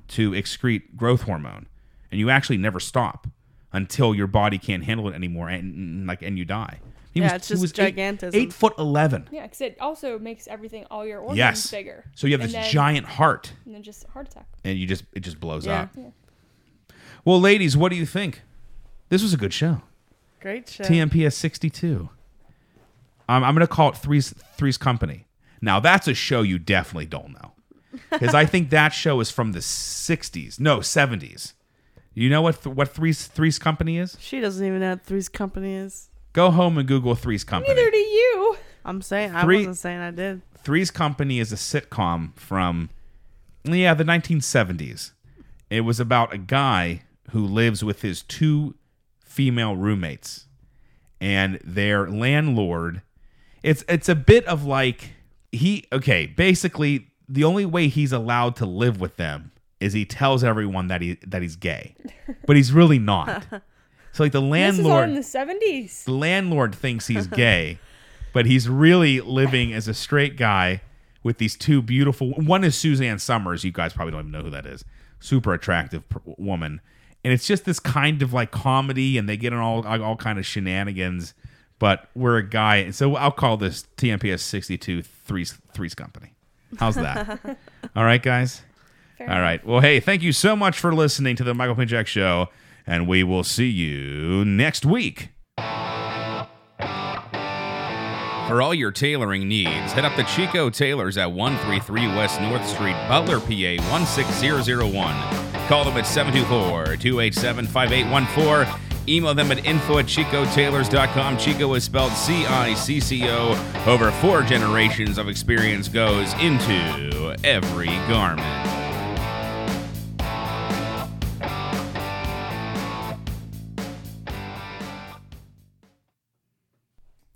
[SPEAKER 1] to excrete growth hormone, and you actually never stop until your body can't handle it anymore, and, and like and you die. He
[SPEAKER 3] Yeah, it's just
[SPEAKER 1] eight-
[SPEAKER 3] gigantism.
[SPEAKER 1] eight foot eleven.
[SPEAKER 2] Yeah, because it also makes everything, all your organs
[SPEAKER 1] Yes.
[SPEAKER 2] bigger.
[SPEAKER 1] So you have
[SPEAKER 2] And
[SPEAKER 1] this
[SPEAKER 2] then-
[SPEAKER 1] giant heart
[SPEAKER 2] And then just a heart attack.
[SPEAKER 1] and you just it just blows
[SPEAKER 3] Yeah.
[SPEAKER 1] up. Well, ladies, what do you think? This was a good show.
[SPEAKER 3] Great show.
[SPEAKER 1] TMPS sixty two. Um, I'm gonna call it Three's Three's Company. Now that's a show you definitely don't know, because I think that show is from the '60s, no '70s. You know what th- what Three's Three's Company is?
[SPEAKER 3] She doesn't even know what Three's Company is.
[SPEAKER 1] Go home and Google Three's Company.
[SPEAKER 2] Neither do you.
[SPEAKER 3] I'm saying I
[SPEAKER 1] Three-
[SPEAKER 3] wasn't saying I did.
[SPEAKER 1] Three's Company is a sitcom from yeah, the 1970s. It was about a guy who lives with his two female roommates and their landlord. It's it's a bit of like he okay, basically the only way he's allowed to live with them is he tells everyone that he that he's gay. But he's really
[SPEAKER 2] <laughs>
[SPEAKER 1] not. So like the
[SPEAKER 2] This is all
[SPEAKER 1] landlord
[SPEAKER 2] in the 70s.
[SPEAKER 1] the landlord thinks he's gay but he's really living as a straight guy with these two beautiful. One is Suzanne Summers. You guys probably don't even know who that is. Super attractive pr- woman, and it's just this kind of like comedy, and they get in all like, all kind of shenanigans. But we're a guy, and so I'll call this TMPS 62 Threes Threes Company. How's that? all right, guys.
[SPEAKER 2] Fair
[SPEAKER 1] All right. Well, hey, thank you so much for listening to the Michael Pinchak Show, and we will see you next week. For all your tailoring needs, head up to Chico Tailors at 133 West North Street, Butler, PA 16001. Call them at 724 287 5814. Email them at info at chicotailors.com. Chico is spelled C I C C O. Over four generations of experience goes into every garment.